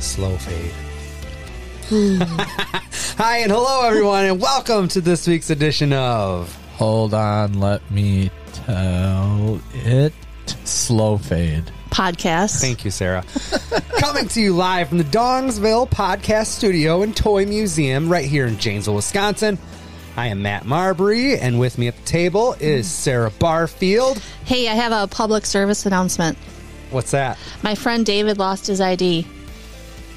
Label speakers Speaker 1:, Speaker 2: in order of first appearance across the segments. Speaker 1: slow fade. Hi and hello, everyone, and welcome to this week's edition of.
Speaker 2: Hold on, let me tell it. Slow fade.
Speaker 3: podcast.
Speaker 1: Thank you, Sarah. Coming to you live from the Dongsville Podcast Studio and Toy Museum right here in Janesville, Wisconsin. I am Matt Marbury, and with me at the table is Sarah Barfield.
Speaker 3: hey, I have a public service announcement.
Speaker 1: What's that?
Speaker 3: My friend David lost his ID.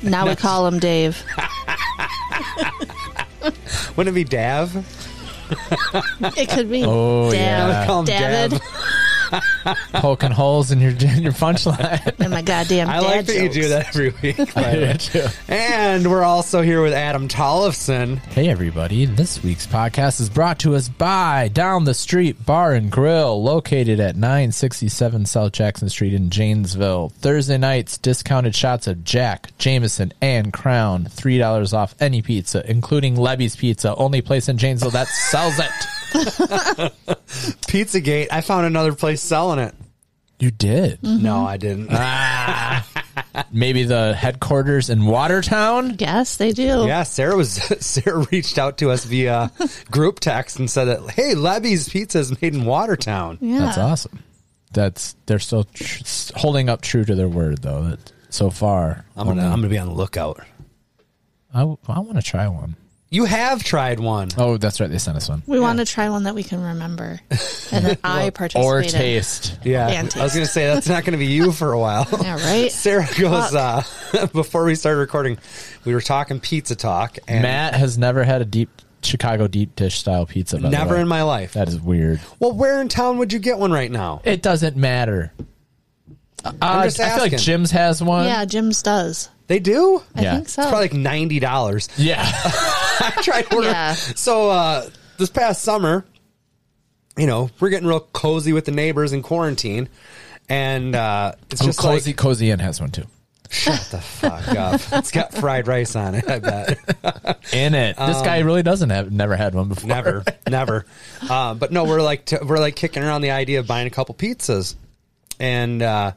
Speaker 3: Now we call him Dave.
Speaker 1: Wouldn't it be Dav?
Speaker 3: It could be.
Speaker 2: Oh, yeah.
Speaker 1: Call him
Speaker 3: David.
Speaker 1: Dav.
Speaker 2: Poking holes in your in your punchline.
Speaker 3: And my goddamn
Speaker 1: I
Speaker 3: dad
Speaker 1: like that you do
Speaker 3: jokes.
Speaker 1: that every week. by the way.
Speaker 2: too.
Speaker 1: and we're also here with Adam Tollefson.
Speaker 2: Hey everybody, this week's podcast is brought to us by Down the Street Bar and Grill, located at 967 South Jackson Street in Janesville. Thursday nights, discounted shots of Jack, Jameson, and Crown. $3 off any pizza, including Levy's Pizza, only place in Janesville that sells it.
Speaker 1: Pizzagate. I found another place selling it.
Speaker 2: You did.
Speaker 3: Mm-hmm.
Speaker 1: No, I didn't.
Speaker 2: Maybe the headquarters in Watertown?
Speaker 3: Yes, they do.
Speaker 1: yeah, Sarah was Sarah reached out to us via group text and said that hey, Levy's Pizza is made in Watertown.
Speaker 3: Yeah.
Speaker 2: That's awesome. That's they're still tr- s- holding up true to their word though. That so far,
Speaker 1: I'm gonna I'm gonna be on the lookout.
Speaker 2: I, want to try one.
Speaker 1: You have tried one.
Speaker 2: Oh, that's right. They sent us one.
Speaker 3: We want to try one that we can remember. And that I participated.
Speaker 2: Or taste.
Speaker 1: Yeah,
Speaker 3: And
Speaker 1: I was gonna say that's not gonna be you for a while.
Speaker 3: Yeah, right?
Speaker 1: Sarah goes uh, before we started recording, we were talking pizza talk and
Speaker 2: Matt has never had a deep Chicago deep dish style pizza. by the
Speaker 1: never
Speaker 2: way.
Speaker 1: in my life.
Speaker 2: That is weird.
Speaker 1: Well, where in town would you get one right now?
Speaker 2: It doesn't matter. Uh,
Speaker 1: just
Speaker 2: I feel like
Speaker 1: asking.
Speaker 2: Jim's has one.
Speaker 3: Yeah, Jim's does.
Speaker 1: They do.
Speaker 3: I
Speaker 2: Yeah.
Speaker 3: think so.
Speaker 1: It's probably like ninety dollars.
Speaker 2: Yeah.
Speaker 1: I tried to order.
Speaker 3: Yeah.
Speaker 1: So uh, this past summer, you know, we're getting real cozy with the neighbors in quarantine, and uh, it's
Speaker 2: Oh,
Speaker 1: just
Speaker 2: cozy,
Speaker 1: like
Speaker 2: cozy Inn has one too.
Speaker 1: shut the fuck up. It's got fried rice on it. I bet
Speaker 2: In it, this
Speaker 1: Um,
Speaker 2: guy really doesn't have never had one before.
Speaker 1: never, never. Uh, but no, we're like t- we're like kicking around the idea of buying a couple pizzas, and uh,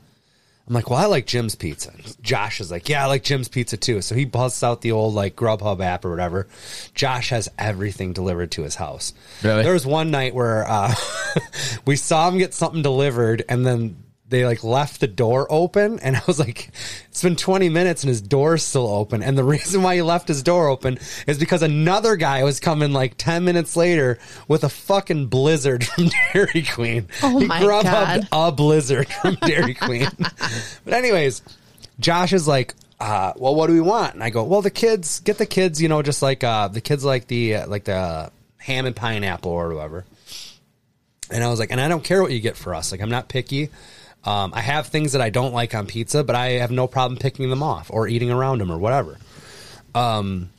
Speaker 1: I'm like, well, I like Jim's pizza. Josh is like, yeah, I like Jim's pizza too. So he busts out the old like Grubhub app or whatever. Josh has everything delivered to his house.
Speaker 2: Really?
Speaker 1: There was one night where uh, we saw him get something delivered and then they like left the door open and I was like, it's been 20 minutes and his door's still open. And the reason why he left his door open is because another guy was coming like 10 minutes later with a fucking blizzard from Dairy Queen.
Speaker 3: Oh
Speaker 1: he
Speaker 3: my
Speaker 1: Grubhubbed
Speaker 3: God.
Speaker 1: a blizzard from Dairy Queen. but anyways, Josh is like, uh, well, what do we want? And I go, well, the kids get the kids, you know, just like uh, the kids like the uh, like the uh, ham and pineapple or whatever. And I was like, and I don't care what you get for us. Like, I'm not picky. Um, I have things that I don't like on pizza, but I have no problem picking them off or eating around them or whatever. Um,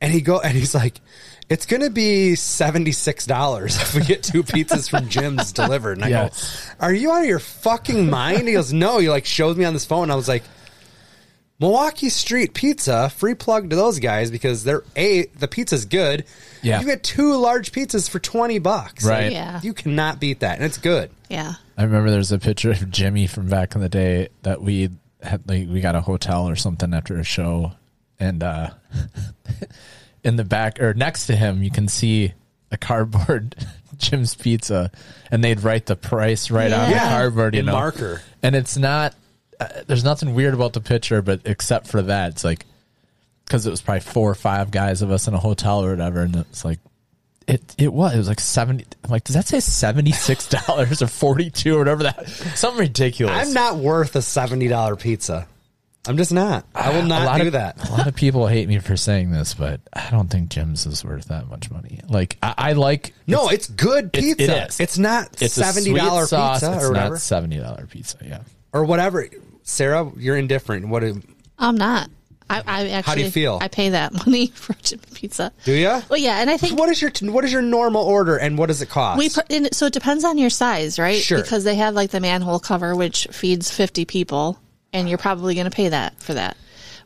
Speaker 1: And he go and he's like, it's gonna be seventy six dollars if we get two pizzas from Jim's delivered. And I
Speaker 2: Yes.
Speaker 1: go, Are you out of your fucking mind? He goes, No. He like showed me on this phone. And I was like, Milwaukee Street Pizza, free plug to those guys because they're a the pizza's good.
Speaker 2: Yeah.
Speaker 1: You get two large pizzas for twenty bucks.
Speaker 2: Right.
Speaker 3: Yeah.
Speaker 1: You cannot beat that. And it's good.
Speaker 3: Yeah.
Speaker 2: I remember there's a picture of Jimmy from back in the day that we had like we got a hotel or something after a show and uh in the back or next to him you can see a cardboard Jim's pizza and they'd write the price right on the
Speaker 3: Yeah.
Speaker 2: cardboard you
Speaker 1: In
Speaker 2: know
Speaker 1: marker.
Speaker 2: and it's not uh, there's nothing weird about the picture but except for that it's like because it was probably four or five guys of us in a hotel or whatever and it's like it it was it was like seventy. I'm like, does that say seventy six dollars or forty two or whatever that? Something ridiculous.
Speaker 1: I'm not worth a seventy dollar pizza. I'm just not. I will
Speaker 2: a
Speaker 1: not
Speaker 2: lot
Speaker 1: do
Speaker 2: of,
Speaker 1: that.
Speaker 2: A lot of people hate me for saying this, but I don't think Jim's is worth that much money. Like I, I like
Speaker 1: No, it's good
Speaker 2: It- it
Speaker 1: pizza.
Speaker 2: is.
Speaker 1: It's not
Speaker 2: it's
Speaker 1: seventy
Speaker 2: a
Speaker 1: dollar
Speaker 2: sweet sauce.
Speaker 1: pizza
Speaker 2: it's
Speaker 1: or
Speaker 2: not
Speaker 1: whatever
Speaker 2: seventy dollar pizza. Yeah,
Speaker 1: or whatever. Sarah, you're indifferent. What do,
Speaker 3: I'm not. I, I actually.
Speaker 1: do you feel?
Speaker 3: I pay that money for Jim's pizza.
Speaker 1: do you?
Speaker 3: Well, yeah, and I think
Speaker 1: What is your what is your normal order and what does it cost?
Speaker 3: We pr- and so it depends on your size, right?
Speaker 1: Sure.
Speaker 3: Because they have like the manhole cover, which feeds fifty people, and you're probably going to pay that for that.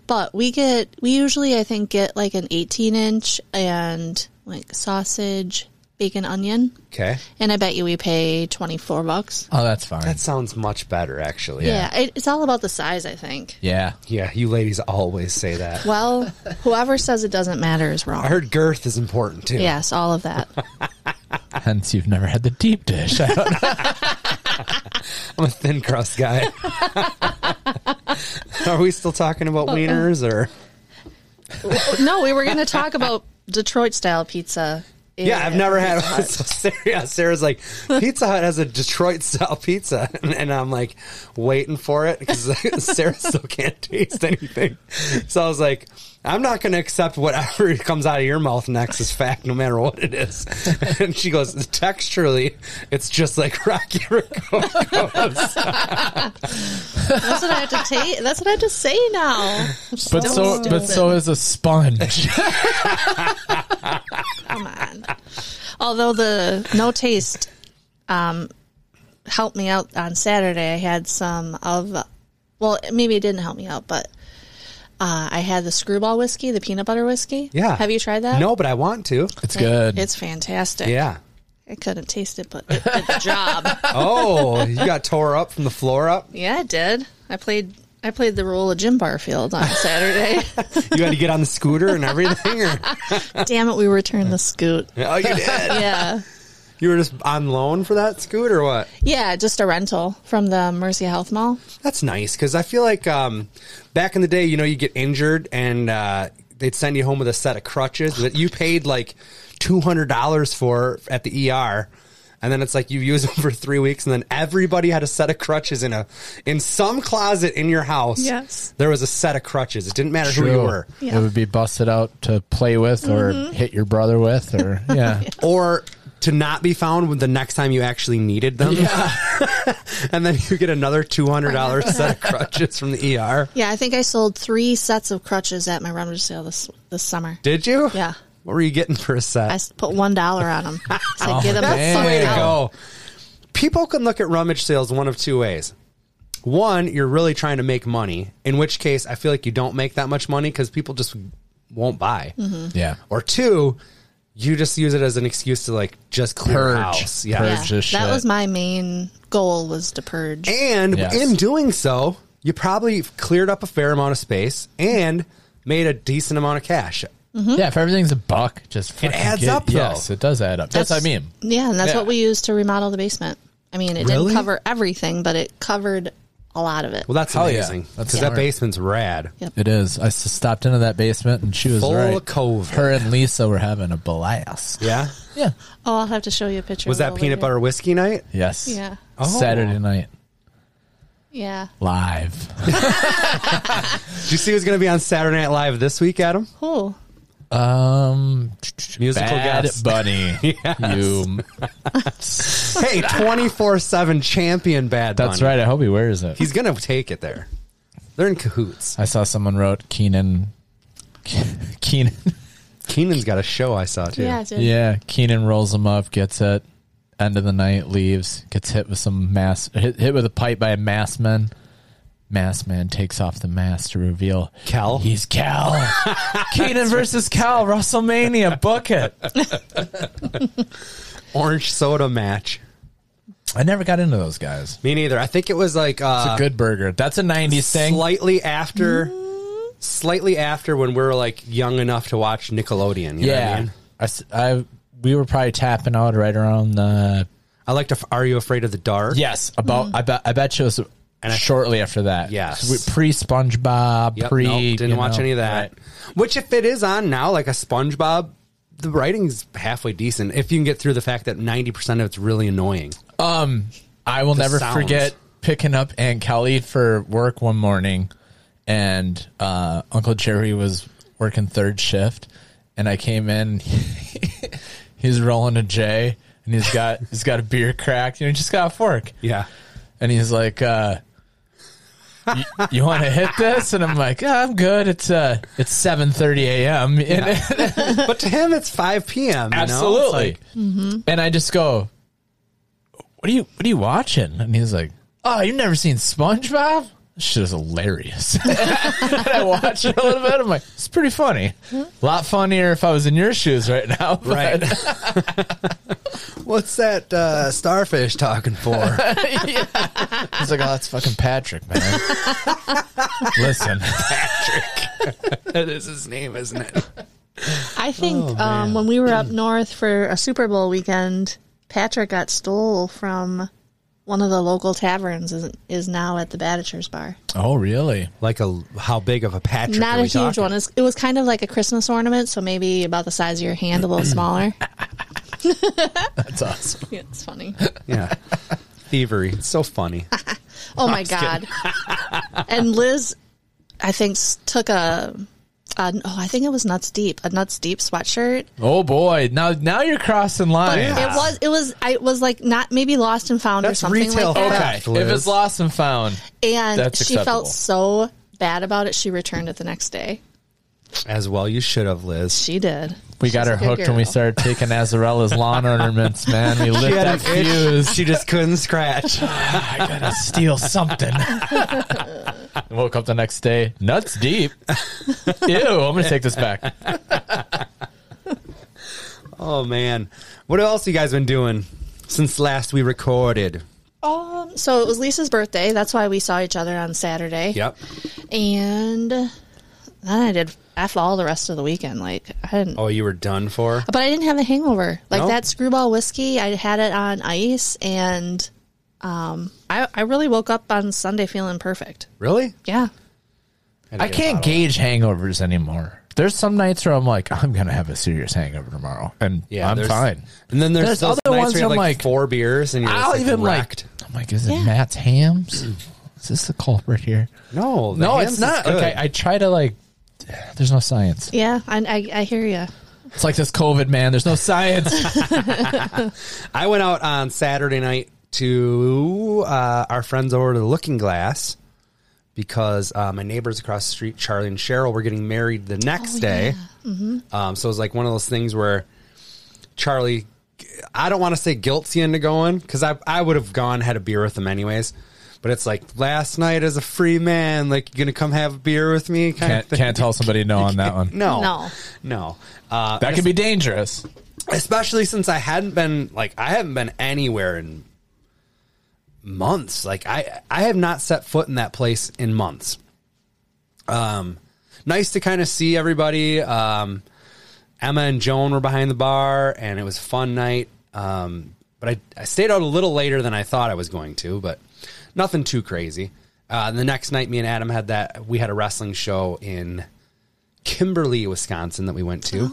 Speaker 3: But we get we usually I think get like an eighteen inch and like sausage, bacon onion,
Speaker 1: Okay.
Speaker 3: and I bet you we pay twenty four bucks.
Speaker 2: Oh, that's fine.
Speaker 1: That sounds much better, actually.
Speaker 3: Yeah, it, it's all about the size, I think.
Speaker 2: yeah.
Speaker 1: Yeah, you ladies always say that.
Speaker 3: Well, whoever says it doesn't matter is
Speaker 1: I
Speaker 3: wrong.
Speaker 1: heard girth is important too.
Speaker 3: Yes, all of that.
Speaker 2: Hence, you've never had the deep dish. I don't know.
Speaker 1: I'm a thin crust guy. Are we still talking about wieners or?
Speaker 3: no, we were going to talk about Detroit style pizza.
Speaker 1: Yeah, I've never had. So Sarah, Sarah's like, Pizza Hut has a Detroit style pizza, and, and I'm like waiting for it because Sarah still can't taste anything. So I was like, I'm not going to accept whatever comes out of your mouth next as fact, no matter what it is. And she goes, texturally, it's just like Rocky Raccoon.
Speaker 3: That's what I have to ta- That's what I have to say now.
Speaker 2: But so, but so is a sponge.
Speaker 3: come on. Although the no taste um, helped me out on Saturday, I had some of. Well, maybe it didn't help me out, but uh, I had the screwball whiskey, the peanut butter whiskey.
Speaker 1: yeah.
Speaker 3: have you tried that?
Speaker 1: No, but I want to.
Speaker 2: It's good.
Speaker 3: It's fantastic.
Speaker 1: Yeah.
Speaker 3: I couldn't taste it, but it did the job.
Speaker 1: Oh, you got tore up from the floor up.
Speaker 3: yeah, it did. I played. I played the role of Jim Barfield on Saturday.
Speaker 1: You had to get on the scooter and everything. Or,
Speaker 3: Damn it, we returned the scoot.
Speaker 1: oh, you did.
Speaker 3: Yeah.
Speaker 1: You were just on loan for that scoot or what?
Speaker 3: Yeah, just a rental from the Mercy Health Mall.
Speaker 1: That's nice because I feel like um, back in the day, you know, you get injured and uh, they'd send you home with a set of crutches that you paid like two hundred dollars for at the ER, and then it's like you use them for three weeks, and then everybody had a set of crutches in a in some closet in your house.
Speaker 3: Yes.
Speaker 1: there was a set of crutches. It didn't matter who you
Speaker 2: True.
Speaker 1: were.
Speaker 3: Yeah.
Speaker 2: It would be busted out to play with or hit your brother with or yeah.
Speaker 1: or to not be found when the next time you actually needed them. and then you get another $200 set of crutches from the ER.
Speaker 3: Yeah, I think I sold three sets of crutches at my rummage sale this this summer.
Speaker 1: Did you?
Speaker 3: Yeah.
Speaker 1: What were you getting for a set?
Speaker 3: I s- put one dollar on them. I said, "Get them
Speaker 2: That's the
Speaker 1: Way to
Speaker 2: Yeah.
Speaker 1: go. People can look at rummage sales one of two ways. One, you're really trying to make money, in which case I feel like you don't make that much money because people just won't buy.
Speaker 3: Mm-hmm.
Speaker 2: Yeah.
Speaker 1: Or two, you just use it as an excuse to like just clear
Speaker 2: Purge.
Speaker 1: house. Yeah.
Speaker 2: Purge.
Speaker 3: Yeah, that
Speaker 2: this shit.
Speaker 3: was my main goal was to purge.
Speaker 1: And
Speaker 2: Yes.
Speaker 1: in doing so, you probably cleared up a fair amount of space and made a decent amount of cash.
Speaker 2: Yeah, if everything's a buck, just fucking
Speaker 1: adds
Speaker 2: get-
Speaker 1: up, though.
Speaker 2: Yes, it does add up. That's, what I mean.
Speaker 3: yeah, and that's
Speaker 2: Yeah.
Speaker 3: what we used to remodel the basement. I mean, it
Speaker 1: Really?
Speaker 3: didn't cover everything, but it covered a lot of it.
Speaker 1: Well, that's
Speaker 2: Hell yeah.
Speaker 1: amazing
Speaker 2: That's
Speaker 1: because that
Speaker 2: smart.
Speaker 1: basement's rad.
Speaker 3: Yep.
Speaker 2: It is. I s- stopped into that basement and she was
Speaker 1: Full
Speaker 2: right.
Speaker 1: of COVID.
Speaker 2: Her and Lisa were having a blast.
Speaker 1: Yeah,
Speaker 2: Yeah.
Speaker 3: oh, I'll have to show you a picture.
Speaker 1: was
Speaker 3: a
Speaker 1: that
Speaker 3: little
Speaker 1: peanut
Speaker 3: later.
Speaker 1: butter whiskey night?
Speaker 2: Yes.
Speaker 3: Yeah.
Speaker 1: Oh.
Speaker 2: Saturday night
Speaker 3: Yeah.
Speaker 2: live.
Speaker 1: Did you see who's going to be on Saturday Night Live this week, Adam?
Speaker 3: Cool.
Speaker 2: Um,
Speaker 1: Musical
Speaker 2: Bad
Speaker 1: guest.
Speaker 2: Bunny. You.
Speaker 1: hey, twenty four seven champion bad.
Speaker 2: That's
Speaker 1: Bunny.
Speaker 2: right. I hope he wears it.
Speaker 1: He's going to take it there. They're in cahoots.
Speaker 2: I saw someone wrote Keenan. Keenan.
Speaker 1: Keenan's got a show I saw too.
Speaker 3: Yeah. dude.
Speaker 2: Yeah, Keenan rolls him up, gets it. End of the night, leaves. Gets hit with some mass. Hit, hit with a pipe by a mass man. Mass man takes off the mask to reveal
Speaker 1: Cal?
Speaker 2: He's Cal. Keenan versus Cal. WrestleMania. Book it.
Speaker 1: Orange soda match.
Speaker 2: I never got into those guys.
Speaker 1: Me neither. I think it was like uh,
Speaker 2: It's a good burger. That's a '90s thing. Mm.
Speaker 1: Slightly after, slightly after when we were like young enough to watch Nickelodeon. You yeah, know what I,
Speaker 2: yeah,
Speaker 1: mean?
Speaker 2: I, s- I- we were probably tapping out right around the
Speaker 1: I like to. f- Are you afraid of the dark?
Speaker 2: yes about I bet I bet you it was
Speaker 1: I-
Speaker 2: shortly after that.
Speaker 1: Yes.
Speaker 2: pre SpongeBob,
Speaker 1: Yep,
Speaker 2: pre
Speaker 1: nope, didn't
Speaker 2: you
Speaker 1: watch
Speaker 2: know,
Speaker 1: any of that.
Speaker 2: right.
Speaker 1: Which, if it is on now, like a SpongeBob, the writing's halfway decent. If you can get through the fact that ninety percent of it's really annoying.
Speaker 2: I will never
Speaker 1: sounds.
Speaker 2: forget picking up Aunt Kelly for work one morning, and uh, Uncle Jerry was working third shift, and I came in. he's rolling a J, and he's got he's got a beer cracked, and he just got a fork,
Speaker 1: Yeah.
Speaker 2: and he's like. Uh, you, want to hit this? And I'm like, yeah, I'm good. It's uh, it's 7:30 a.m. And-
Speaker 1: but to him, it's five p.m. you know? It's
Speaker 2: Absolutely.
Speaker 1: like,
Speaker 2: mm-hmm. And I just go, "What are you? What are you watching?" And he's like, "Oh, you've never seen SpongeBob?" shit is hilarious. And I watch it a little bit. I'm like, it's pretty funny.
Speaker 1: Hmm?
Speaker 2: A lot funnier if I was in your shoes right now. but-
Speaker 1: Right. What's that uh, starfish talking for?
Speaker 2: yeah. He's like, oh, that's fucking Patrick, man. Listen,
Speaker 1: that is his name, isn't it?
Speaker 3: I
Speaker 1: Oh,
Speaker 3: think um, when we were up north for a Super Bowl weekend, Patrick got stole from one of the local taverns. Is, is now at the Badger's Bar.
Speaker 2: oh really?
Speaker 1: Like a how big of a Patrick?
Speaker 3: Not
Speaker 1: are
Speaker 3: a
Speaker 1: we
Speaker 3: huge
Speaker 1: talking?
Speaker 3: one. It's, it was kind of like a Christmas ornament, so maybe about the size of your hand, a little smaller.
Speaker 2: That's awesome.
Speaker 3: Yeah, it's funny.
Speaker 1: Yeah. Thievery. It's so funny.
Speaker 3: Oh my god! and Liz, I think s- took a, a oh, I think it was nuts deep, a nuts deep sweatshirt.
Speaker 2: Oh boy, now now you're crossing
Speaker 3: But
Speaker 2: lines.
Speaker 3: it was it was I was like not maybe lost and found or
Speaker 1: That's
Speaker 3: something
Speaker 1: retail
Speaker 3: like that.
Speaker 1: theft.
Speaker 2: okay, if it's lost and found,
Speaker 3: And
Speaker 2: That's
Speaker 3: she
Speaker 2: acceptable.
Speaker 3: felt so bad about it. She returned it the next day.
Speaker 1: As well, you should have, Liz.
Speaker 3: She did.
Speaker 2: we got
Speaker 3: She's
Speaker 2: her
Speaker 3: a good
Speaker 2: hooked when we
Speaker 3: girl.
Speaker 2: started taking Azarella's lawn ornaments. Man, we lit that fuse.
Speaker 1: She just couldn't scratch.
Speaker 2: I gotta steal something. Woke up the next day, nuts deep. Ew, I'm gonna take this back.
Speaker 1: Oh man, what else you guys been doing since last we recorded?
Speaker 3: Um, so it was Lisa's birthday. That's why we saw each other on Saturday.
Speaker 1: Yep.
Speaker 3: And then I did f all the rest of the weekend. Like I didn't.
Speaker 1: Oh, you were done for.
Speaker 3: But I didn't have a hangover. Like
Speaker 1: No?
Speaker 3: that screwball whiskey, I had it on ice, and um, I I really woke up on Sunday feeling perfect.
Speaker 1: Really?
Speaker 3: Yeah,
Speaker 1: didn't
Speaker 2: I
Speaker 1: get a
Speaker 2: can't
Speaker 1: bottle.
Speaker 2: gauge hangovers anymore. There's some nights where I'm like, I'm gonna have a serious hangover tomorrow, and I'm
Speaker 1: there's-
Speaker 2: fine.
Speaker 1: And then there's,
Speaker 2: There's
Speaker 1: those
Speaker 2: other
Speaker 1: nights
Speaker 2: ones
Speaker 1: where you have,
Speaker 2: I'm
Speaker 1: like,
Speaker 2: like,
Speaker 1: four beers and you're just,
Speaker 2: I'll
Speaker 1: like,
Speaker 2: even
Speaker 1: wrecked.
Speaker 2: like. I'm like, is it
Speaker 3: Yeah.
Speaker 2: Matt's hams? Is this the culprit here?
Speaker 1: no, the
Speaker 2: no,
Speaker 1: hams
Speaker 2: it's
Speaker 1: is
Speaker 2: not.
Speaker 1: good.
Speaker 2: Like I, I try to like. There's no science.
Speaker 3: yeah, I I, I hear you.
Speaker 2: It's like this COVID man. There's no science.
Speaker 1: I went out on Saturday night to uh, our friends over to the Looking Glass because uh, my neighbors across the street, Charlie and Cheryl, were getting married the next day. Um, so it was like one of those things where Charlie, I don't want to say guilts you into going because I I would have gone had a beer with them anyways. But it's like last night as a free man, like you gonna come have a beer with me? Kind
Speaker 2: can't,
Speaker 1: of thing.
Speaker 2: can't tell somebody no on that one.
Speaker 1: No,
Speaker 3: No.
Speaker 1: no. Uh,
Speaker 2: That could be dangerous.
Speaker 1: especially since I hadn't been like I haven't been anywhere in months. Like I I have not set foot in that place in months. Um, nice to kind of see everybody. Um, Emma and Joan were behind the bar, and it was a fun night. Um, but I I stayed out a little later than I thought I was going to, but nothing too crazy. Uh, and the next night, me and Adam had that we had a wrestling show in Kimberly, Wisconsin that we went to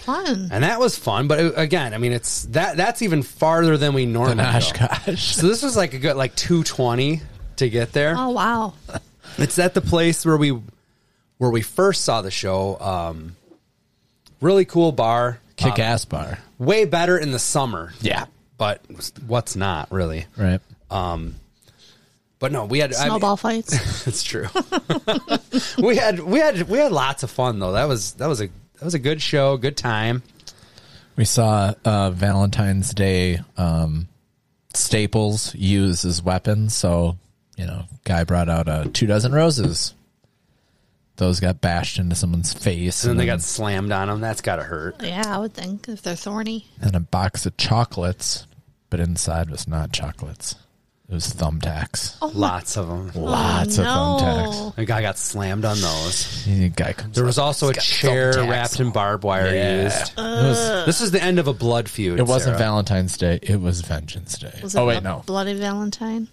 Speaker 3: Fun.
Speaker 1: and that was fun. But it- again, I mean, it's that that's even farther than we normally
Speaker 2: Gosh,
Speaker 1: go.
Speaker 2: gosh.
Speaker 1: So this was like a good like two twenty to get there.
Speaker 3: Oh wow.
Speaker 1: It's at the place where we where we first saw the show. Um, really cool bar,
Speaker 2: Kick ass bar.
Speaker 1: way better in the summer.
Speaker 2: Yeah.
Speaker 1: but what's not really.
Speaker 2: Right.
Speaker 1: But no, we had I mean-
Speaker 3: Snowball fights.
Speaker 1: That's true. we had we had we had lots of fun though. That was that was a that was a good show, good time.
Speaker 2: We saw uh, Valentine's Day um, staples used as weapons. So, you know, guy brought out uh, two dozen roses. Those got bashed into someone's face,
Speaker 1: And then they got slammed on them. That's gotta hurt.
Speaker 3: yeah, I would think if they're thorny.
Speaker 2: and a box of chocolates, but inside was not chocolates. It was thumbtacks.
Speaker 3: Oh
Speaker 1: Lots of them.
Speaker 2: Lots
Speaker 1: Oh,
Speaker 2: of thumbtacks.
Speaker 1: The guy got slammed on those.
Speaker 2: The guy comes
Speaker 1: There
Speaker 2: up,
Speaker 1: was also a
Speaker 2: he's got
Speaker 1: chair
Speaker 2: thumbtacks.
Speaker 1: wrapped in barbed wire
Speaker 2: Yeah.
Speaker 1: used.
Speaker 2: It, was,
Speaker 1: This is the end of a blood feud.
Speaker 2: it wasn't
Speaker 1: Sarah.
Speaker 2: Valentine's Day. It was Vengeance Day.
Speaker 3: Was it
Speaker 2: Oh wait,
Speaker 3: a
Speaker 2: no,
Speaker 3: Bloody Valentine.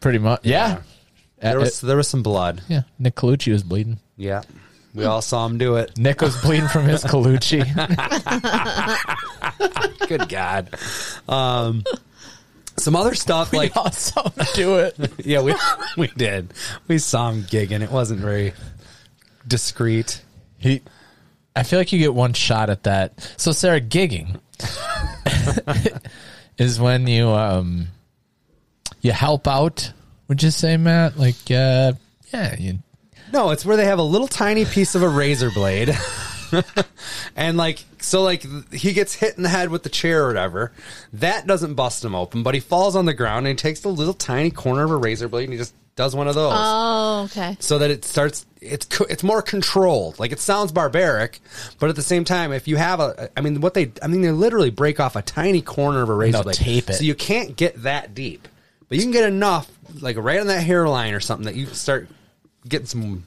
Speaker 2: pretty much. Yeah, Uh,
Speaker 1: There
Speaker 2: it-
Speaker 1: was there was some blood.
Speaker 2: yeah. Nick Colucci was bleeding.
Speaker 1: Yeah, we all saw him do it.
Speaker 2: Nick was bleeding from his Colucci.
Speaker 1: Good God. Um, some other stuff like
Speaker 2: awesome. Do it.
Speaker 1: yeah we we did we saw him gigging. It wasn't very discreet.
Speaker 2: He. I feel like you get one shot at that. So Sarah gigging is when you um you help out. Would you say, Matt? Like, uh, yeah, you
Speaker 1: No, it's where they have a little tiny piece of a razor blade. and like so like he gets hit in the head with the chair or whatever. That doesn't bust him open, but he falls on the ground and he takes the little tiny corner of a razor blade and he just does one of those
Speaker 3: Oh, okay.
Speaker 1: so that it starts it's co- it's more controlled like it sounds barbaric but at the same time if you have a i mean what they i mean they literally break off a tiny corner of a razor
Speaker 2: they'll
Speaker 1: blade
Speaker 2: tape it.
Speaker 1: so you can't get that deep but you can get enough like right on that hairline or something that you start getting some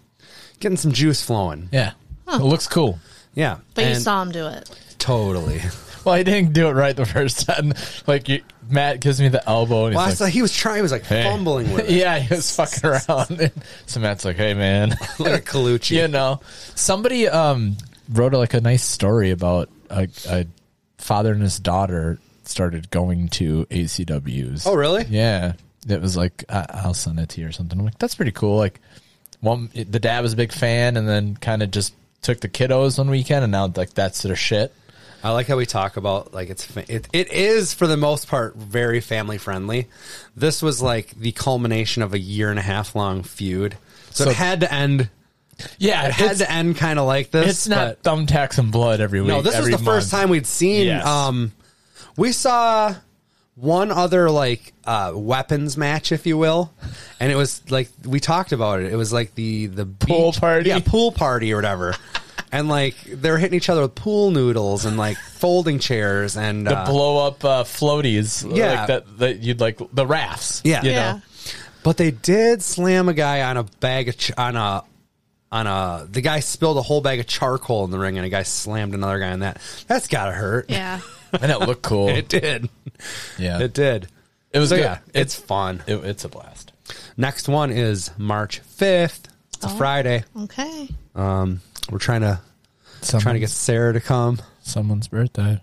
Speaker 1: getting some juice flowing
Speaker 2: Yeah. It looks cool.
Speaker 1: yeah
Speaker 3: But you
Speaker 1: And-
Speaker 3: saw him do it.
Speaker 1: totally
Speaker 2: Well, I didn't do it right the first time. Like you, Matt gives me the elbow, and he's
Speaker 1: well,
Speaker 2: like,
Speaker 1: it's like he was trying he was like
Speaker 2: "Hey."
Speaker 1: fumbling with it
Speaker 2: yeah, he was fucking around. so Matt's like, "Hey, man,
Speaker 1: like a Colucci
Speaker 2: you know." Somebody um, wrote like a nice story about a, a father and his daughter started going to ACWs.
Speaker 1: oh really
Speaker 2: Yeah, it was like I, I'll send it to you or something. I'm like, that's pretty cool. Like, one the dad was a big fan, and then kind of just took the kiddos one weekend, and now like that's their shit.
Speaker 1: I like how we talk about like it's fa- it, it is for the most part very family friendly. This was like the culmination of a year and a half long feud, so,
Speaker 2: So-
Speaker 1: it had to end.
Speaker 2: Yeah,
Speaker 1: It had to end kind of like this.
Speaker 2: It's not thumbtacks and blood every week.
Speaker 1: but- no. This was
Speaker 2: every
Speaker 1: the first
Speaker 2: month.
Speaker 1: time we'd seen.
Speaker 2: Yes.
Speaker 1: Um, we saw one other like uh, weapons match, if you will, and it was like we talked about it. It was like the the
Speaker 2: Pool party?
Speaker 1: yeah, pool party or whatever. And like they're hitting each other with pool noodles and like folding chairs and
Speaker 2: The
Speaker 1: uh,
Speaker 2: blow up uh, floaties,
Speaker 1: Yeah.
Speaker 2: like that, that you'd like the rafts.
Speaker 1: Yeah.
Speaker 2: you
Speaker 3: yeah.
Speaker 2: know?
Speaker 1: But they did slam a guy on a bag of ch- on a on a the guy spilled a whole bag of charcoal in the ring, and a guy slammed another guy on that. That's gotta hurt.
Speaker 3: Yeah.
Speaker 2: and it looked cool.
Speaker 1: It did.
Speaker 2: yeah,
Speaker 1: It did.
Speaker 2: It was
Speaker 1: So
Speaker 2: good.
Speaker 1: yeah, it's fun.
Speaker 2: It- it's a blast.
Speaker 1: Next one is March fifth. It's a
Speaker 3: Oh.
Speaker 1: Friday.
Speaker 3: Okay.
Speaker 1: Um, we're trying to
Speaker 2: Someone's,
Speaker 1: trying to get Sarah to come.
Speaker 2: someone's birthday.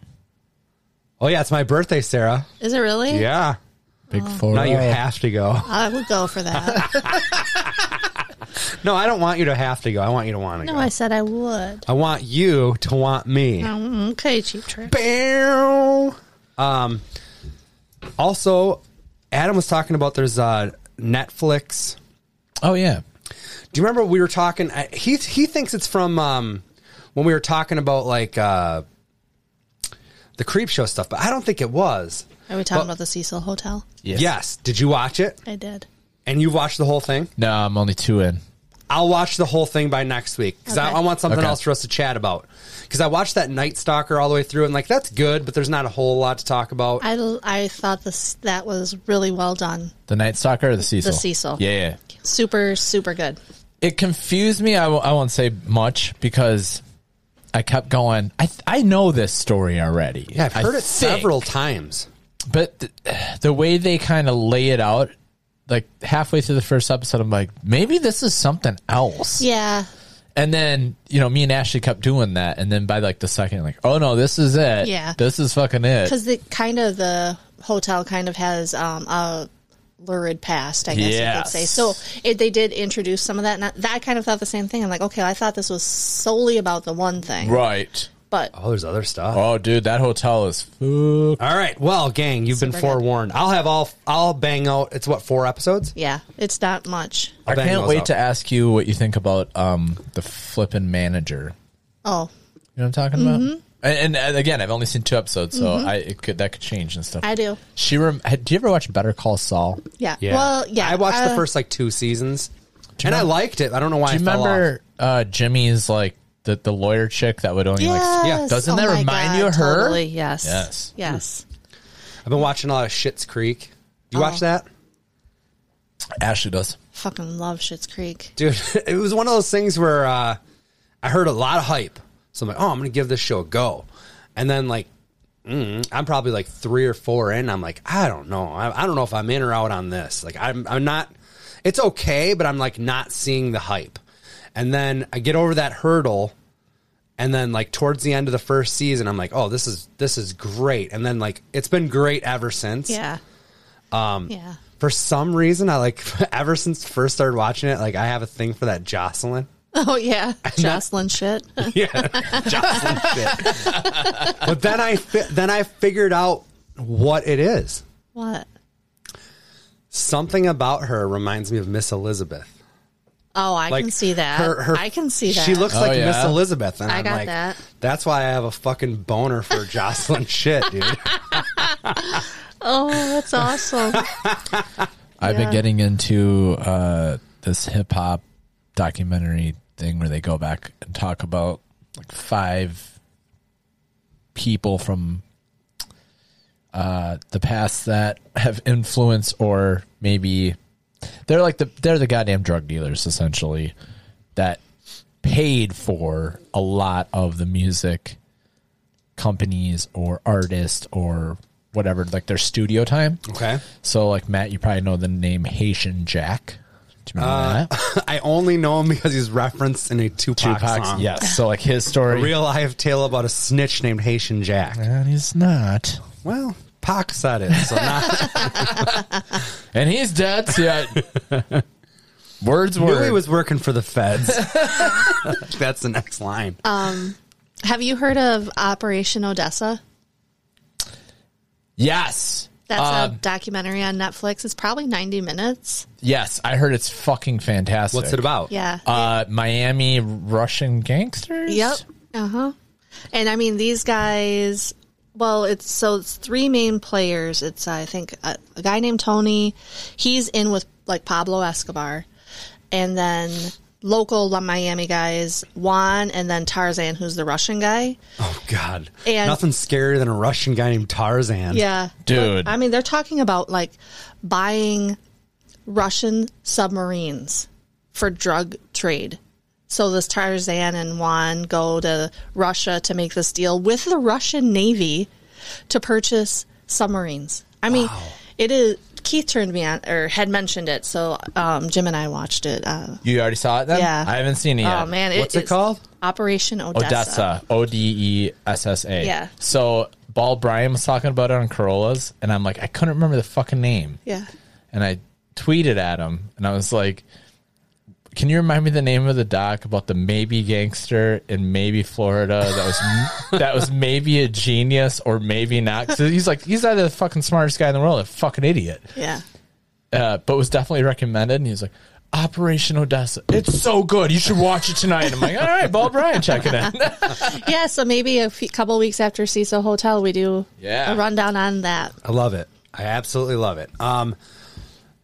Speaker 1: Oh yeah, it's my birthday, Sarah.
Speaker 3: Is it really?
Speaker 1: Yeah.
Speaker 2: Big four.
Speaker 1: Oh. Now you have to go.
Speaker 3: I would go for that.
Speaker 1: No, I don't want you to have to go. I want you to want to
Speaker 3: no,
Speaker 1: go.
Speaker 3: I said I would.
Speaker 1: I want you to want me.
Speaker 3: Um, okay, cheap trick.
Speaker 1: Bow. Um, also, Adam was talking about there's uh, Netflix.
Speaker 2: Oh yeah,
Speaker 1: Do you remember we were talking? I- He he thinks it's from um, when we were talking about like uh, the creep show stuff, but I don't think it was.
Speaker 3: Are we talking about the Cecil Hotel?
Speaker 1: Yes. Did you watch it?
Speaker 3: I did.
Speaker 1: And you've watched the whole thing?
Speaker 2: No, I'm only two in.
Speaker 1: I'll watch the whole thing by next week because I,
Speaker 3: Okay.
Speaker 1: I want something
Speaker 2: Okay.
Speaker 1: else for us to chat about. Because I watched that Night Stalker all the way through, and like that's good, but there's not a whole lot to talk about.
Speaker 3: I, l- I thought this that was really well done.
Speaker 2: The Night Stalker or the Cecil?
Speaker 3: Cecil.
Speaker 2: Yeah, yeah.
Speaker 3: Super, super good.
Speaker 2: It confused me. I w- I won't say much because I kept going. I th- I know this story already.
Speaker 1: yeah, I've
Speaker 2: I
Speaker 1: heard it
Speaker 2: think.
Speaker 1: several times.
Speaker 2: but th- the way they kind of lay it out, like halfway through the first episode, I'm like, maybe this is something else.
Speaker 3: Yeah.
Speaker 2: And then you know, me and Ashley kept doing that, and then by like the second, like, oh no, this is it.
Speaker 3: Yeah.
Speaker 2: this is fucking it.
Speaker 3: Because the kind of the hotel kind of has um, a lurid past, I guess you could
Speaker 2: Yes.
Speaker 3: say. So it, they did introduce some of that. And I- that I kind of thought the same thing. I'm like, okay, I thought this was solely about the one thing,
Speaker 2: Right.
Speaker 3: but
Speaker 1: Oh, there's other stuff.
Speaker 2: Oh, dude, that hotel is fuck.
Speaker 1: All right. Well, gang, you've been
Speaker 3: Super good.
Speaker 1: forewarned. I'll have all. I'll bang out. It's what four episodes?
Speaker 3: yeah, it's not much.
Speaker 2: I
Speaker 1: I'll bang
Speaker 2: can't
Speaker 1: those
Speaker 2: wait
Speaker 1: out.
Speaker 2: to ask you what you think about um the flippin' manager.
Speaker 3: Oh,
Speaker 2: You know what I'm talking
Speaker 3: Mm-hmm.
Speaker 2: about? And, and, and again, I've only seen two episodes, so I it could that could change and stuff.
Speaker 3: I do.
Speaker 2: She rem- had- do you ever watch Better Call Saul?
Speaker 3: Yeah. Well, yeah.
Speaker 1: I watched the
Speaker 3: uh,
Speaker 1: first like two seasons,
Speaker 2: Do you
Speaker 1: and I
Speaker 2: remember-
Speaker 1: liked it. I don't know why.
Speaker 2: Do you
Speaker 1: I fell off.
Speaker 2: remember uh, Jimmy's like the, the lawyer chick that would only
Speaker 3: Yes.
Speaker 2: like
Speaker 1: Yeah.
Speaker 2: Doesn't
Speaker 3: Oh
Speaker 2: that
Speaker 3: my
Speaker 2: remind
Speaker 3: God,
Speaker 2: you of her?
Speaker 3: Totally. Yes.
Speaker 2: Yes.
Speaker 3: Yes.
Speaker 1: I've been watching a lot of Shit's Creek.
Speaker 3: Oh.
Speaker 1: You watch that,
Speaker 2: Ashley does.
Speaker 3: Fucking love Schitt's Creek.
Speaker 1: dude? It was one of those things where uh, I heard a lot of hype, so I'm like, oh, I'm gonna give this show a go, and then like. Mm, I'm probably like three or four in. I'm like, I don't know. I, I don't know if I'm in or out on this. Like, I'm, I'm not. It's okay, but I'm like not seeing the hype. And then I get over that hurdle, and then like towards the end of the first season, I'm like, oh, this is this is great. And then like it's been great ever since.
Speaker 3: Yeah. Um. Yeah.
Speaker 1: For some reason, I like ever since first started watching it, like I have a thing for that Jocelyn.
Speaker 3: Oh yeah. Jocelyn shit.
Speaker 1: Yeah, Jocelyn shit. but then I fi- then I figured out what it is.
Speaker 3: what?
Speaker 1: Something about her reminds me of Miss Elizabeth.
Speaker 3: Oh, I can see that.
Speaker 1: her- her-
Speaker 3: I can see that.
Speaker 1: She looks
Speaker 2: Oh,
Speaker 1: like
Speaker 2: yeah?
Speaker 1: Miss Elizabeth, and
Speaker 3: I
Speaker 1: am
Speaker 3: got
Speaker 1: like,
Speaker 3: that.
Speaker 1: that's why I have a fucking boner for Jocelyn shit, dude.
Speaker 3: Oh, that's awesome.
Speaker 2: I've been
Speaker 3: Yeah.
Speaker 2: getting into uh, this hip hop documentary thing where they go back and talk about like five people from uh, the past that have influence or maybe they're like the they're the goddamn drug dealers essentially that paid for a lot of the music companies or artists or whatever like their studio time.
Speaker 1: Okay.
Speaker 2: So, like Matt, you probably know the name Haitian Jack. Do you remember
Speaker 1: Uh,
Speaker 2: that?
Speaker 1: I only know him because he's referenced in a Tupac,
Speaker 2: Tupac's,
Speaker 1: song.
Speaker 2: yes. So, like his story.
Speaker 1: A real life tale about a snitch named Haitian Jack.
Speaker 2: and he's not.
Speaker 1: Well, Pac said it, so not
Speaker 2: And he's dead. So yeah. Words
Speaker 1: knew he
Speaker 2: were.
Speaker 1: was working for the feds. That's the next line.
Speaker 3: Have you heard of Operation Odessa?
Speaker 2: yes.
Speaker 3: That's
Speaker 2: Uh,
Speaker 3: a documentary on Netflix. It's probably 90 minutes.
Speaker 2: yes. I heard it's fucking fantastic.
Speaker 1: What's it about?
Speaker 3: Yeah.
Speaker 2: Uh, Miami Russian gangsters?
Speaker 3: Yep. Uh huh. And I mean, these guys. Well, it's so it's three main players. It's I think a, a guy named Tony. He's in with like Pablo Escobar, and then local La- Miami guys Juan, and then Tarzan, who's the Russian guy.
Speaker 1: Oh God.
Speaker 3: And-
Speaker 1: Nothing scarier than a Russian guy named Tarzan.
Speaker 3: Yeah,
Speaker 2: Dude.
Speaker 3: But, I mean, they're talking about like buying Russian submarines for drug trade. So this Tarzan and Juan go to Russia to make this deal with the Russian Navy to purchase submarines. I mean, it is. Keith turned me on, or had mentioned it, so um, Jim and I watched it. Uh,
Speaker 2: You already saw it then?
Speaker 3: Yeah.
Speaker 2: I haven't seen it yet.
Speaker 3: Oh man,
Speaker 1: What's it
Speaker 3: is
Speaker 1: called?
Speaker 3: Operation
Speaker 2: Odessa. O D E S S A.
Speaker 3: Yeah.
Speaker 2: So, Ball Bryan was talking about it on Corollas, and I'm like, I couldn't remember the fucking name.
Speaker 3: Yeah.
Speaker 2: and I tweeted at him and I was like, can you remind me the name of the doc about the maybe gangster in maybe Florida that was that was maybe a genius or maybe not? 'Cause he's like he's either the fucking smartest guy in the world, or a fucking idiot,
Speaker 3: Yeah.
Speaker 2: uh, but was definitely recommended. And he was like, Operation Odessa, it's so good, you should watch it tonight. And I'm like, all right, Bob Bryan, check it in.
Speaker 3: yeah, so maybe a few, couple weeks after CISO Hotel, we do
Speaker 2: Yeah.
Speaker 3: a rundown on that.
Speaker 1: I love it. I absolutely love it. Um,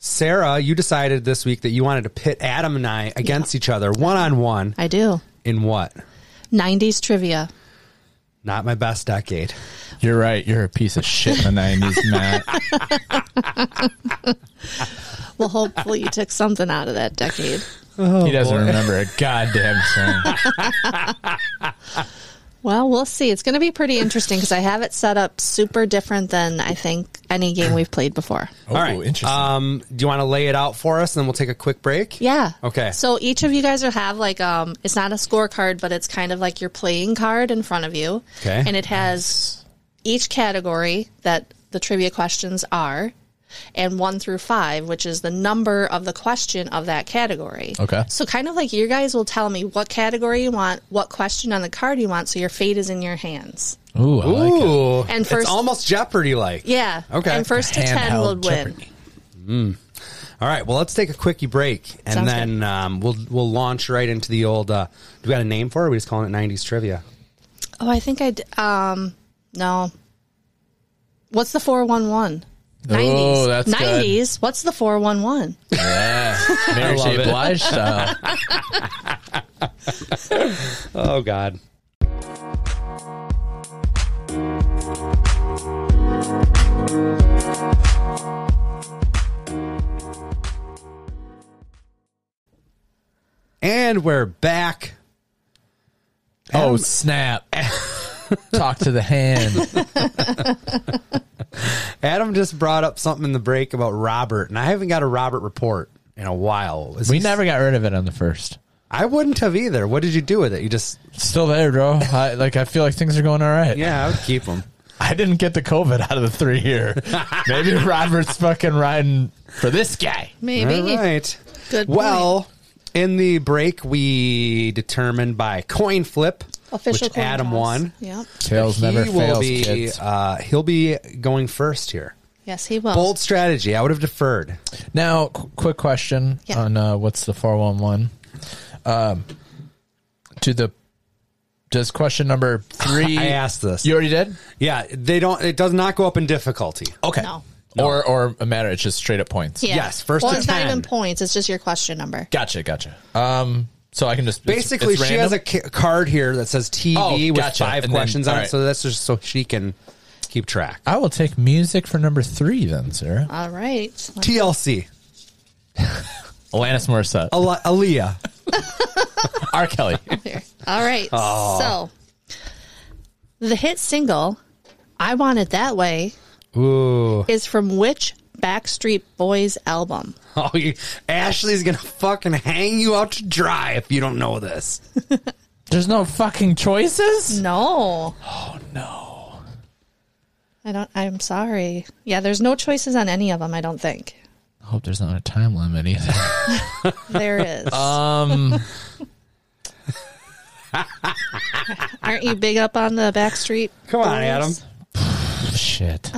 Speaker 1: Sarah, you decided this week that you wanted to pit Adam and I against each other one on one
Speaker 3: I do.
Speaker 1: in what?
Speaker 3: 90s trivia.
Speaker 1: Not my best decade.
Speaker 2: You're right, you're a piece of shit in the '90s, Matt.
Speaker 3: Well, hopefully you took something out of that decade.
Speaker 2: he doesn't remember a goddamn thing.
Speaker 3: Well, we'll see. It's going to be pretty interesting because I have it set up super different than I think any game we've played before.
Speaker 2: Oh, interesting.
Speaker 1: Um, do you want to lay it out for us, and then we'll take a quick break?
Speaker 3: Yeah.
Speaker 1: Okay.
Speaker 3: So each of you guys will have like um it's not a scorecard, but it's kind of like your playing card in front of you.
Speaker 1: Okay.
Speaker 3: And it has each category that the trivia questions are and 1 through 5, which is the number of the question of that category.
Speaker 2: Okay.
Speaker 3: So kind of like you guys will tell me what category you want, what question on the card you want, so your fate is in your hands.
Speaker 2: Ooh, I like it.
Speaker 1: Ooh,
Speaker 3: And
Speaker 1: it's
Speaker 3: first-
Speaker 1: almost Jeopardy like.
Speaker 3: Yeah.
Speaker 1: Okay.
Speaker 3: And first to 10 will
Speaker 2: Handheld
Speaker 3: win.
Speaker 2: Jeopardy.
Speaker 1: All right. Well, let's take a quickie break, and
Speaker 3: Sounds
Speaker 1: then um, we'll we'll launch right into the old. Uh, do we got a name for it? Or are we just calling it '90s trivia.
Speaker 3: Oh, I think I d- um no. What's the 411? 90s.
Speaker 2: Oh, that's good.
Speaker 3: 90s. What's the 411?
Speaker 2: Mary
Speaker 1: love
Speaker 2: J.
Speaker 1: it.
Speaker 2: Blige style.
Speaker 1: Oh God. And we're back.
Speaker 2: oh snap! Talk to the hand.
Speaker 1: Adam just brought up something in the break about Robert, and I haven't got a Robert report in a while. Is
Speaker 2: We
Speaker 1: he-
Speaker 2: never got rid of it on the first.
Speaker 1: I wouldn't have either. What did you do with it? You just
Speaker 2: Still there, bro. I, like I feel like things are going all right.
Speaker 1: yeah, I would keep them.
Speaker 2: I didn't get the COVID out of the three here. Maybe Robert's fucking riding for this guy.
Speaker 3: Maybe.
Speaker 1: All right.
Speaker 3: Good
Speaker 1: Well, in the break, we determined by coin flip,
Speaker 3: Official
Speaker 1: which
Speaker 3: coin
Speaker 1: Adam
Speaker 3: toss.
Speaker 1: won.
Speaker 3: Yep.
Speaker 2: Tails never
Speaker 1: he will
Speaker 2: fails,
Speaker 1: be
Speaker 2: kids.
Speaker 1: uh, he'll be going first here.
Speaker 3: Yes, he will.
Speaker 1: Bold strategy. I would have deferred.
Speaker 2: Now, qu- quick question
Speaker 3: Yeah.
Speaker 2: on uh, what's the four one one? Do the does question number three?
Speaker 1: I asked this.
Speaker 2: You already did.
Speaker 1: Yeah, they don't. It does not go up in difficulty.
Speaker 2: Okay.
Speaker 3: No.
Speaker 2: Or or a matter it's just straight up points.
Speaker 3: Yeah.
Speaker 1: Yes, first
Speaker 3: Well,
Speaker 1: to
Speaker 3: it's not
Speaker 1: 10.
Speaker 3: even points. It's just your question number.
Speaker 2: Gotcha, gotcha. Um so I can just it's-
Speaker 1: Basically,
Speaker 2: it's
Speaker 1: she has a
Speaker 2: random?
Speaker 1: ca- card here that says TV
Speaker 2: Oh,
Speaker 1: with
Speaker 2: gotcha.
Speaker 1: five
Speaker 2: And then-
Speaker 1: questions on
Speaker 2: all
Speaker 1: it.
Speaker 2: right.
Speaker 1: So that's just so she can keep track.
Speaker 2: I will take music for number three then, Sarah.
Speaker 3: All right.
Speaker 1: TLC,
Speaker 2: Alanis Morissette.
Speaker 1: Ale- Aaliyah.
Speaker 2: Oh, R. Kelly.
Speaker 3: Here. All right.
Speaker 1: Oh.
Speaker 3: So the hit single I Want It That Way
Speaker 1: Ooh.
Speaker 3: is from which Backstreet Boys album?
Speaker 1: Oh, you, Ashley's going to fucking hang you out to dry if you don't know this.
Speaker 2: There's no fucking choices?
Speaker 3: No.
Speaker 1: Oh,
Speaker 2: No.
Speaker 3: I don't I'm sorry. Yeah, there's no choices on any of them, I don't think.
Speaker 2: I hope there's not a time limit either.
Speaker 3: There is.
Speaker 2: Um
Speaker 3: Aren't you big up on the Backstreet?
Speaker 1: Come on,
Speaker 3: Boys?
Speaker 1: Adam.
Speaker 2: shit.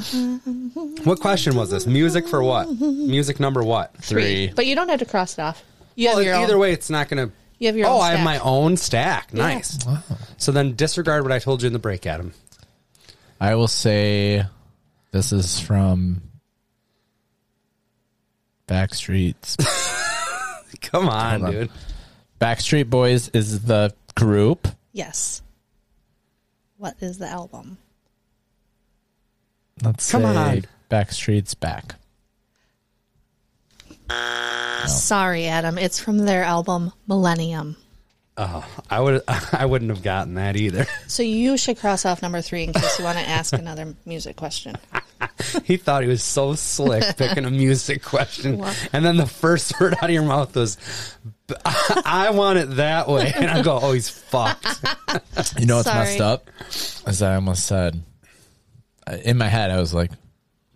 Speaker 1: What question was this? Music for what? Music number what?
Speaker 2: Three.
Speaker 3: But you don't have to cross it off. You
Speaker 1: Well,
Speaker 3: have your
Speaker 1: either
Speaker 3: own.
Speaker 1: way, it's not going to.
Speaker 3: You have your
Speaker 1: oh,
Speaker 3: own
Speaker 1: I have
Speaker 3: stack.
Speaker 1: my own stack. Nice. So then disregard what I told you in the break, Adam.
Speaker 2: I will say this is from Backstreets.
Speaker 1: Come on,
Speaker 2: on.
Speaker 1: dude.
Speaker 2: Backstreet Boys is the group.
Speaker 3: Yes. What is the album?
Speaker 2: Let's
Speaker 1: Come
Speaker 2: say
Speaker 1: on.
Speaker 2: Backstreets back.
Speaker 3: Sorry, Adam. It's from their album Millennium.
Speaker 1: I would I wouldn't have gotten that either.
Speaker 3: So you should cross off number three in case you want to ask another music question.
Speaker 1: He thought he was so slick picking a music question,
Speaker 3: What?
Speaker 1: and then the first word out of your mouth was, "B- "I want it that way," and I go, "Oh, he's fucked."
Speaker 2: You know what's
Speaker 3: Sorry.
Speaker 2: messed up? Is that I almost said in my head I was like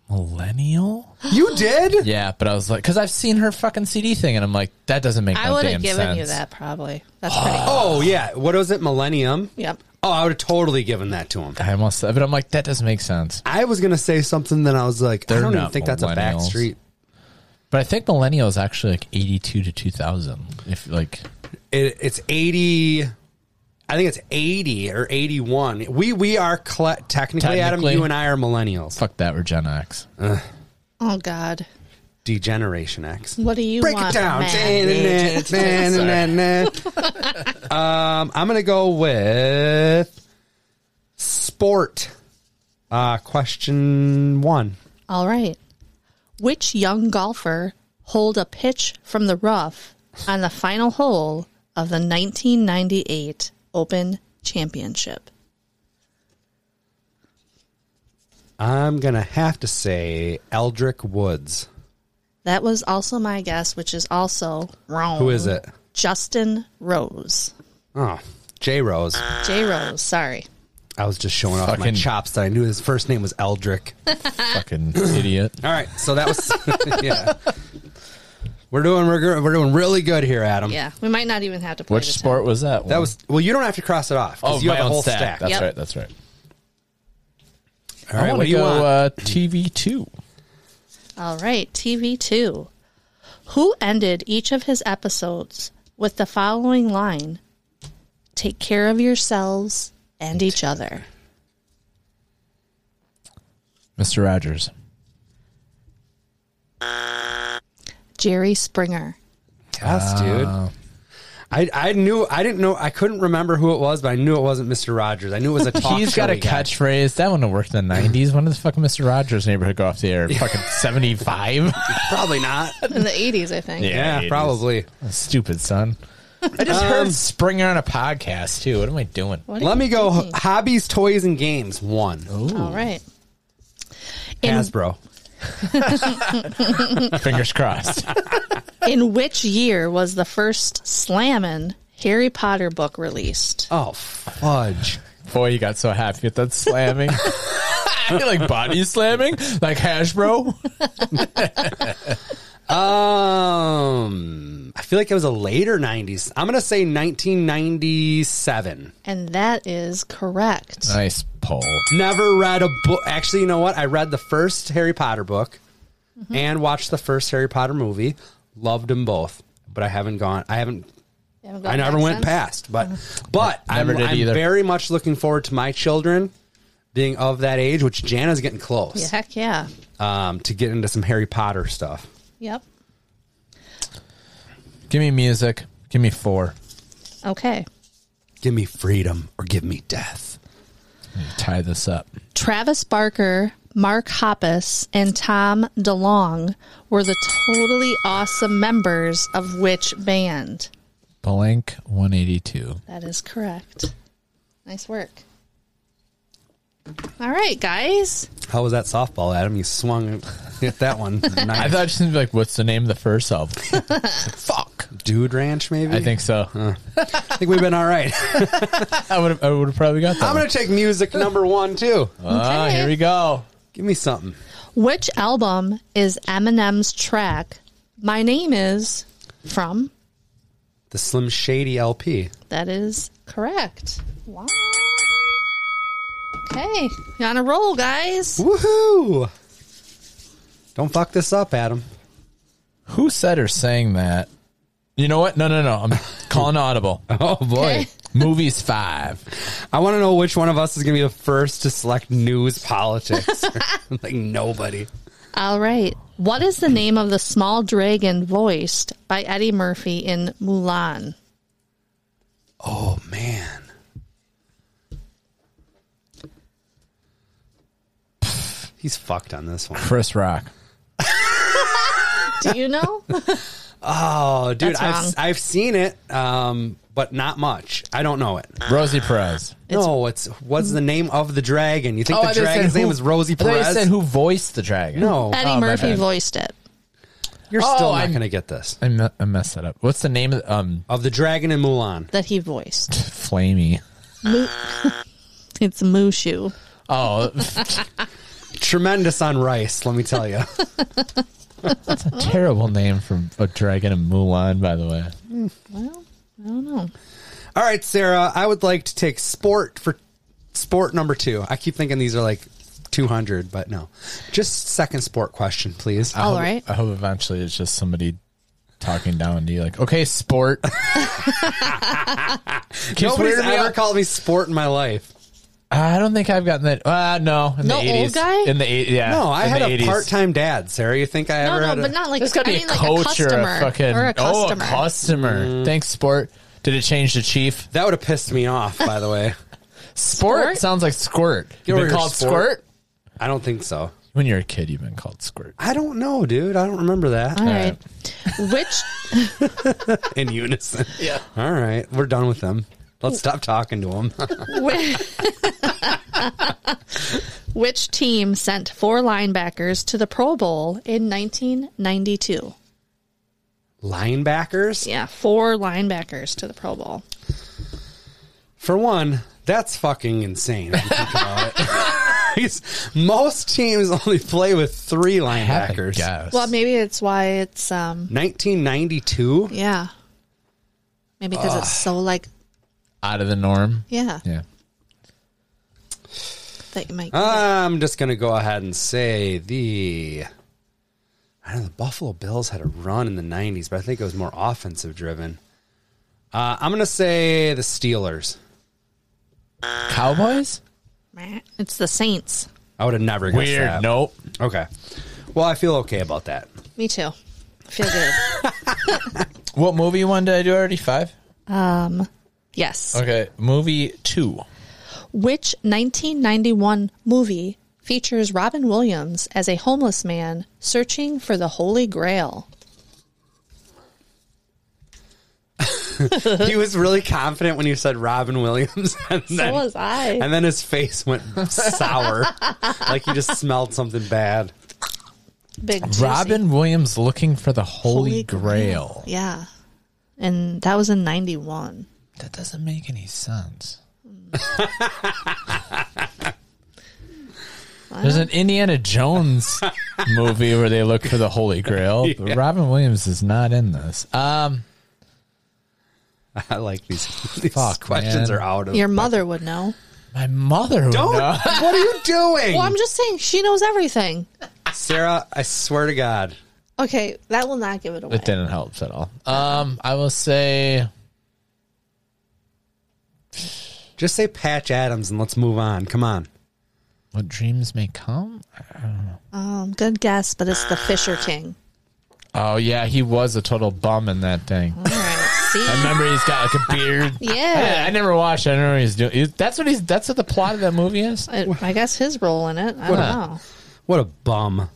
Speaker 2: millennial?
Speaker 1: you did?
Speaker 2: Yeah, but I was like cuz I've seen her fucking CD thing and I'm like that doesn't make
Speaker 3: I
Speaker 2: no
Speaker 3: would
Speaker 2: damn
Speaker 3: have given
Speaker 2: sense.
Speaker 3: you that probably. That's pretty.
Speaker 1: Oh yeah. What was it? Millennium.
Speaker 3: Yep.
Speaker 1: Oh, I would have totally given that to him.
Speaker 2: I almost said, but I'm like that doesn't make sense.
Speaker 1: I was gonna say something, then I was like, I
Speaker 2: They're
Speaker 1: don't even
Speaker 2: not
Speaker 1: think that's a back
Speaker 2: millennials.
Speaker 1: street.
Speaker 2: But I think millennial is actually like 82 to 2000 if like
Speaker 1: It, it's eighty. I think it's eighty or eighty-one. We we are cle- technically, Adam.
Speaker 2: Technically.
Speaker 1: You and I are millennials.
Speaker 2: fuck that we're Gen X.
Speaker 3: Oh God.
Speaker 1: Degeneration X.
Speaker 3: What do you
Speaker 1: Break
Speaker 3: want?
Speaker 1: it down.
Speaker 3: Matt?
Speaker 1: Da-na-na-na-na-na-na. um, I'm going to go with sport. Uh, question one.
Speaker 3: All right. Which young golfer holed a pitch from the rough on the final hole of the 1998 Open Championship?
Speaker 1: I'm going to have to say Eldrick Woods.
Speaker 3: That was also my guess, which is also wrong.
Speaker 1: Who is it?
Speaker 3: Justin Rose.
Speaker 1: Oh, J Rose.
Speaker 3: J. Rose, sorry.
Speaker 1: I was just showing off my
Speaker 2: Fucking-
Speaker 1: chops that I knew his first name was Eldrick.
Speaker 2: fucking idiot.
Speaker 1: All right, so that was yeah. We're doing we're, go- we're doing really good here, Adam.
Speaker 3: Yeah, we might not even have to play
Speaker 2: Which
Speaker 3: this
Speaker 2: sport was that?
Speaker 1: That
Speaker 2: one?
Speaker 1: was well. You don't have to cross it off
Speaker 2: oh,
Speaker 1: because you
Speaker 2: my
Speaker 1: have a
Speaker 2: own
Speaker 1: whole
Speaker 2: stack.
Speaker 1: stack.
Speaker 2: That's
Speaker 3: Yep.
Speaker 2: right. That's right.
Speaker 1: All right,
Speaker 2: I
Speaker 1: what
Speaker 2: want
Speaker 1: do you
Speaker 2: to go
Speaker 1: want?
Speaker 2: uh, TV two.
Speaker 3: All right, TV2. Who ended each of his episodes with the following line Take care of yourselves and each other?
Speaker 2: Mr. Rogers.
Speaker 3: Jerry Springer.
Speaker 2: uh,
Speaker 1: Yes, dude. I, I knew I didn't know I couldn't remember who it was, but I knew it wasn't Mr. Rogers. I knew it was a talk
Speaker 2: He's got
Speaker 1: showy
Speaker 2: a
Speaker 1: guy.
Speaker 2: catchphrase. That wouldn't have worked in the nineties. When did the fucking Mr. Rogers neighborhood go off the air? Fucking seventy five?
Speaker 1: Probably not.
Speaker 3: In the 80s, I think.
Speaker 1: yeah,
Speaker 2: it
Speaker 1: probably.
Speaker 2: is. Stupid son. I just
Speaker 1: Um,
Speaker 2: heard Springer on a podcast too. What am I doing?
Speaker 3: What are
Speaker 1: Let
Speaker 3: you
Speaker 1: me go
Speaker 3: thinking?
Speaker 1: hobbies, toys, and games. One.
Speaker 3: All right. In,
Speaker 1: Hasbro.
Speaker 2: Fingers crossed.
Speaker 3: in which year was the first Slammin' Harry Potter book released?
Speaker 1: Oh fudge.
Speaker 2: Boy, you got so happy at that slamming. you like body slamming, like Hasbro.
Speaker 1: Um I feel like it was a later nineties. I'm gonna say nineteen ninety seven.
Speaker 3: And that is correct.
Speaker 2: Nice poll.
Speaker 1: Never read a book actually, you know what? I read the first Harry Potter book
Speaker 3: Mm-hmm.
Speaker 1: and watched the first Harry Potter movie. Loved them both. But I haven't gone I haven't
Speaker 3: You haven't
Speaker 1: I
Speaker 3: gotten
Speaker 1: never
Speaker 3: back
Speaker 1: went
Speaker 3: since? Uh-huh.
Speaker 1: past, but but
Speaker 2: Never
Speaker 1: I'm,
Speaker 2: did
Speaker 1: I'm
Speaker 2: either.
Speaker 1: very much looking forward to my children being of that age, which Jana's getting
Speaker 3: Yeah,
Speaker 1: close
Speaker 3: heck yeah.
Speaker 1: um, to get into some Harry Potter stuff.
Speaker 3: Yep.
Speaker 2: Give me music. Give me four.
Speaker 3: Okay.
Speaker 1: Give me freedom or give me death.
Speaker 2: Tie this up.
Speaker 3: Travis Barker, Mark Hoppus, and Tom DeLong were the totally awesome members of which band?
Speaker 2: Blank 182.
Speaker 3: That is correct. Nice work. All right, guys.
Speaker 1: How was that softball, Adam? You swung hit that one.
Speaker 2: I
Speaker 1: Nice.
Speaker 2: thought she was like, what's the name of the first album? Fuck.
Speaker 1: Dude Ranch, maybe.
Speaker 2: I think so.
Speaker 1: I think we've been all right.
Speaker 2: I would have I would have probably got that.
Speaker 1: I'm
Speaker 2: one.
Speaker 1: gonna take music number one too.
Speaker 2: Ah, here we go.
Speaker 1: Give me something.
Speaker 3: Which album is Eminem's track My Name Is from?
Speaker 1: The Slim Shady LP.
Speaker 3: That is correct. Wow. Okay. You're on a roll, guys.
Speaker 1: Woohoo! Don't fuck this up, Adam.
Speaker 2: Who said or sang that? You know what? No, no, no. I'm calling audible.
Speaker 1: Oh boy.
Speaker 3: Okay.
Speaker 2: Movies five.
Speaker 1: I want to know which one of us is going to be the first to select news politics. like nobody.
Speaker 3: All right. What is the name of the small dragon voiced by Eddie Murphy in Mulan?
Speaker 1: Oh man. He's fucked on this one.
Speaker 2: Chris Rock.
Speaker 3: Do you know?
Speaker 1: Oh, dude,
Speaker 3: That's
Speaker 1: I've,
Speaker 3: wrong.
Speaker 1: I've seen it, um, but not much. I don't know it.
Speaker 2: Rosie Perez.
Speaker 1: no, it's what's the name of the dragon? You think
Speaker 2: Oh,
Speaker 1: the
Speaker 2: I thought you
Speaker 1: dragon's
Speaker 2: said
Speaker 1: name
Speaker 2: who-
Speaker 1: is Rosie
Speaker 2: I thought you
Speaker 1: Perez?
Speaker 2: said who voiced the dragon.
Speaker 1: no,
Speaker 3: Eddie
Speaker 2: Oh, my
Speaker 3: Murphy
Speaker 2: bad.
Speaker 3: voiced it.
Speaker 1: you're
Speaker 2: Oh,
Speaker 1: still not
Speaker 2: I'm-
Speaker 1: going to get this.
Speaker 2: I, me- I messed that up. What's the name of um
Speaker 1: Of the dragon in Mulan.
Speaker 3: That he voiced.
Speaker 2: Flamey?
Speaker 3: It's Mushu.
Speaker 2: Oh,
Speaker 1: Tremendous on rice, let me tell you.
Speaker 2: that's a terrible name for a dragon and Mulan. By the way,
Speaker 3: Well, I don't know.
Speaker 1: All right, Sarah, I would like to take sport for sport number two. I keep thinking these are like 200, but no. Just second sport question, please.
Speaker 2: I
Speaker 3: All
Speaker 2: hope-
Speaker 3: right.
Speaker 2: I hope eventually it's just somebody talking down to you, like, okay, sport. Keeps
Speaker 1: Nobody's
Speaker 2: weirding me
Speaker 1: ever
Speaker 2: out.
Speaker 1: called me sport in my life.
Speaker 2: I don't think I've gotten that. Uh, no, in
Speaker 3: No
Speaker 2: the
Speaker 3: old
Speaker 2: 80s.
Speaker 3: guy?
Speaker 2: In the eight, yeah.
Speaker 1: No, I
Speaker 2: in
Speaker 1: had
Speaker 2: the
Speaker 1: a
Speaker 2: 80s.
Speaker 1: part-time dad, Sarah. You think I
Speaker 3: No,
Speaker 1: ever
Speaker 3: no,
Speaker 1: had a,
Speaker 3: but not like
Speaker 2: There's got to
Speaker 3: I
Speaker 2: be
Speaker 3: mean,
Speaker 2: a
Speaker 3: like
Speaker 2: coach or
Speaker 3: customer
Speaker 2: a fucking
Speaker 3: or a
Speaker 2: oh, a
Speaker 3: customer.
Speaker 2: customer. Thanks, sport. Did it change the chief?
Speaker 1: That would have pissed me off, by the way.
Speaker 2: Sport,
Speaker 3: Sport?
Speaker 2: sounds like squirt. You've
Speaker 1: over
Speaker 2: been
Speaker 1: here,
Speaker 2: called
Speaker 1: sport.
Speaker 2: squirt?
Speaker 1: I don't think so.
Speaker 2: When you're a kid, you've been called squirt.
Speaker 1: I don't know, dude. I don't remember that
Speaker 3: All right. Which
Speaker 1: in unison.
Speaker 2: Yeah.
Speaker 1: All right, we're done with them. Let's stop talking to them.
Speaker 3: whi- Which team sent four linebackers to the Pro Bowl in 1992?
Speaker 1: Linebackers?
Speaker 3: Yeah, four linebackers to the Pro Bowl.
Speaker 1: For one, that's fucking insane. when you think about it. It's- Most teams only play with three linebackers.
Speaker 2: Yes.
Speaker 3: Well, maybe it's why it's um
Speaker 1: 1992?
Speaker 3: yeah. Maybe because it's so like
Speaker 2: Out of the norm.
Speaker 3: yeah,
Speaker 2: Ah. Yeah.
Speaker 3: that you might
Speaker 2: Ah.
Speaker 1: I'm just going to go ahead and say the. I don't know, the Buffalo Bills had a run in the 90s, but I think it was more offensive driven. Uh, I'm going to say the Steelers.
Speaker 2: Cowboys?
Speaker 3: It's the Saints.
Speaker 1: I would have never guessed
Speaker 2: Weird.
Speaker 1: that.
Speaker 2: Nope.
Speaker 1: Okay. Well, I feel okay about that.
Speaker 3: Me too. Feel good.
Speaker 2: What movie one did I do already? Five?
Speaker 3: yes.
Speaker 2: Okay. Movie two.
Speaker 3: Which 1991 movie features Robin Williams as a homeless man searching for the Holy Grail?
Speaker 1: He was really confident when you said Robin Williams. And then,
Speaker 3: was I.
Speaker 1: And then his face went sour, like he just smelled something bad.
Speaker 3: Big juicy.
Speaker 2: Robin Williams looking for the Holy,
Speaker 3: Holy
Speaker 2: Grail.
Speaker 3: Yeah. And that was in 91.
Speaker 2: That doesn't make any sense. There's an Indiana Jones movie where they look for the Holy Grail. But Robin Williams is not in this. Um,
Speaker 1: I like these, these
Speaker 2: Fuck,
Speaker 1: questions
Speaker 2: man.
Speaker 1: are out of
Speaker 3: Your mother would know.
Speaker 2: my mother would
Speaker 1: Don't.
Speaker 2: know.
Speaker 1: what are you doing,
Speaker 3: Well, I'm just saying she knows everything.
Speaker 1: Sarah? I swear to God,
Speaker 3: Okay, that will not give it away.
Speaker 2: It didn't help at all. Um, I will say
Speaker 1: just say Patch Adams and let's move on. Come on,
Speaker 2: What dreams may come?
Speaker 3: Um, good guess, but it's the Fisher King.
Speaker 2: Oh yeah, he was a total bum in that thing.
Speaker 3: All right. See?
Speaker 2: I remember he's got like a beard. I,
Speaker 3: Mm. yeah.
Speaker 2: I never watched. it. I don't know what he's doing. Is- That's what he's. That's what the plot of that movie is.
Speaker 3: I, I guess his role in it. I don't
Speaker 2: Wow.
Speaker 3: know.
Speaker 1: What a bum.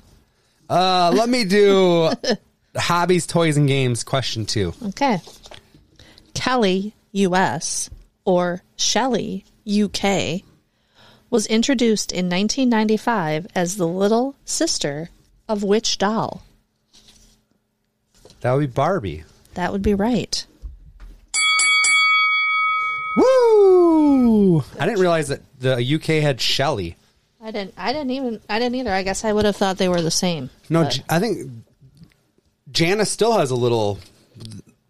Speaker 1: Uh, let me do hobbies, toys, and games. Question two.
Speaker 3: Okay. Kelly, US, or Shelley, UK, was introduced in 1995 as the little sister of which doll?
Speaker 1: That would be Barbie.
Speaker 3: That would be right.
Speaker 1: Woo! I didn't realize that the UK had Shelly.
Speaker 3: I didn't. I didn't even. I didn't either. I guess I would have thought they were the same.
Speaker 1: No,
Speaker 3: but-
Speaker 1: J- I think Jana still has a little.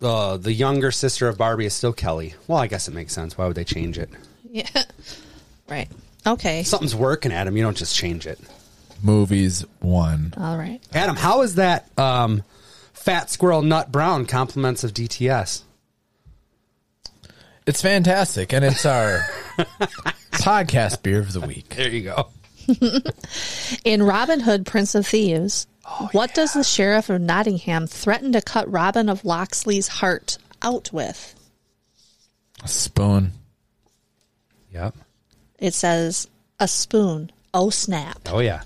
Speaker 1: Uh, the younger sister of Barbie is still Kelly. Well, I guess it makes sense. Why would they change it?
Speaker 3: yeah. Right. Okay.
Speaker 1: Something's working, Adam. You don't just change it.
Speaker 2: Movies one.
Speaker 3: All right.
Speaker 1: Adam, how is that um, fat squirrel nut brown compliments of DTS?
Speaker 2: It's fantastic, and it's our podcast beer of the week.
Speaker 1: There you go.
Speaker 3: In Robin Hood, Prince of Thieves, what does the sheriff of Nottingham threaten to cut Robin of Locksley's heart out with?
Speaker 2: A spoon.
Speaker 1: Yep.
Speaker 3: It says a spoon. Oh snap!
Speaker 1: Oh yeah.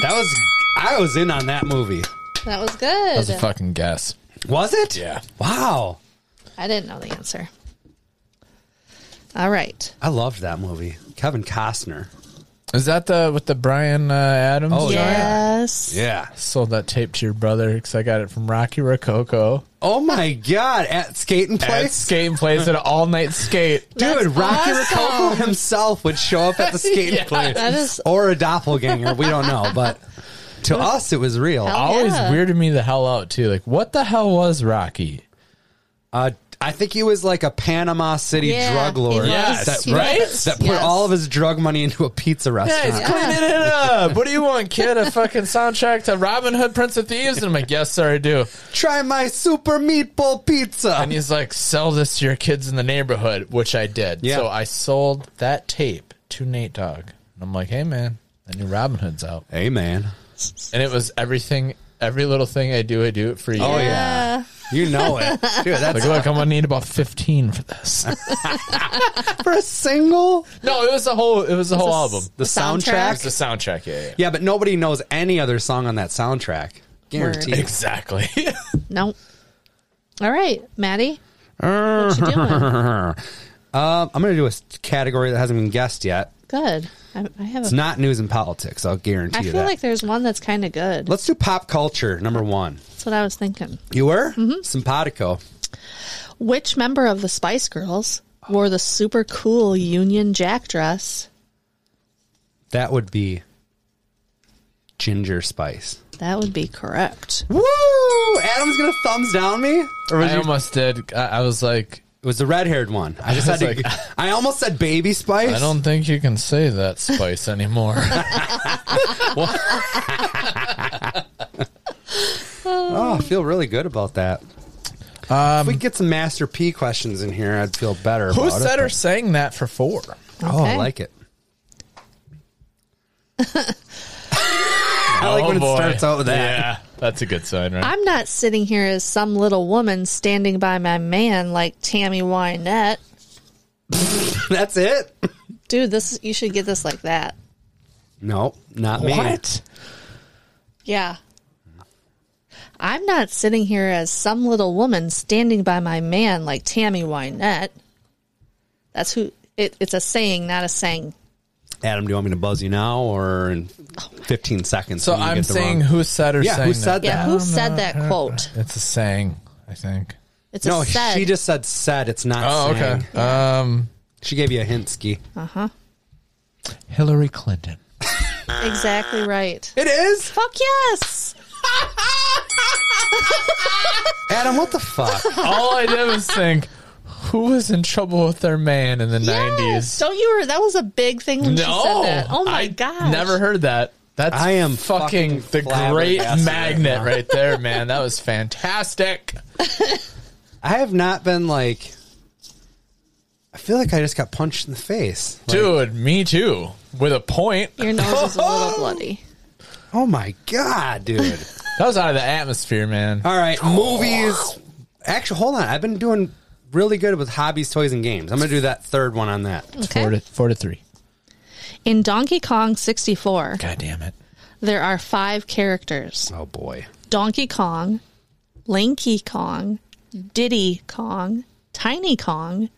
Speaker 1: That was I was in on that movie.
Speaker 3: That was
Speaker 2: That was a
Speaker 3: good.
Speaker 2: fucking guess.
Speaker 1: Was it?
Speaker 2: Yeah.
Speaker 1: Wow.
Speaker 3: I didn't know the answer. All right.
Speaker 1: I loved that movie. Kevin Costner.
Speaker 2: Is that the with the Brian uh, Adams?
Speaker 1: Oh, yeah.
Speaker 3: yes.
Speaker 1: Yeah.
Speaker 2: Sold that tape to your brother because I got it from Rocky Rococo.
Speaker 1: Oh my god, at skating
Speaker 2: At
Speaker 1: place.
Speaker 2: skate and plays at all night skate.
Speaker 1: Dude,
Speaker 3: That's
Speaker 1: Rocky
Speaker 3: awesome.
Speaker 1: Rococo himself would show up at the skating
Speaker 2: Yeah.
Speaker 1: place.
Speaker 3: That is-
Speaker 1: or a doppelganger, we don't know, but to us it was real.
Speaker 3: Hell-
Speaker 2: Always
Speaker 3: yeah.
Speaker 2: weirded me the hell out too. Like, what the hell was Rocky?
Speaker 1: Uh, I think he was like a Panama City
Speaker 3: Yeah,
Speaker 1: drug
Speaker 3: he
Speaker 1: lord.
Speaker 3: was.
Speaker 2: Yes,
Speaker 1: that,
Speaker 3: He
Speaker 1: right?
Speaker 3: was.
Speaker 1: That put
Speaker 3: Yes.
Speaker 1: all of his drug money into a pizza
Speaker 2: Yeah, he's
Speaker 1: restaurant.
Speaker 2: cleaning it up. What do you want, kid? A fucking soundtrack to Robin Hood, Prince of Thieves? And I'm like, yes, sir, I do.
Speaker 1: Try my super meatball pizza.
Speaker 2: And he's like, sell this to your kids in the neighborhood, which I did.
Speaker 1: Yeah.
Speaker 2: So I sold that tape to Nate Dogg. And I'm like, hey, man, the new Robin Hood's out.
Speaker 1: hey man.
Speaker 2: And it was everything, every little thing I do, I do it for you.
Speaker 1: Oh yeah. You know it. Dude, that's
Speaker 2: Like, look, I'm going to need about 15 for this.
Speaker 1: for a single
Speaker 2: no, it was the whole, it was the whole
Speaker 3: It's a
Speaker 2: album.
Speaker 3: s-
Speaker 1: The soundtrack?
Speaker 2: It's the soundtrack, yeah, yeah.
Speaker 1: Yeah, but nobody knows any other song on that soundtrack. Guaranteed.
Speaker 3: Word.
Speaker 2: Exactly.
Speaker 3: Nope. All right, Maddie. What you
Speaker 1: Uh-huh.
Speaker 3: doing?
Speaker 1: Um, I'm going to do a s- category that hasn't been guessed yet.
Speaker 3: Good. I, I have.
Speaker 1: It's
Speaker 3: A,
Speaker 1: not news and politics. I'll guarantee
Speaker 3: I
Speaker 1: you
Speaker 3: feel
Speaker 1: that.
Speaker 3: like there's one that's kind of good.
Speaker 1: Let's do pop culture number one.
Speaker 3: That's what I was thinking.
Speaker 1: You were simpatico.
Speaker 3: Which member of the Spice Girls wore the super cool Union Jack dress?
Speaker 1: That would be ginger spice.
Speaker 3: That would be correct.
Speaker 1: Woo! Adam's going to thumbs down me. Or was,
Speaker 2: I
Speaker 1: you-
Speaker 2: almost did. I, I was like,
Speaker 1: it was the red haired one? I just
Speaker 2: I
Speaker 1: had to.
Speaker 2: was like-
Speaker 1: I almost said baby spice.
Speaker 2: I don't think you can say that spice anymore.
Speaker 1: Oh, I feel really good about that. if we could get some Master P questions in here, I'd feel better.
Speaker 2: Um, Who
Speaker 1: about it,
Speaker 2: said or
Speaker 1: but-
Speaker 2: sang that for four?
Speaker 1: Oh, I
Speaker 3: Okay.
Speaker 1: like it. I like when it starts out with that.
Speaker 2: Oh, Yeah, that's a good sign, right?
Speaker 3: I'm not sitting here as some little woman standing by my man like Tammy Wynette.
Speaker 1: That's it.
Speaker 3: Dude, this you should get this like that.
Speaker 1: No, not me.
Speaker 2: What?
Speaker 3: Yeah. I'm not sitting here as some little woman standing by my man like Tammy Wynette. That's who it, it's a saying, not a saying.
Speaker 1: Adam, do you want me to buzz you now or in 15 seconds?
Speaker 2: So
Speaker 1: when you
Speaker 2: I'm
Speaker 1: get the
Speaker 2: saying
Speaker 1: wrong-
Speaker 2: who said or
Speaker 1: Yeah,
Speaker 2: sang
Speaker 1: who
Speaker 2: that?
Speaker 1: said
Speaker 3: Yeah,
Speaker 1: that?
Speaker 3: who said that quote?
Speaker 2: It's a sang, I think.
Speaker 3: It's
Speaker 1: No,
Speaker 3: a said.
Speaker 1: she just said said. It's not
Speaker 2: Oh,
Speaker 1: sang.
Speaker 2: okay. Um,
Speaker 1: She gave you a hint, Ski.
Speaker 2: Hillary Clinton.
Speaker 3: exactly right.
Speaker 1: It is?
Speaker 3: Fuck yes.
Speaker 1: Adam, what the fuck?
Speaker 2: All I did was think, who was in trouble with their man in the
Speaker 3: Yes.
Speaker 2: 90s?
Speaker 3: Don't you? re- That was a big thing when she said that. Oh my
Speaker 2: I
Speaker 3: god!
Speaker 2: Never heard that. That's
Speaker 1: I am
Speaker 2: fucking,
Speaker 1: fucking
Speaker 2: the great
Speaker 1: flabbergasted right
Speaker 2: magnet
Speaker 1: now.
Speaker 2: right there, man. That was fantastic.
Speaker 1: I have not been like. I feel like I just got punched in the face. Like,
Speaker 2: Dude, me too. with a point.
Speaker 3: Your nose is a little bloody.
Speaker 1: Oh my god, dude!
Speaker 2: That was out of the atmosphere, man.
Speaker 1: All right, movies. Actually, hold on. I've been doing really good with hobbies, toys, and games. I'm gonna do that third one on that.
Speaker 2: Four to
Speaker 3: Okay.
Speaker 2: four to three.
Speaker 3: In Donkey Kong 64,
Speaker 2: God damn it.
Speaker 3: there are five characters
Speaker 1: Oh boy.
Speaker 3: Donkey Kong, Lanky Kong, Diddy Kong, Tiny Kong,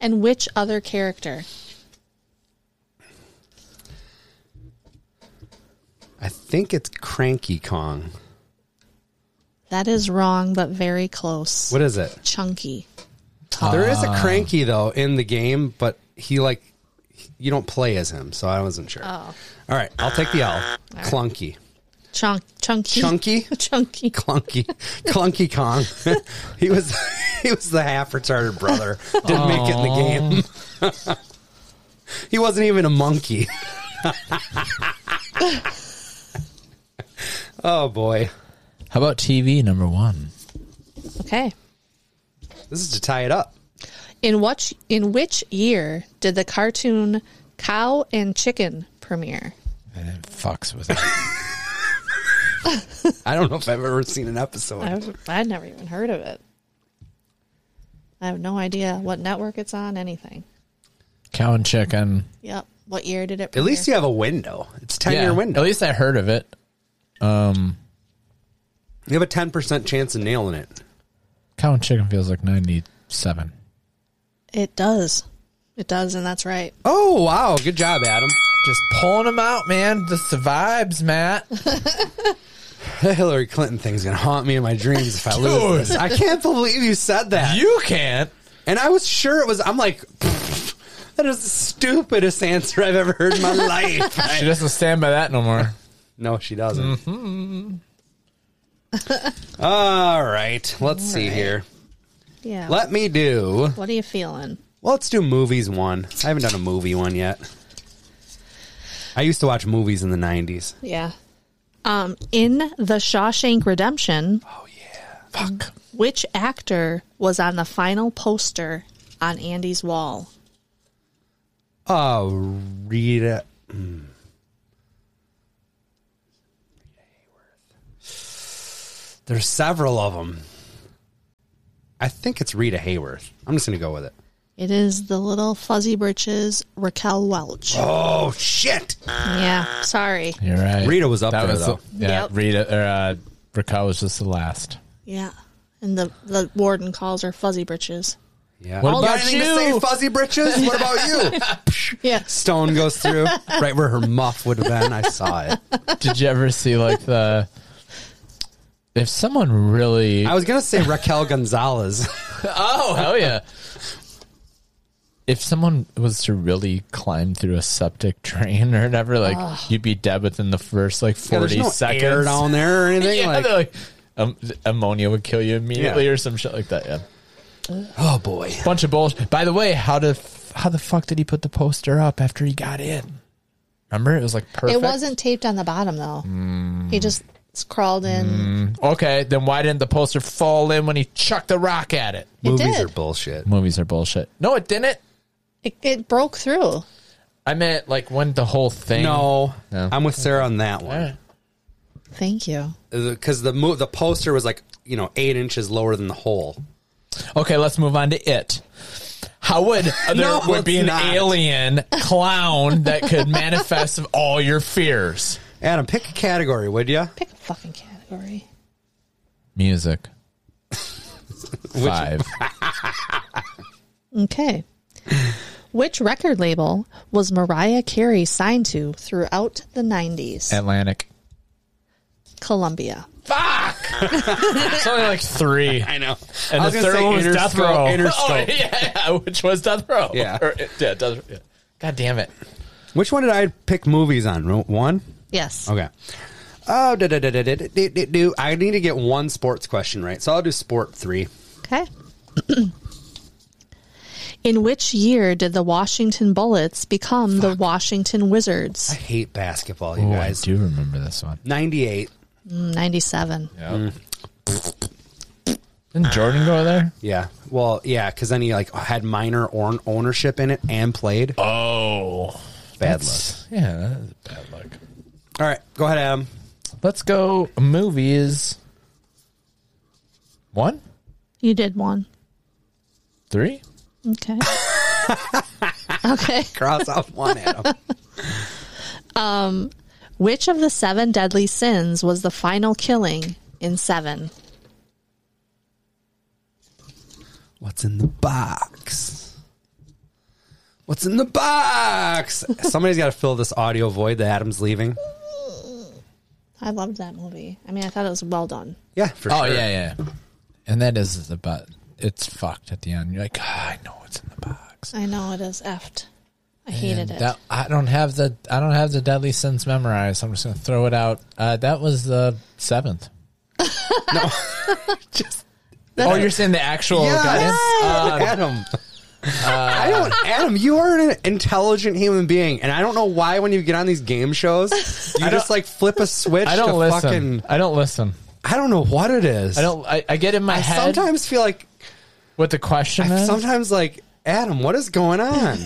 Speaker 3: and which other character?
Speaker 1: I think it's Cranky Kong.
Speaker 3: That is wrong, but very close.
Speaker 1: What is it?
Speaker 3: Chunky.
Speaker 1: there is a Cranky though in the game, but he like you don't play as him, so I wasn't sure.
Speaker 3: Oh.
Speaker 1: All right, I'll take the L. Clunky,
Speaker 3: Chunk, chunky.
Speaker 1: chunky,
Speaker 3: chunky.
Speaker 1: clunky, clunky Kong. he was he was the half retarded brother. Didn't make it in the game. he wasn't even a monkey. oh boy,
Speaker 2: How about TV number one?
Speaker 3: Okay.
Speaker 1: this is to tie it up.
Speaker 3: In what in which year did the cartoon Cow and Chicken premiere?
Speaker 2: And it fucks with it.
Speaker 1: I don't know if I've ever seen an episode.
Speaker 3: I've, I'd never even heard of it. I have no idea what network it's on, anything.
Speaker 2: Cow and chicken.
Speaker 3: Yep. What year did it
Speaker 1: At
Speaker 3: premiere?
Speaker 1: least you have a window. It's ten
Speaker 2: Yeah,
Speaker 1: year window.
Speaker 2: At least I heard of it.
Speaker 1: You have a ten percent chance of nailing it.
Speaker 2: Cow and chicken feels like ninety seven.
Speaker 3: It does. It does, and that's right.
Speaker 1: Oh wow! Good job, Adam.
Speaker 2: Just pulling them out, man. Just the vibes, Matt.
Speaker 1: The Hillary Clinton thing's gonna haunt me in my dreams if I lose this. I can't believe you said that.
Speaker 2: You can't.
Speaker 1: and I was sure it was. I'm like, "Pfft, that is the stupidest answer I've ever heard in my life.
Speaker 2: She
Speaker 1: I-
Speaker 2: doesn't stand by that no more.
Speaker 1: no, she doesn't.
Speaker 2: Mm-hmm.
Speaker 1: All right, let's see here.
Speaker 3: Yeah.
Speaker 1: Let me do.
Speaker 3: what are you feeling?
Speaker 1: Well, let's do movies one. I haven't done a movie one yet. I used to watch movies in the '90s.
Speaker 3: Yeah. Um, in The Shawshank Redemption,
Speaker 2: Fuck.
Speaker 3: which actor was on the final poster on Andy's wall?
Speaker 1: Oh, Rita. Mm. There's several of them. I think it's Rita Hayworth. I'm just going to go with it.
Speaker 3: It is the little fuzzy britches Raquel Welch.
Speaker 1: Oh, shit.
Speaker 3: Yeah, sorry.
Speaker 2: You're right.
Speaker 1: Rita was up
Speaker 2: that
Speaker 1: there,
Speaker 2: was
Speaker 1: though.
Speaker 2: The, yeah,
Speaker 3: Yep.
Speaker 2: Rita or uh, Raquel was just the last.
Speaker 3: Yeah. And the, the warden calls her fuzzy britches.
Speaker 1: Yeah.
Speaker 2: What
Speaker 1: Got
Speaker 2: about
Speaker 1: anything
Speaker 2: you?
Speaker 1: to say, fuzzy britches? What about you?
Speaker 3: Yeah.
Speaker 1: Stone goes through right where her muff would have been. I saw it.
Speaker 2: Did you ever see like the? If someone really
Speaker 1: I was going to say Raquel Gonzalez.
Speaker 2: Oh, hell yeah. If someone was to really climb through a septic drain or whatever, like you'd be dead within the first like
Speaker 1: Yeah,
Speaker 2: forty
Speaker 1: there's no
Speaker 2: seconds.
Speaker 1: air down there or anything.
Speaker 2: yeah,
Speaker 1: like,
Speaker 2: they're like um, th- ammonia would kill you immediately
Speaker 1: Yeah.
Speaker 2: or some shit like that. Yeah,
Speaker 1: oh, boy.
Speaker 2: bunch of bullshit. By the way, how the f- how the fuck did he put the poster up after he got in? Remember, it was like perfect.
Speaker 3: It wasn't taped on the bottom, though. He just crawled in.
Speaker 2: okay. Then why didn't the poster fall in when he chucked the rock at it?
Speaker 3: It
Speaker 1: Movies
Speaker 3: did.
Speaker 1: are bullshit.
Speaker 2: Movies are bullshit. No, it didn't.
Speaker 3: It, it broke through.
Speaker 2: I meant like when the whole thing.
Speaker 1: No,
Speaker 2: No.
Speaker 1: I'm with Sarah on that one.
Speaker 2: All right.
Speaker 3: Thank you.
Speaker 1: because the mo- the poster was like you know eight inches lower than the hole.
Speaker 2: Okay, let's move on to it. How would there
Speaker 1: No,
Speaker 2: would be an
Speaker 1: let's not.
Speaker 2: alien clown that could manifest all your fears?
Speaker 1: Adam, pick a category, would you?
Speaker 3: Pick a fucking category.
Speaker 2: Music. Five.
Speaker 3: Okay. Which record label was Mariah Carey signed to throughout the 90s?
Speaker 2: Atlantic.
Speaker 3: Columbia.
Speaker 2: Fuck. it's only like three.
Speaker 1: I know.
Speaker 2: And the third one was Death Row. Oh,
Speaker 1: Interscope.
Speaker 2: yeah, yeah, which was Death Row.
Speaker 1: Yeah.
Speaker 2: Or, yeah, Death Row. yeah. God damn it.
Speaker 1: Which one did I pick movies on? Ro- One.
Speaker 3: Yes.
Speaker 1: Okay. Oh, da da da da da da da. do. I need to get one sports question right, so I'll do sport three.
Speaker 3: Okay. In which year did the Washington Bullets become the Washington
Speaker 1: I
Speaker 3: Wizards?
Speaker 1: hate basketball, you guys.
Speaker 2: remember this one.
Speaker 1: Ninety-eight.
Speaker 3: Mm, 97.
Speaker 2: Hmm. Didn't Jordan go there?
Speaker 1: Yeah. Well, yeah, because then he like had minor or- ownership in it and played.
Speaker 2: Oh.
Speaker 1: Bad luck.
Speaker 2: That's- Yeah, that is bad luck.
Speaker 1: All right, go ahead, Adam.
Speaker 2: Let's go movies. One,
Speaker 3: You did one.
Speaker 2: three.
Speaker 3: Okay. okay.
Speaker 1: Cross off one, Adam.
Speaker 3: Which of the seven deadly sins was the final killing in seven?
Speaker 1: What's in the box? What's in the box? Somebody's got to fill this audio void that Adam's leaving.
Speaker 3: I loved that movie. I mean, I thought it was well done.
Speaker 1: Yeah, for
Speaker 2: Oh
Speaker 1: sure.
Speaker 2: yeah, yeah. And that is the but it's fucked at the end. You're like, ah, I know what's in the box.
Speaker 3: I know it is effed. I hated
Speaker 2: And
Speaker 3: it.
Speaker 2: That, I don't have the I don't have the deadly sins memorized. I'm just gonna throw it out. Uh, that was the seventh.
Speaker 1: Just,
Speaker 2: Oh, you're saying the actual
Speaker 1: Yes!
Speaker 2: guidance? Uh,
Speaker 1: Adam. I don't, Adam. You are an intelligent human being, and I don't know why when you get on these game shows, you just like flip a switch.
Speaker 2: I don't
Speaker 1: to
Speaker 2: listen.
Speaker 1: Fucking,
Speaker 2: I don't listen.
Speaker 1: I don't know what it is.
Speaker 2: I don't. I, I get in my
Speaker 1: I
Speaker 2: head
Speaker 1: sometimes feel like
Speaker 2: what the question is.
Speaker 1: sometimes like Adam. What is going on?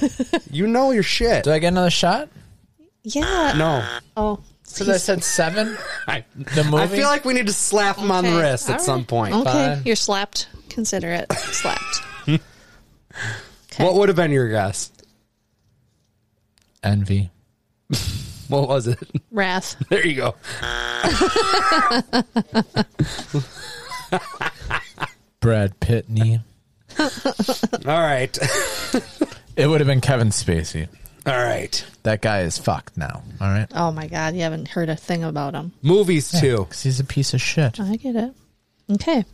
Speaker 1: you know your shit.
Speaker 2: Do I get another shot?
Speaker 3: yeah.
Speaker 1: no,
Speaker 3: Oh.
Speaker 2: Because I said seven.
Speaker 1: I,
Speaker 2: The movie.
Speaker 1: I feel like we need to slap him on the
Speaker 3: Okay.
Speaker 1: wrist at
Speaker 3: All
Speaker 1: some
Speaker 3: right.
Speaker 1: point.
Speaker 3: Okay.
Speaker 2: Fine.
Speaker 3: You're slapped. Consider it slapped.
Speaker 1: What would have been your guess?
Speaker 2: envy.
Speaker 1: What was it?
Speaker 3: Wrath.
Speaker 1: There you go.
Speaker 2: Brad Pitney.
Speaker 1: All right,
Speaker 2: It would have been Kevin Spacey.
Speaker 1: all right.
Speaker 2: That guy is fucked now. All right.
Speaker 3: Oh my God. You haven't heard a thing about him.
Speaker 1: Movies too.
Speaker 2: Because he's a piece of shit.
Speaker 3: I get it. Okay.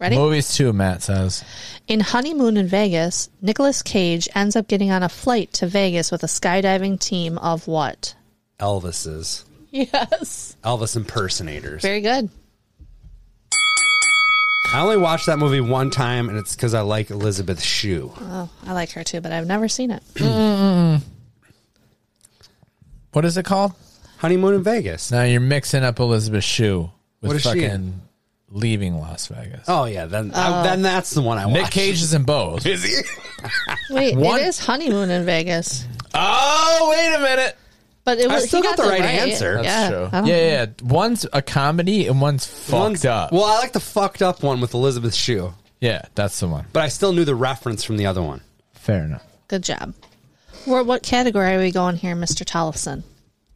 Speaker 3: Ready?
Speaker 2: Movies too, Matt says.
Speaker 3: In Honeymoon in Vegas, Nicolas Cage ends up getting on a flight to Vegas with a skydiving team of what?
Speaker 1: Elvis's.
Speaker 3: Yes.
Speaker 1: Elvis impersonators.
Speaker 3: Very good.
Speaker 1: I only watched that movie one time, and it's because I like Elizabeth Shue.
Speaker 3: Oh, I like her too, but I've never seen it.
Speaker 2: What is it called?
Speaker 1: Honeymoon in Vegas.
Speaker 2: Now you're mixing up Elizabeth Shue with
Speaker 1: What is she
Speaker 2: fucking
Speaker 1: in?
Speaker 2: leaving Las Vegas.
Speaker 1: Oh ah, yeah, then I- then that's the one I
Speaker 2: Nick
Speaker 1: watched.
Speaker 2: Cage is in both.
Speaker 1: is he?
Speaker 3: Wait,
Speaker 2: One-
Speaker 3: it is Honeymoon in Vegas.
Speaker 2: Oh, wait a minute.
Speaker 3: But it
Speaker 1: I
Speaker 3: was
Speaker 1: still
Speaker 3: he
Speaker 1: got the
Speaker 3: that
Speaker 1: right answer. That's
Speaker 3: yeah, Oh, I
Speaker 2: Yeah,
Speaker 3: don't-
Speaker 2: yeah. One's a comedy and one's fucked
Speaker 1: One's-
Speaker 2: up.
Speaker 1: Well, I like the fucked up one with Elizabeth Shue,
Speaker 2: yeah, that's the one.
Speaker 1: but I still knew the reference from the other one.
Speaker 2: Fair enough.
Speaker 3: Good job. Where, what category are we going here, Mr. Tollefson?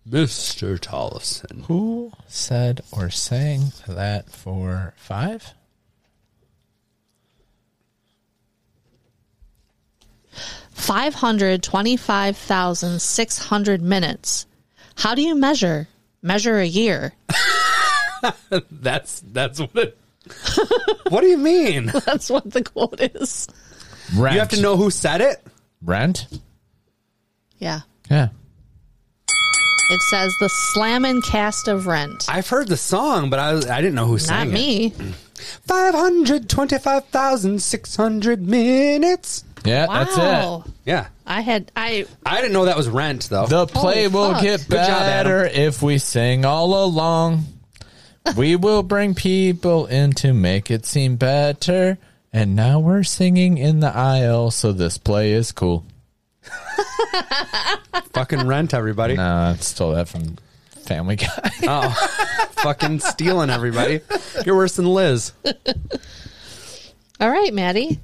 Speaker 1: Mr. Tollefson.
Speaker 2: Who said or sang that for five?
Speaker 3: Five hundred twenty-five thousand six hundred minutes. How do you measure? Measure a year.
Speaker 1: That's that's what. It, what do you mean?
Speaker 3: That's what the quote is.
Speaker 2: Rent.
Speaker 1: You have to know who said it.
Speaker 2: Rent?
Speaker 3: Yeah.
Speaker 2: Yeah.
Speaker 3: It says the slammin' cast of Rent.
Speaker 1: I've heard the song, but I was, I didn't know who sang
Speaker 3: Not me.
Speaker 1: it. Five hundred twenty-five thousand six hundred minutes.
Speaker 2: Yeah,
Speaker 3: wow.
Speaker 2: that's
Speaker 1: Yeah,
Speaker 3: I had I
Speaker 1: I didn't know that was Rent though.
Speaker 2: it. The play
Speaker 3: Holy
Speaker 2: will
Speaker 3: fuck.
Speaker 2: get
Speaker 1: Good job, Adam.
Speaker 2: better if we sing all along. we will bring people in to make it seem better. And now we're singing in the aisle, so this play is cool.
Speaker 1: fucking Rent, everybody.
Speaker 2: No, I stole that from Family Guy.
Speaker 1: fucking stealing everybody. You're worse than Liz.
Speaker 3: All right, Maddie.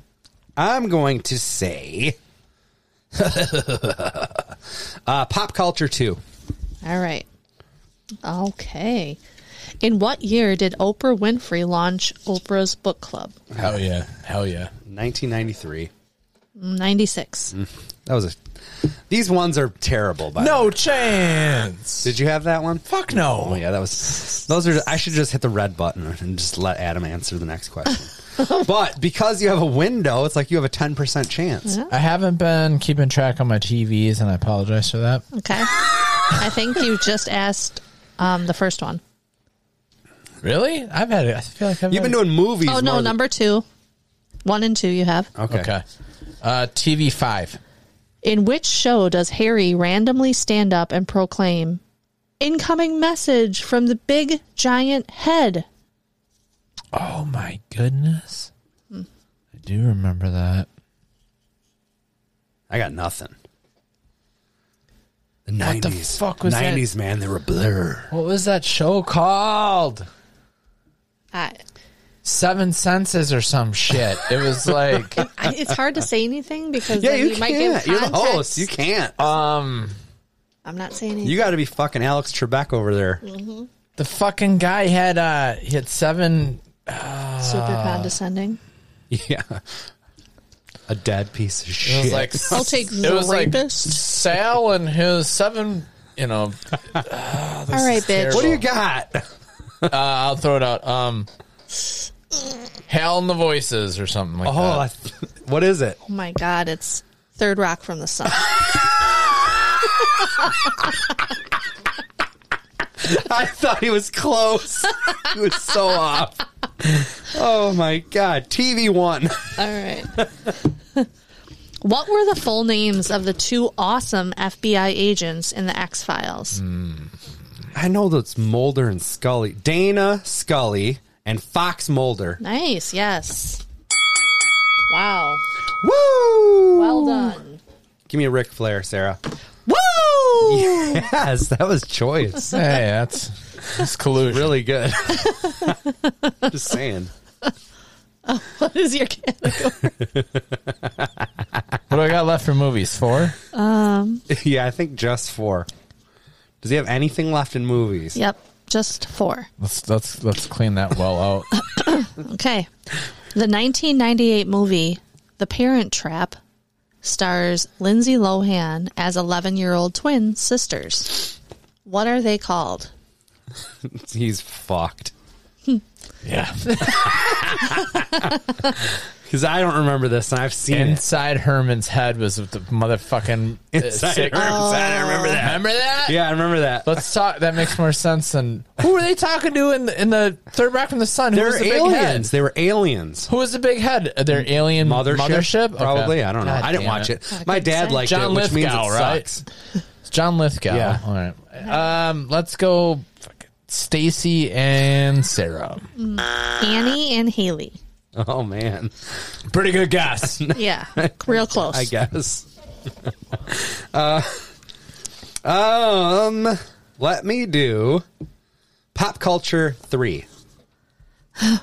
Speaker 1: I'm going to say uh, pop culture too.
Speaker 3: All right. Okay. In what year did Oprah Winfrey launch Oprah's book club?
Speaker 2: Hell yeah. Hell yeah.
Speaker 1: 1993.
Speaker 3: 96.
Speaker 1: That was a. These ones are terrible. By the way.
Speaker 2: No chance.
Speaker 1: did you have that one?
Speaker 2: Fuck no.
Speaker 1: Oh yeah, that was. Those are. I should just hit the red button and just let Adam answer the next question. but because you have a window, it's like you have a 10 percent chance.
Speaker 3: Yeah.
Speaker 2: I haven't been keeping track on my TVs, and I apologize for that.
Speaker 3: Okay. I think you just asked um, the first one.
Speaker 2: Really? I've had it. I feel like I've
Speaker 1: You've
Speaker 2: had
Speaker 1: been
Speaker 2: it.
Speaker 1: doing movies.
Speaker 3: Oh, no,
Speaker 1: more than-
Speaker 3: number two. One and two you have.
Speaker 1: Okay.
Speaker 2: Okay. Uh, TV five.
Speaker 3: In which show does Harry randomly stand up and proclaim, Incoming message from the big giant head?
Speaker 2: Oh my goodness. I do remember that.
Speaker 1: I got nothing. The
Speaker 2: What the
Speaker 1: nineties,
Speaker 2: fuck was that?
Speaker 1: nineties, man. They were blur.
Speaker 2: What was that show called?
Speaker 3: I,
Speaker 2: Seven Senses or some shit. It was like
Speaker 3: I, it's hard to say anything because
Speaker 1: Yeah,
Speaker 3: then you,
Speaker 1: you
Speaker 3: might give
Speaker 1: can't. You're the host.
Speaker 3: context.
Speaker 1: You can't.
Speaker 2: um
Speaker 3: I'm not saying anything.
Speaker 1: you got to be fucking Alex Trebek over there.
Speaker 3: Mm.
Speaker 2: the fucking guy had uh he had seven
Speaker 3: Super
Speaker 1: Ah.
Speaker 3: condescending.
Speaker 1: Yeah, a dead piece of
Speaker 2: it
Speaker 1: shit.
Speaker 2: was like
Speaker 3: I'll take
Speaker 2: it
Speaker 3: the
Speaker 2: was like
Speaker 3: rapist.
Speaker 2: Sal and his seven you know Ah,
Speaker 3: All right, bitch.
Speaker 2: terrible.
Speaker 1: what do you got?
Speaker 2: uh, I'll throw it out. Um Hell in the Voices or something like
Speaker 1: Oh,
Speaker 2: that.
Speaker 1: I what is it?
Speaker 3: Oh my God, it's Third Rock from the Sun.
Speaker 1: I thought he was close. he was so off. Oh my god, TV one.
Speaker 3: All right. what were the full names of the two awesome FBI agents in the X Files?
Speaker 1: Hmm. I know that's Mulder and Scully, Dana Scully, and Fox Mulder.
Speaker 3: Nice. Yes. Wow.
Speaker 1: Woo!
Speaker 3: Well done.
Speaker 1: Give me a Ric Flair, Sarah.
Speaker 3: Woo!
Speaker 1: Yes, that was choice.
Speaker 2: Hey, that's, that's collusion.
Speaker 1: really good. Just saying.
Speaker 3: What is your category?
Speaker 2: What do I got left for movies? Four?
Speaker 1: Yeah, I think just four. Does he have anything left in movies?
Speaker 3: yep. Just four.
Speaker 2: Let's let's let's clean that well out.
Speaker 3: Okay. The 1998 movie The Parent Trap stars Lindsay Lohan as 11 year old twin sisters. What are they called?
Speaker 1: He's fucked.
Speaker 2: Yeah.
Speaker 1: Because I don't remember this, and I've seen it.
Speaker 2: Inside Herman's head was the motherfucking uh,
Speaker 1: Inside
Speaker 2: sick-
Speaker 1: Herman's Head, I remember that.
Speaker 2: Remember
Speaker 3: Oh.
Speaker 2: that?
Speaker 1: Yeah, I remember that.
Speaker 2: Let's talk. That makes more sense than who were they talking to in the, in the third rock from the sun? Who
Speaker 1: they were
Speaker 2: was the big head?
Speaker 1: aliens. They were aliens.
Speaker 2: Who was the big head? Uh, Their alien
Speaker 1: Mothership,
Speaker 2: mothership? Okay.
Speaker 1: probably. I don't know.
Speaker 2: God
Speaker 1: I didn't
Speaker 2: damn
Speaker 1: watch it.
Speaker 3: I
Speaker 1: My
Speaker 3: couldn't
Speaker 1: dad
Speaker 3: say.
Speaker 1: liked
Speaker 2: John
Speaker 1: it, which
Speaker 2: Lithgow,
Speaker 1: means it
Speaker 2: right?
Speaker 1: sucks.
Speaker 2: It's John Lithgow.
Speaker 1: Yeah.
Speaker 2: All right. Um, let's go. fucking Stacy and Sarah.
Speaker 3: Annie and Haley.
Speaker 1: Oh man,
Speaker 2: Pretty good guess.
Speaker 3: Yeah. Real close.
Speaker 1: I guess. uh, um, let me do pop culture three.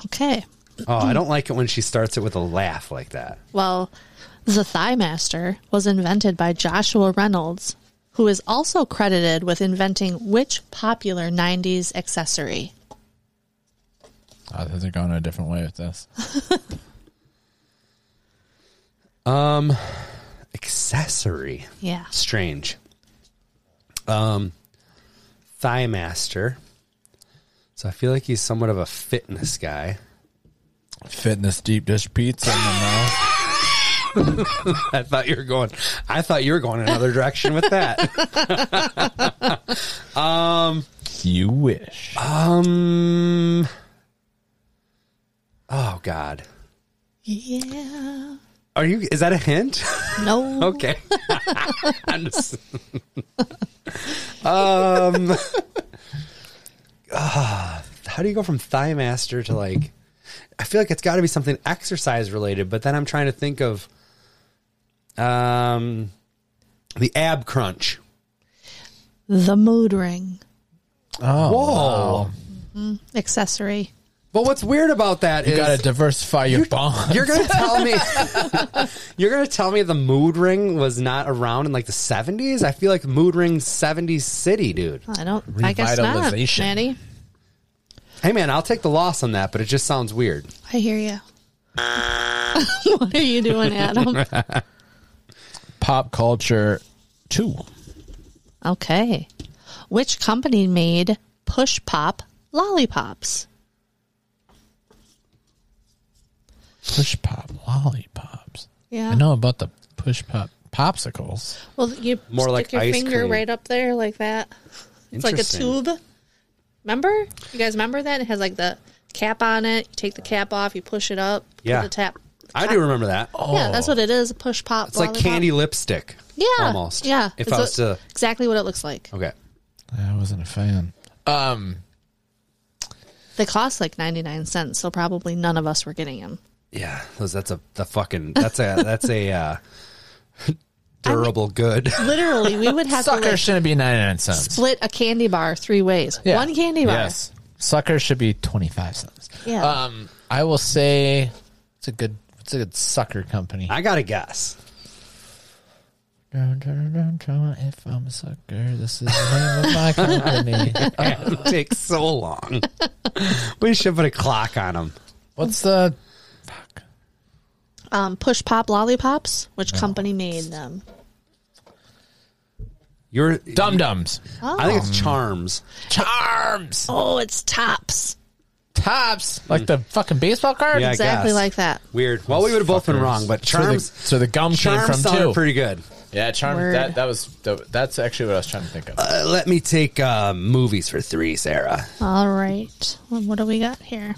Speaker 3: Okay.
Speaker 1: Oh, I don't like it when she starts it with a laugh like that.
Speaker 3: Well, the Thigh Master was invented by Joshua Reynolds, who is also credited with inventing which popular 90s accessory?
Speaker 2: I think they're going a different way with this.
Speaker 1: Accessory,
Speaker 3: Yeah.
Speaker 1: strange. Um, thigh master. So I feel like he's somewhat of a fitness guy.
Speaker 2: Fitness deep dish pizza in the mouth.
Speaker 1: I thought you were going. I thought you were going another direction with that.
Speaker 2: You wish.
Speaker 1: Um. Oh God,
Speaker 3: Yeah.
Speaker 1: are you? Is that a hint?
Speaker 3: No.
Speaker 1: okay. I'm just. um. ah, how do you go from thigh master to like? I feel like it's got to be something exercise related, but then I'm trying to think of, um, the ab crunch.
Speaker 3: The mood ring
Speaker 2: Oh,
Speaker 1: Whoa!
Speaker 3: accessory.
Speaker 1: But what's weird about that
Speaker 2: you
Speaker 1: is-
Speaker 2: got to diversify your bond.
Speaker 1: You're gonna tell me You're gonna tell me the mood ring was not around in like the seventies? I feel like mood ring seventies city, dude.
Speaker 3: I don't. I guess not.
Speaker 2: Revitalization.
Speaker 3: Maddie,
Speaker 1: Hey man, I'll take the loss on that, but it just sounds weird.
Speaker 3: I hear you. what are you doing, Adam?
Speaker 2: Pop culture two.
Speaker 3: okay. Which company made push pop lollipops?
Speaker 2: Push pop lollipops.
Speaker 3: Yeah.
Speaker 2: I know about the push pop popsicles.
Speaker 3: Well, you
Speaker 1: More
Speaker 3: stick
Speaker 1: like
Speaker 3: your
Speaker 1: ice
Speaker 3: finger
Speaker 1: cream.
Speaker 3: right up there like that. It's like a
Speaker 1: Interesting.
Speaker 3: tube. Remember? You guys remember that? It has like the cap on it. You take the cap off, you push it up,
Speaker 1: Yeah.
Speaker 3: put the tap.
Speaker 1: I do remember that.
Speaker 3: Yeah, that's what it is. A push pop.
Speaker 1: It's like candy lipstick.
Speaker 3: Yeah.
Speaker 1: Almost.
Speaker 3: Yeah.
Speaker 1: If
Speaker 3: It's
Speaker 1: I was
Speaker 3: what-
Speaker 1: to
Speaker 3: exactly what it looks like.
Speaker 1: Okay.
Speaker 2: I wasn't a fan. Um.
Speaker 3: They cost like 99 cents, so probably none of us were getting them.
Speaker 1: Yeah. Those that's a the fucking that's a that's a uh durable good.
Speaker 3: Literally, we would have to
Speaker 2: Sucker
Speaker 3: like,
Speaker 2: shouldn't be 99 cents.
Speaker 3: split a candy bar three ways.
Speaker 2: Yeah.
Speaker 3: One candy bar.
Speaker 2: Yes. Sucker should be 25 cents.
Speaker 3: Yeah.
Speaker 1: Uh,
Speaker 2: Um, I will say it's a good it's a good sucker company.
Speaker 1: I got to guess.
Speaker 2: Dun, dun, dun, dun, If I'm a sucker, this is the name of my company.
Speaker 1: it takes so long. we should put a clock on them.
Speaker 2: What's the
Speaker 3: Um, push pop lollipops. Which company made them?
Speaker 1: You're
Speaker 2: Dum Dums?
Speaker 1: I think it's charms.
Speaker 2: Charms,
Speaker 3: Oh, it's tops.
Speaker 2: tops, like the fucking baseball card.
Speaker 1: Yeah, I
Speaker 3: Exactly
Speaker 1: guess.
Speaker 3: like that.
Speaker 1: Weird. Well, Oh, we would have both been
Speaker 2: Fuckers.
Speaker 1: wrong, but
Speaker 2: That's where the-
Speaker 1: charms.
Speaker 2: that's where the gum came
Speaker 1: charms
Speaker 2: from,
Speaker 1: sounded
Speaker 2: too.
Speaker 1: pretty good.
Speaker 2: yeah, charms.
Speaker 3: Word.
Speaker 2: That that was that's actually what I was trying to think of.
Speaker 1: Uh, let me take uh, movies for three, Sarah.
Speaker 3: All right. Well, what do we got here?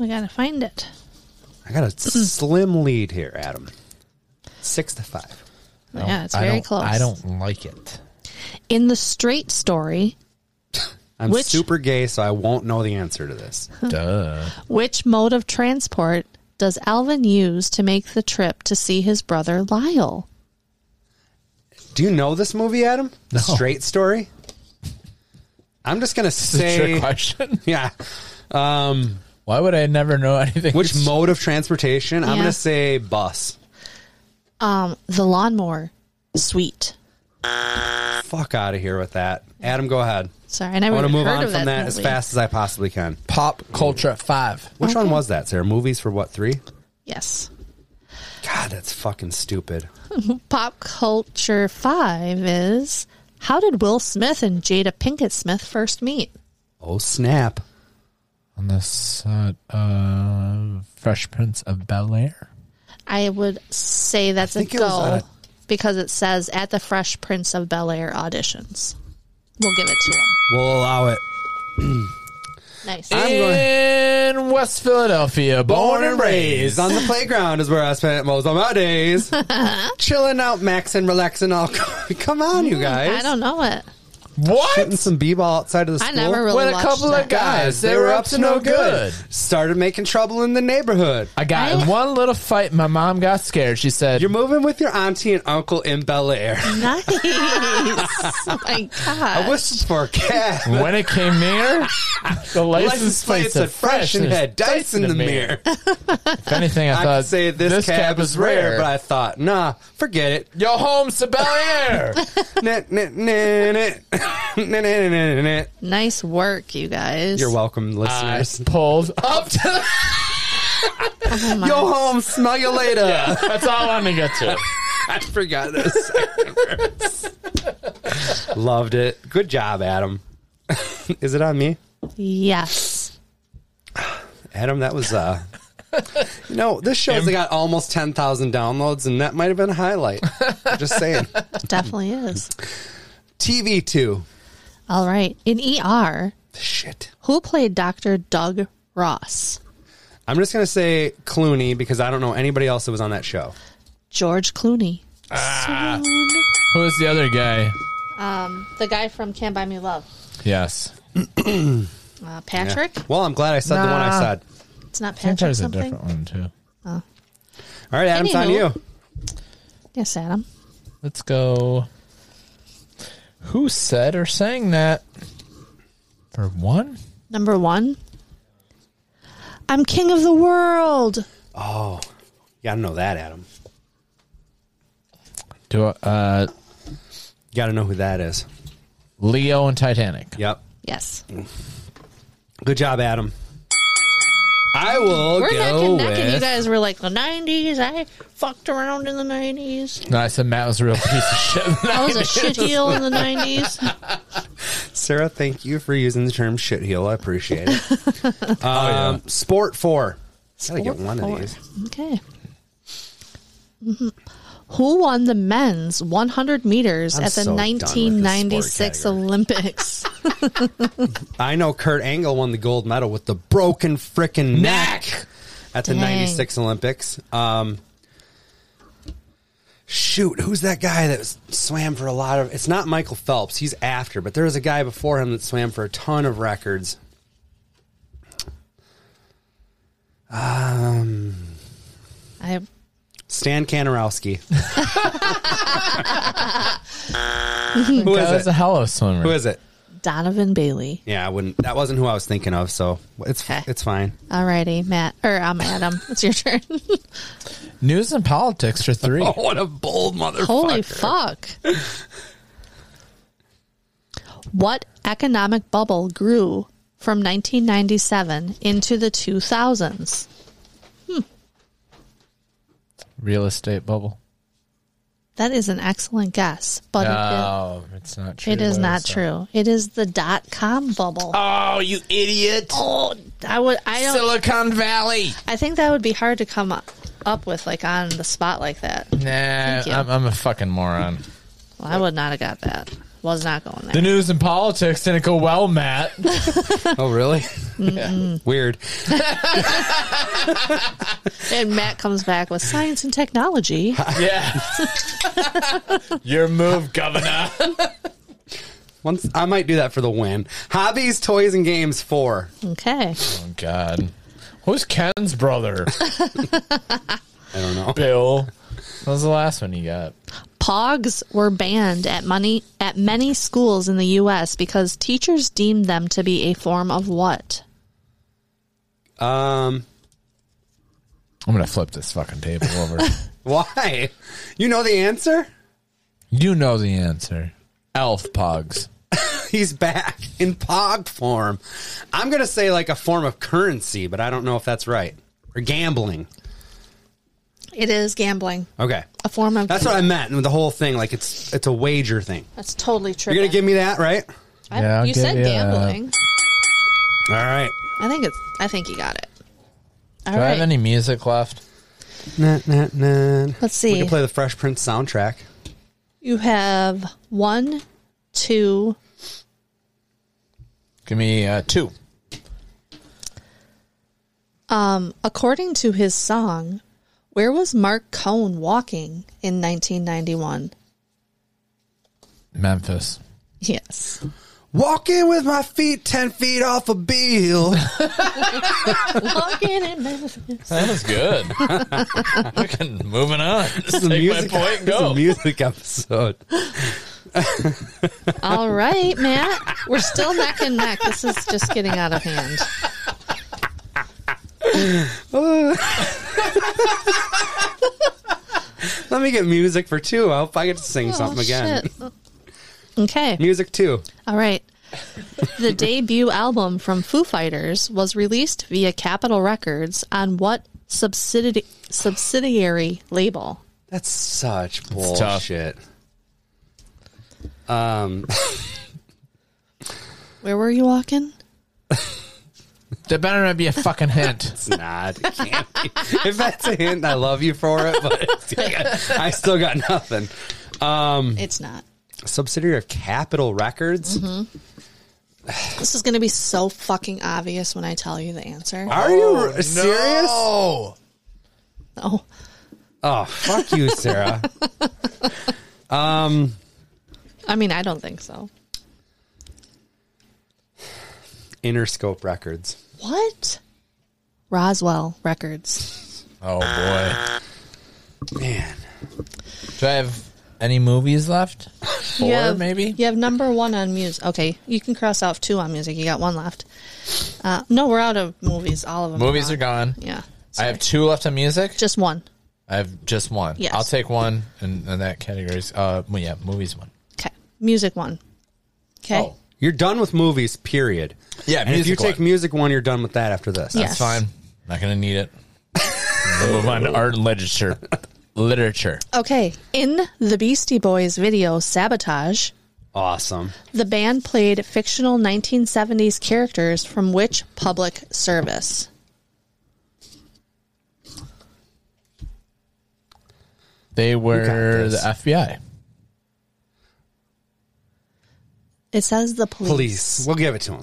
Speaker 3: We got to find it.
Speaker 1: I got a slim lead here, Adam. Six to five.
Speaker 3: Yeah, it's
Speaker 2: I
Speaker 3: very
Speaker 2: don't-
Speaker 3: close.
Speaker 2: I don't like it.
Speaker 3: In the straight story,
Speaker 1: I'm
Speaker 3: Which-
Speaker 1: super gay, so I won't know the answer to this.
Speaker 2: Duh.
Speaker 3: which mode of transport does Alvin use to make the trip to see his brother Lyle?
Speaker 1: Do you know this movie, Adam? The
Speaker 2: No.
Speaker 1: Straight Story. I'm just gonna
Speaker 2: It's a trick
Speaker 1: say,
Speaker 2: question.
Speaker 1: yeah. Um,
Speaker 2: Why would I never know anything?
Speaker 1: which mode of transportation? I'm
Speaker 3: Yeah.
Speaker 1: gonna say bus.
Speaker 3: Um, the lawnmower suite.
Speaker 1: Fuck out of here with that, Adam. Go ahead.
Speaker 3: Sorry, I never
Speaker 1: I want to
Speaker 3: even
Speaker 1: move
Speaker 3: heard
Speaker 1: on
Speaker 3: of
Speaker 1: from that as
Speaker 3: movie.
Speaker 1: fast as I possibly can.
Speaker 2: pop culture five?
Speaker 1: Which one was that, Sarah? Movies for what three?
Speaker 3: Yes.
Speaker 1: God, that's fucking stupid.
Speaker 3: Pop culture five is how did Will Smith and Jada Pinkett Smith first meet?
Speaker 1: Oh snap!
Speaker 2: On the set of Fresh Prince of Bel Air.
Speaker 3: I would say that's
Speaker 1: I
Speaker 3: a
Speaker 1: think it was uh,
Speaker 3: go
Speaker 1: at a-
Speaker 3: because it says at the Fresh Prince of Bel Air auditions. We'll give it to him.
Speaker 1: We'll allow it.
Speaker 3: Nice.
Speaker 1: I'm going-
Speaker 2: in West Philadelphia, born and raised.
Speaker 1: on the playground is where I spent most of my days, chilling out, maxing, relaxing. All come on, you guys.
Speaker 3: Mm, I don't know it.
Speaker 1: Hitting
Speaker 2: What?
Speaker 1: some b-ball outside of the
Speaker 3: I
Speaker 1: school.
Speaker 3: never really
Speaker 2: With a
Speaker 3: watched
Speaker 2: couple
Speaker 3: that.
Speaker 2: of guys, they were up to no good.
Speaker 1: Started making trouble in the neighborhood.
Speaker 2: I got in
Speaker 3: I-
Speaker 2: one little fight. My mom got scared. She said,
Speaker 1: You're moving with your auntie and uncle in Bel Air.
Speaker 3: Nice. oh my god.
Speaker 1: I wish for a cat.
Speaker 2: "When it came near, the license plate
Speaker 1: plates are
Speaker 2: said
Speaker 1: fresh and had dice in the mirror.
Speaker 2: If anything, I,
Speaker 1: I
Speaker 2: thought
Speaker 1: could say this, cab, is rare, but I thought, nah, forget it.
Speaker 2: Yo, home's to Bel Air.
Speaker 1: Nah, nah, nah, nah. Nah, nah, nah, nah, nah.
Speaker 3: nice work, you guys.
Speaker 1: You're welcome,
Speaker 2: I
Speaker 1: listeners.
Speaker 2: pulled up to. The-
Speaker 3: Oh my-
Speaker 1: Go home, smell you later.
Speaker 2: That's all I wanted to get to.
Speaker 1: I forgot those. Loved it. Good job, Adam. Is it on me?
Speaker 3: Yes.
Speaker 1: Adam, that was uh you know, this show's got almost ten thousand downloads, and that might have been a highlight. Just saying.
Speaker 3: Definitely is.
Speaker 1: TV two.
Speaker 3: All right. In ER,
Speaker 1: Shit.
Speaker 3: who played Dr. Doug Ross?
Speaker 1: I'm just gonna say Clooney because I don't know anybody else that was on that show.
Speaker 3: George Clooney.
Speaker 1: Ah.
Speaker 3: Swoon.
Speaker 2: Who was the other guy?
Speaker 3: Um, The guy from Can't Buy Me Love.
Speaker 2: Yes.
Speaker 3: Uh,
Speaker 1: Yeah.
Speaker 3: Patrick?
Speaker 1: Well, I'm glad I said the one I
Speaker 2: Nah.
Speaker 1: said.
Speaker 3: It's not
Speaker 2: I think
Speaker 3: Patrick
Speaker 2: there's a
Speaker 3: something.
Speaker 2: different one too.
Speaker 1: All right, Adam, it's on
Speaker 3: Anywho.
Speaker 1: you.
Speaker 3: Yes, Adam.
Speaker 2: Let's go. Who said or sang that? For one?
Speaker 3: Number one. I'm king of the world.
Speaker 1: Oh. You gotta know that, Adam.
Speaker 2: Do uh
Speaker 1: You gotta know who that is.
Speaker 2: Leo and Titanic.
Speaker 1: Yep.
Speaker 3: Yes.
Speaker 1: Good job, Adam. I will
Speaker 3: We're neck
Speaker 1: go
Speaker 3: and neck, and you
Speaker 1: with.
Speaker 3: guys were like, the 90s. I fucked around in the 90s.
Speaker 2: No, I said Matt was a real piece of shit.
Speaker 3: I was a shit heel in the 90s.
Speaker 1: Sarah, thank you for using the term shit heel. I appreciate it. um, Sport four. Gotta get one
Speaker 3: Oh, Four.
Speaker 1: of these.
Speaker 3: Okay. Mhm. Who won the men's 100 meters
Speaker 1: I'm
Speaker 3: at the
Speaker 1: so done with this sport
Speaker 3: 1996
Speaker 1: category.
Speaker 3: Olympics?
Speaker 1: I know Kurt Angle won the gold medal with the broken frickin' neck at the
Speaker 3: Dang.
Speaker 1: '96 Olympics. Um, shoot, who's that guy that was- swam for a lot of? It's not Michael Phelps. He's after, but there was a guy before him that swam for a ton of records.
Speaker 3: I
Speaker 1: Stan Kanarowski. who
Speaker 2: that was
Speaker 1: is
Speaker 2: a
Speaker 1: it?
Speaker 2: hello swimmer.
Speaker 1: Who is it?
Speaker 3: Donovan Bailey.
Speaker 1: Yeah, I wouldn't. That wasn't who I was thinking of. So it's
Speaker 3: Okay.
Speaker 1: it's fine.
Speaker 3: Alrighty, Matt or um, Adam. It's your turn.
Speaker 2: News and politics for three.
Speaker 1: Oh, what a bold motherfucker!
Speaker 3: Holy fuck. what economic bubble grew from 1997 into the 2000s?
Speaker 2: Real estate bubble.
Speaker 3: That is an excellent guess, but
Speaker 2: No, Oh, it's not
Speaker 3: it,
Speaker 2: true.
Speaker 3: Oh, it is
Speaker 2: though,
Speaker 3: not
Speaker 2: so-
Speaker 3: true. It is the dot com bubble.
Speaker 2: Oh, you idiot!
Speaker 3: Oh, I would. I don't.
Speaker 2: Silicon Valley.
Speaker 3: I think that would be hard to come up, up with, like on the spot like that.
Speaker 2: Nah,
Speaker 3: you.
Speaker 2: I'm, I'm a fucking moron.
Speaker 3: Well, I would not have got that. Was not going
Speaker 2: The
Speaker 3: there.
Speaker 2: news and politics didn't go well, Matt.
Speaker 1: Oh, really? Weird.
Speaker 3: And Matt comes back with science and technology.
Speaker 2: yeah. Your move, governor.
Speaker 1: Once I might do that for the win. Hobbies, toys, and games. Four.
Speaker 3: Okay.
Speaker 2: Oh, God. Who's Ken's brother?
Speaker 1: I don't know.
Speaker 2: Bill. What was the last one you got?
Speaker 3: Pogs were banned at money at many schools in the U.S. because teachers deemed them to be a form of what?
Speaker 1: Um,
Speaker 2: I'm going to flip this fucking table over.
Speaker 1: why? You know the answer.
Speaker 2: you know the answer. Elf pogs.
Speaker 1: He's back in pog form. I'm gonna say like a form of currency, but I don't know if that's right. Or gambling.
Speaker 3: It is gambling,
Speaker 1: Okay,
Speaker 3: a form of.
Speaker 1: that's what I meant. And the whole thing, like it's it's a wager thing.
Speaker 3: That's totally true.
Speaker 1: You're gonna give me that, right?
Speaker 3: I,
Speaker 2: Yeah, I'll
Speaker 3: you
Speaker 2: give
Speaker 3: said
Speaker 2: you that.
Speaker 3: gambling.
Speaker 1: All right.
Speaker 3: I think it's. I think you got it. All
Speaker 2: Do I have
Speaker 3: right.
Speaker 2: any music left?
Speaker 1: Nah, nah, nah.
Speaker 3: Let's
Speaker 1: We
Speaker 3: see.
Speaker 1: can play the Fresh Prince soundtrack.
Speaker 3: you have one, two,
Speaker 2: Give me uh, two.
Speaker 3: Um, According to his song, where was Mark Cohn walking in 1991?
Speaker 2: Memphis.
Speaker 3: Yes.
Speaker 1: Walking with my feet ten feet off a bill.
Speaker 3: walking in Memphis.
Speaker 2: That was good. Fucking moving on. Just
Speaker 1: It's a
Speaker 2: take
Speaker 1: music,
Speaker 2: my point and
Speaker 1: this is a
Speaker 2: go.
Speaker 1: music episode.
Speaker 3: All right, Matt. We're still neck and neck. This is just getting out of hand.
Speaker 1: Let me get music for two. I hope I get to sing something
Speaker 3: Oh,
Speaker 1: again.
Speaker 3: shit. Okay.
Speaker 1: Music two.
Speaker 3: All right. The debut album from Foo Fighters was released via Capitol Records on what subsidi- subsidiary label?
Speaker 1: That's such
Speaker 2: tough.
Speaker 1: bullshit. Um,
Speaker 3: Where were you walking?
Speaker 2: There better not be a fucking hint.
Speaker 1: it's not. It can't be. If that's a hint, I love you for it, but it's- I still got nothing.
Speaker 3: It's not.
Speaker 1: Subsidiary of Capitol Records.
Speaker 3: This is going to be so fucking obvious when I tell you the answer.
Speaker 1: Are
Speaker 2: Oh,
Speaker 1: you serious?
Speaker 2: No.
Speaker 3: Oh,
Speaker 1: Oh, fuck you, Sarah.
Speaker 3: I mean, I don't think so.
Speaker 1: Interscope Records.
Speaker 3: What? Roswell Records.
Speaker 2: Oh boy.
Speaker 1: Man.
Speaker 2: Do I have any movies left? Four,
Speaker 3: you have,
Speaker 2: maybe.
Speaker 3: You have number one on music. Okay, you can cross off two on music. You got one left. Uh, no, we're out of movies. All of them.
Speaker 2: Movies are gone.
Speaker 3: Yeah.
Speaker 2: I have two left on music.
Speaker 3: Just one.
Speaker 2: I have just one.
Speaker 3: Yes.
Speaker 2: I'll take one, and, and that category's uh, well, yeah, movies one.
Speaker 3: Okay. Music one. Okay.
Speaker 2: Oh,
Speaker 1: You're done with movies, period.
Speaker 2: Yeah,
Speaker 1: and if you
Speaker 2: music one.
Speaker 1: take music one, you're done with that after this.
Speaker 3: Yeah.
Speaker 2: that's fine. Not gonna need it. We'll Move on to art and literature. Literature.
Speaker 3: Okay. In the Beastie Boys video Sabotage,
Speaker 1: Awesome.
Speaker 3: the band played fictional 1970s characters from which public service?
Speaker 2: They were the
Speaker 1: this.
Speaker 2: FBI.
Speaker 3: It says the police.
Speaker 1: Police. We'll give it to him.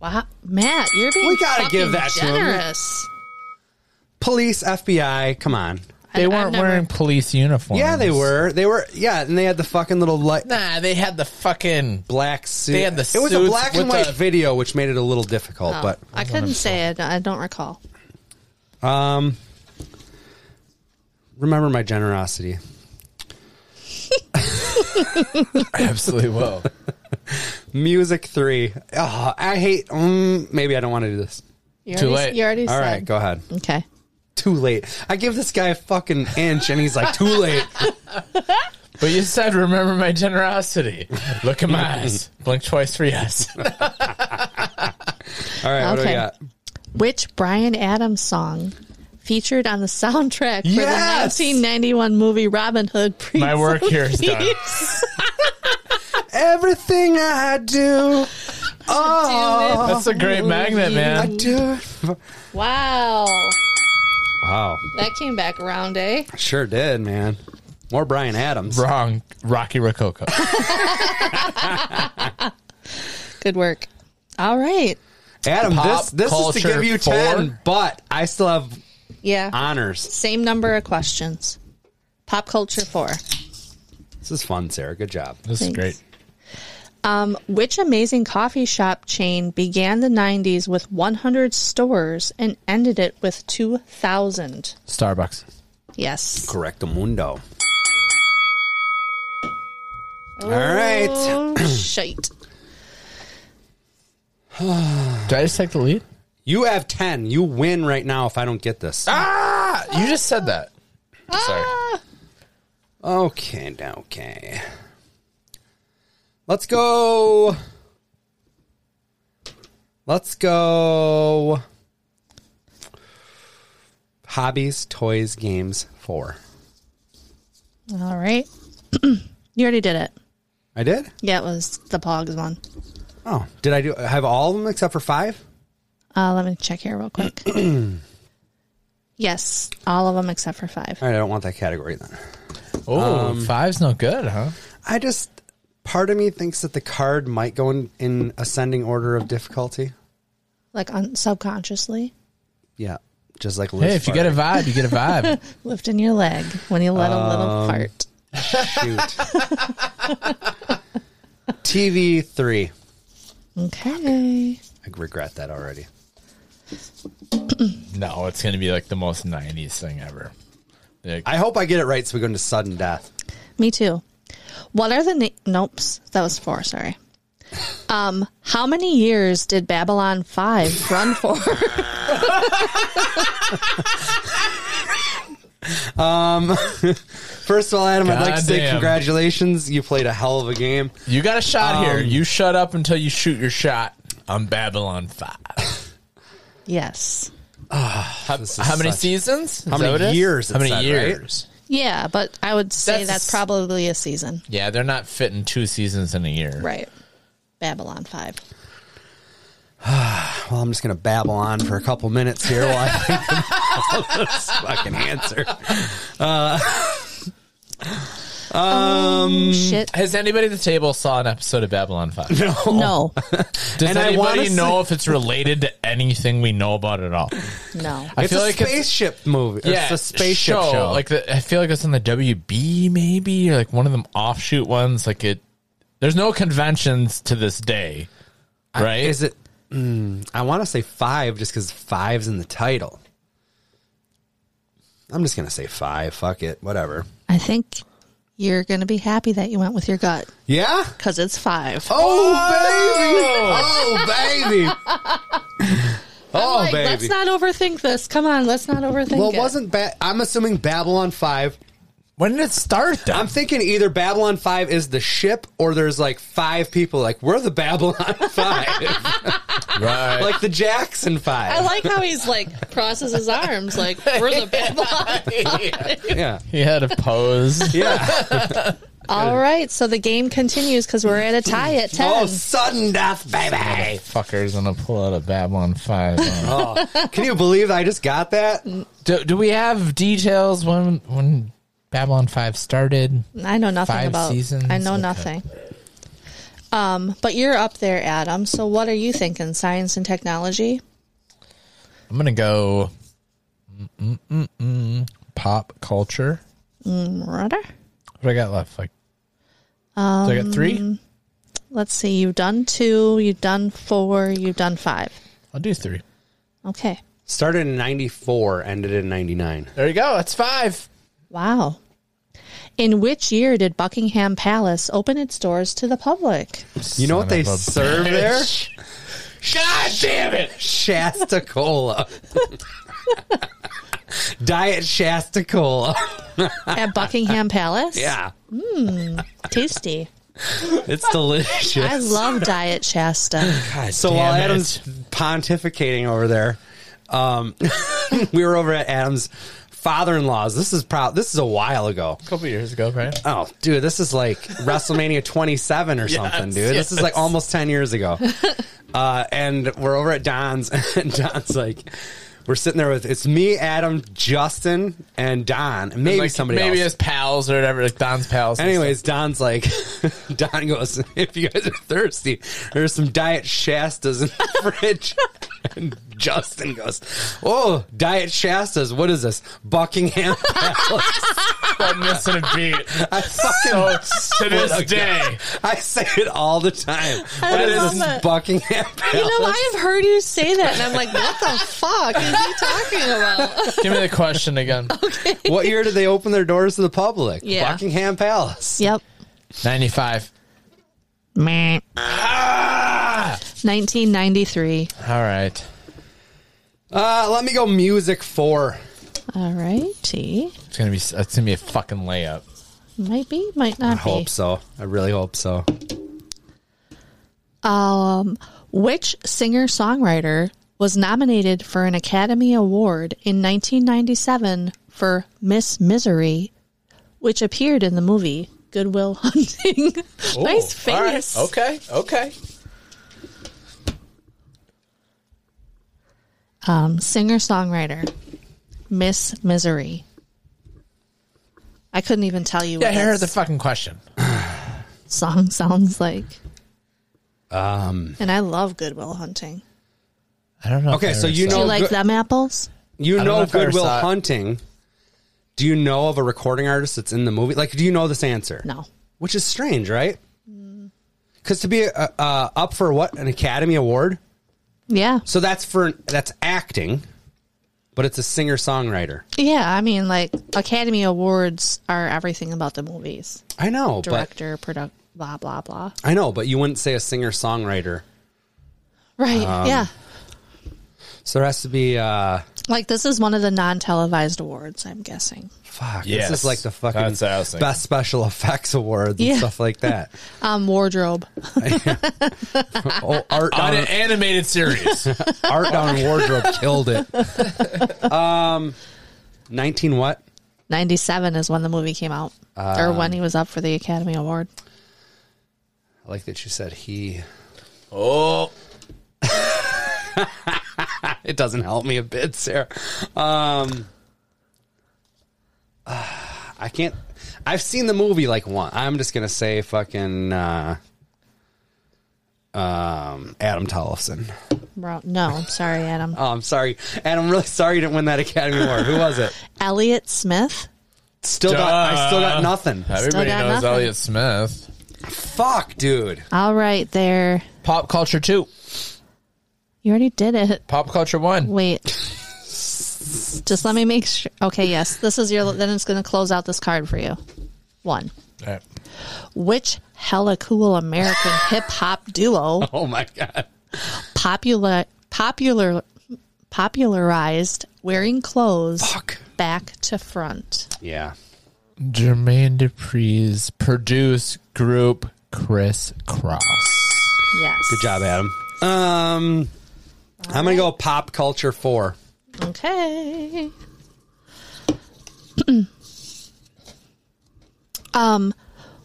Speaker 3: Wow, Matt, you're being
Speaker 1: We gotta
Speaker 3: fucking
Speaker 1: give that to 'em.
Speaker 3: generous.
Speaker 1: Police, FBI, come on.
Speaker 3: I-
Speaker 2: They
Speaker 3: I've
Speaker 2: weren't
Speaker 3: never-
Speaker 2: wearing police uniforms.
Speaker 1: Yeah, they were. They were. Yeah, and they had the fucking little light
Speaker 2: Nah, they had the fucking
Speaker 1: black suit.
Speaker 2: They had the
Speaker 1: It was a
Speaker 2: suits
Speaker 1: black and
Speaker 2: with
Speaker 1: white
Speaker 2: the-
Speaker 1: video, which made it a little difficult.
Speaker 3: Oh,
Speaker 1: But
Speaker 3: I couldn't say it. I don't recall.
Speaker 1: remember my generosity.
Speaker 2: Absolutely will.
Speaker 1: Music three. Oh, I hate. Mm, maybe I don't want to do this.
Speaker 3: You
Speaker 2: Too
Speaker 3: already,
Speaker 2: late.
Speaker 3: You already
Speaker 1: All
Speaker 3: said.
Speaker 1: right, go ahead.
Speaker 3: Okay.
Speaker 1: Too late. I give this guy a fucking inch, and he's like, too late.
Speaker 2: But you said, remember my generosity. Look at my eyes. Blink twice for yes.
Speaker 1: All right, what do we
Speaker 3: Okay.
Speaker 1: got?
Speaker 3: Which Brian Adams song featured on the soundtrack for
Speaker 1: Yes!
Speaker 3: the 1991 movie Robin Hood? Prince
Speaker 2: My work
Speaker 3: of
Speaker 2: here is done.
Speaker 3: Thieves?
Speaker 1: Everything I do, oh,
Speaker 2: That's a great magnet,
Speaker 1: I
Speaker 2: man.
Speaker 1: do. it for-
Speaker 3: Wow.
Speaker 1: Wow,
Speaker 3: That came back around, eh?
Speaker 1: sure did, man. More Brian Adams.
Speaker 2: Wrong. Rocky Rococo.
Speaker 3: Good work. All right.
Speaker 1: Adam,
Speaker 2: Pop
Speaker 1: this this is to
Speaker 2: culture
Speaker 1: give you
Speaker 2: four.
Speaker 1: ten, but I still have
Speaker 3: Yeah.
Speaker 1: honors.
Speaker 3: Same number of questions. Pop culture four.
Speaker 1: This is fun, Sarah. Good job.
Speaker 2: This is
Speaker 3: Thanks.
Speaker 2: great.
Speaker 3: Um, which amazing coffee shop chain began the 90s with 100 stores and ended it with 2,000?
Speaker 2: Starbucks.
Speaker 3: Yes.
Speaker 1: Correcto mundo. All right.
Speaker 3: Oh, shite.
Speaker 2: Did I just take the lead?
Speaker 1: You have 10. You win right now if I don't get this.
Speaker 2: Ah! You just said that.
Speaker 3: Ah!
Speaker 2: Sorry.
Speaker 1: Okay, okay. Let's go. Let's go. Hobbies, toys, games, four.
Speaker 3: All right. you already did it.
Speaker 1: I did?
Speaker 3: Yeah, it was the Pogs one.
Speaker 1: Oh, did I do have all of them except for five?
Speaker 3: Uh, let me check here real quick. yes, all of them except for five.
Speaker 1: All right, I don't want that category then.
Speaker 2: Oh, five's no good, huh?
Speaker 1: I just part of me thinks that the card might go in, in ascending order of difficulty.
Speaker 3: Like un- subconsciously,
Speaker 1: Yeah, just like Liz
Speaker 2: Hey, if you get a vibe, you get a vibe.
Speaker 3: lifting your leg when you let a
Speaker 1: Um,
Speaker 3: little fart.
Speaker 1: shoot. TV three.
Speaker 3: Okay.
Speaker 1: I regret that already.
Speaker 2: no, it's going to be like the most 90s thing ever. Like,
Speaker 1: I hope I get it right so we go into sudden death.
Speaker 3: Me too. What are the na- nopes? That was four. Sorry. Um, how many years did Babylon Five run for?
Speaker 1: First of all, Adam, I'd like to say
Speaker 2: Goddamn.
Speaker 1: congratulations. You played a hell of a game.
Speaker 2: you got a shot here. You shut up until you shoot your shot. I'm Babylon 5.
Speaker 3: yes.
Speaker 2: How,
Speaker 1: This is
Speaker 2: how many
Speaker 1: such-
Speaker 2: seasons? Is
Speaker 1: How
Speaker 2: that
Speaker 1: many
Speaker 2: what it is?
Speaker 1: years it
Speaker 2: How many
Speaker 1: said, right?
Speaker 2: years?
Speaker 3: Yeah, but I would say
Speaker 2: That's-
Speaker 3: that's, probably a season,
Speaker 2: Yeah, they're not fitting two seasons in a year.
Speaker 3: right? Babylon Five.
Speaker 1: Well, I'm just going to babble on for a couple minutes here while I think about this fucking answer. Um,
Speaker 3: Shit.
Speaker 2: Has anybody at the table saw an episode of Babylon 5?
Speaker 1: No.
Speaker 3: No,
Speaker 2: Does
Speaker 1: And I
Speaker 2: anybody
Speaker 1: wanna
Speaker 2: know if it's related to anything we know about at all?
Speaker 3: no.
Speaker 2: I
Speaker 1: It's
Speaker 2: feel
Speaker 1: a
Speaker 2: like it's-
Speaker 1: spaceship movie. it's a spaceship show.
Speaker 2: Like the, I feel like it's on the WB maybe or like one of them offshoot ones. Like it, there's no conventions to this day, right?
Speaker 1: Is it? Mm, I want to say five just because five's in the title. I'm just going to say five. Fuck it. Whatever.
Speaker 3: I think you're going to be happy that you went with your gut
Speaker 1: Yeah?
Speaker 3: because it's five.
Speaker 1: Oh, baby. Oh, baby. Oh,
Speaker 3: Like,
Speaker 1: baby.
Speaker 3: Let's not overthink this. Come on, let's not overthink
Speaker 1: Well,
Speaker 3: it.
Speaker 1: it wasn't ba- I'm assuming Babylon 5.
Speaker 2: when did it start? Though?
Speaker 1: I'm thinking either Babylon 5 is the ship or there's like five people like we're the Babylon 5.
Speaker 2: right.
Speaker 1: like the Jackson 5.
Speaker 3: I like how he's like crosses his arms like we're the Babylon.
Speaker 1: yeah.
Speaker 2: he had a pose.
Speaker 1: Yeah.
Speaker 3: All right, so the game continues because we're at a tie at ten.
Speaker 1: oh, sudden death, baby.
Speaker 2: Fucker's gonna pull out a Babylon Five. on.
Speaker 1: Can you believe I just got that?
Speaker 2: do, do we have details when when Babylon Five started?
Speaker 3: I know nothing
Speaker 2: Five
Speaker 3: about.
Speaker 2: seasons?
Speaker 3: I know
Speaker 2: Okay.
Speaker 3: nothing. Um, but you're up there, Adam. So what are you thinking? Science and technology.
Speaker 2: I'm gonna go. Mm-mm-mm-mm. Pop culture.
Speaker 3: Rudder?
Speaker 2: What do I got left? Like, um, I got three.
Speaker 3: Let's see. You've done two. You've done four. You've done five.
Speaker 2: I'll do three.
Speaker 3: Okay.
Speaker 1: Started in 94, ended in 99.
Speaker 2: There you go. That's five.
Speaker 3: Wow. In which year did Buckingham Palace open its doors to the public?
Speaker 1: You know what
Speaker 2: Son
Speaker 1: they
Speaker 2: of a
Speaker 1: serve there?
Speaker 2: God damn it!
Speaker 1: Shasta Cola. Diet Shasta Cola.
Speaker 3: At Buckingham Palace?
Speaker 1: Yeah.
Speaker 3: Tasty.
Speaker 1: It's delicious.
Speaker 3: I love Diet Shasta.
Speaker 1: so
Speaker 2: damn
Speaker 1: while
Speaker 2: it.
Speaker 1: Adam's pontificating over there, um, we were over at Adam's father-in-law's. This is proud. This is a while ago.
Speaker 2: A couple years ago, right?
Speaker 1: Oh, dude, this is like WrestleMania 27 or something, dude. This is like
Speaker 2: yes.
Speaker 1: almost 10 years ago. uh, and we're over at Don's, and Don's like, we're sitting there with it's me, Adam, Justin, and Don, and maybe
Speaker 2: Like,
Speaker 1: somebody
Speaker 2: maybe
Speaker 1: else.
Speaker 2: his pals or whatever, like Don's pals. and
Speaker 1: Anyways, Don's like, Don goes, if you guys are thirsty, there's some Diet Shastas in the fridge. And Justin goes, oh, Diet Shastas, what is this? Buckingham Palace.
Speaker 2: stuff. I'm missing a beat.
Speaker 1: I fucking
Speaker 2: to
Speaker 1: Oh,
Speaker 2: this
Speaker 1: God.
Speaker 2: day,
Speaker 1: I say it all the time. What is
Speaker 3: love
Speaker 1: this
Speaker 3: it.
Speaker 1: Buckingham
Speaker 3: You
Speaker 1: Palace?
Speaker 3: know, I've heard you say that, and I'm like, what the fuck is he talking about?
Speaker 2: give me the question again.
Speaker 1: what year did they open their doors to the public?
Speaker 3: Yeah.
Speaker 1: Buckingham Palace.
Speaker 3: Yep.
Speaker 2: Ninety-five.
Speaker 3: Meh. 1993.
Speaker 2: Ah! All right.
Speaker 1: Uh, let me go music four.
Speaker 3: All righty.
Speaker 2: It's gonna be. It's gonna be a fucking layup.
Speaker 3: Might be, might not
Speaker 1: I hope
Speaker 3: be.
Speaker 1: so. I really hope so.
Speaker 3: Um, which singer songwriter was nominated for an Academy Award in 1997 for Miss Misery, which appeared in the movie Goodwill Hunting? nice
Speaker 2: All right.
Speaker 3: face.
Speaker 2: Okay. Okay.
Speaker 3: Um, singer songwriter, Miss Misery. I couldn't even tell you
Speaker 2: Yeah,
Speaker 3: what
Speaker 2: here's the
Speaker 3: that
Speaker 2: fucking question.
Speaker 3: song sounds like. Um, and I love Goodwill Hunting.
Speaker 2: I don't know. if
Speaker 1: Okay,
Speaker 2: I
Speaker 1: so
Speaker 2: ever
Speaker 1: you
Speaker 2: saw
Speaker 1: know-
Speaker 3: Do you
Speaker 1: Oh,
Speaker 3: like
Speaker 1: good-
Speaker 3: them apples?
Speaker 1: You
Speaker 2: I don't know
Speaker 1: know
Speaker 2: if I ever
Speaker 1: Goodwill
Speaker 2: saw it.
Speaker 1: Hunting. Do you know of a recording artist that's in the movie? Like, do you know this answer?
Speaker 3: No.
Speaker 1: Which is strange, right? Because to be uh, uh, up for what an Academy Award,
Speaker 3: Yeah.
Speaker 1: so that's for that's acting, but it's a singer songwriter.
Speaker 3: Yeah, I mean, like Academy Awards are everything about the movies,
Speaker 1: I know, but
Speaker 3: director, product, blah blah blah.
Speaker 1: I know, but you wouldn't say a singer songwriter.
Speaker 3: Right? yeah.
Speaker 1: So there has to be uh
Speaker 3: Like this is one of the non-televised awards, I'm guessing.
Speaker 1: fuck.
Speaker 2: Yes.
Speaker 1: This is like the fucking
Speaker 2: That's what I was thinking.
Speaker 1: best special effects awards
Speaker 3: Yeah.
Speaker 1: and stuff like that.
Speaker 3: Um, wardrobe.
Speaker 1: oh, art
Speaker 2: on an
Speaker 1: down,
Speaker 2: animated series.
Speaker 1: art down wardrobe killed it. Um, nineteen what?
Speaker 3: Ninety-seven is when the movie came out, or when he was up for the Academy Award.
Speaker 1: I like that you said he.
Speaker 2: oh,
Speaker 1: It doesn't help me a bit, Sarah. Um, ah, I can't. I've seen the movie like one. I'm just gonna say fucking uh, um, Adam Tollefson.
Speaker 3: Ro- No, I'm sorry, Adam.
Speaker 1: Oh, I'm sorry, and I'm really sorry you didn't win that Academy Award. Who was it?
Speaker 3: Elliot Smith.
Speaker 1: Still got, I still got
Speaker 2: Duh.
Speaker 1: nothing.
Speaker 2: everybody
Speaker 3: got
Speaker 2: knows
Speaker 3: nothing.
Speaker 2: Elliot Smith.
Speaker 1: Fuck, dude.
Speaker 3: All right, there.
Speaker 2: Pop culture two,
Speaker 3: You already did it.
Speaker 2: pop culture one.
Speaker 3: Wait. Just let me make sure. Okay, yes, this is your. Then it's going to close out this card for you. One.
Speaker 2: All right.
Speaker 3: Which hella cool American hip hop duo
Speaker 1: Oh my god.
Speaker 3: popular popular popularized wearing clothes
Speaker 1: Fuck.
Speaker 3: back to front?
Speaker 1: Yeah.
Speaker 2: Jermaine Dupri's produce group Chris Cross.
Speaker 3: Yes.
Speaker 1: Good job, Adam. Um, I'm gonna go pop culture four.
Speaker 3: Okay. um Um,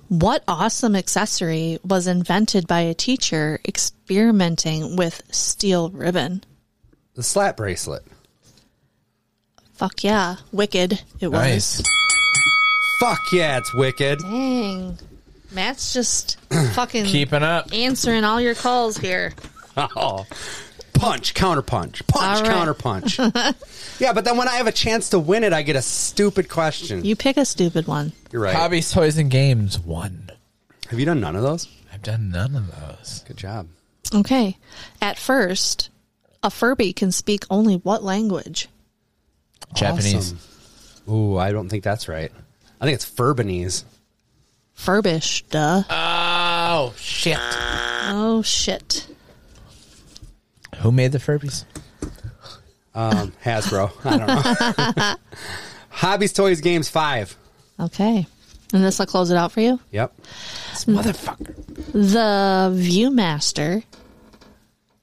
Speaker 3: what awesome accessory was invented by a teacher experimenting with steel ribbon?
Speaker 1: The slap bracelet.
Speaker 3: Fuck yeah. Wicked it was.
Speaker 2: Nice.
Speaker 1: Fuck yeah, it's wicked.
Speaker 3: Dang. Matt's just fucking
Speaker 2: Keeping up.
Speaker 3: answering all your calls here.
Speaker 1: Oh. Punch, counterpunch, punch,
Speaker 3: All right.
Speaker 1: counterpunch. yeah, but then when I have a chance to win it, I get a stupid question.
Speaker 3: You pick a stupid one.
Speaker 1: You're right.
Speaker 2: Hobbies, toys, and games one.
Speaker 1: Have you done none of those?
Speaker 2: I've done none of those.
Speaker 1: Good job.
Speaker 3: Okay. At first, a Furby can speak only what language?
Speaker 2: Japanese.
Speaker 1: Awesome. Ooh, I don't think that's right. I think it's Furbanese.
Speaker 3: Furbish, duh.
Speaker 2: Oh shit!
Speaker 3: oh shit.
Speaker 2: Who made the Furbies?
Speaker 1: Um, Hasbro. I don't know. Hobbies, toys, games, five.
Speaker 3: Okay. And this will close it out for you.
Speaker 1: Yep.
Speaker 2: Motherfucker.
Speaker 3: The ViewMaster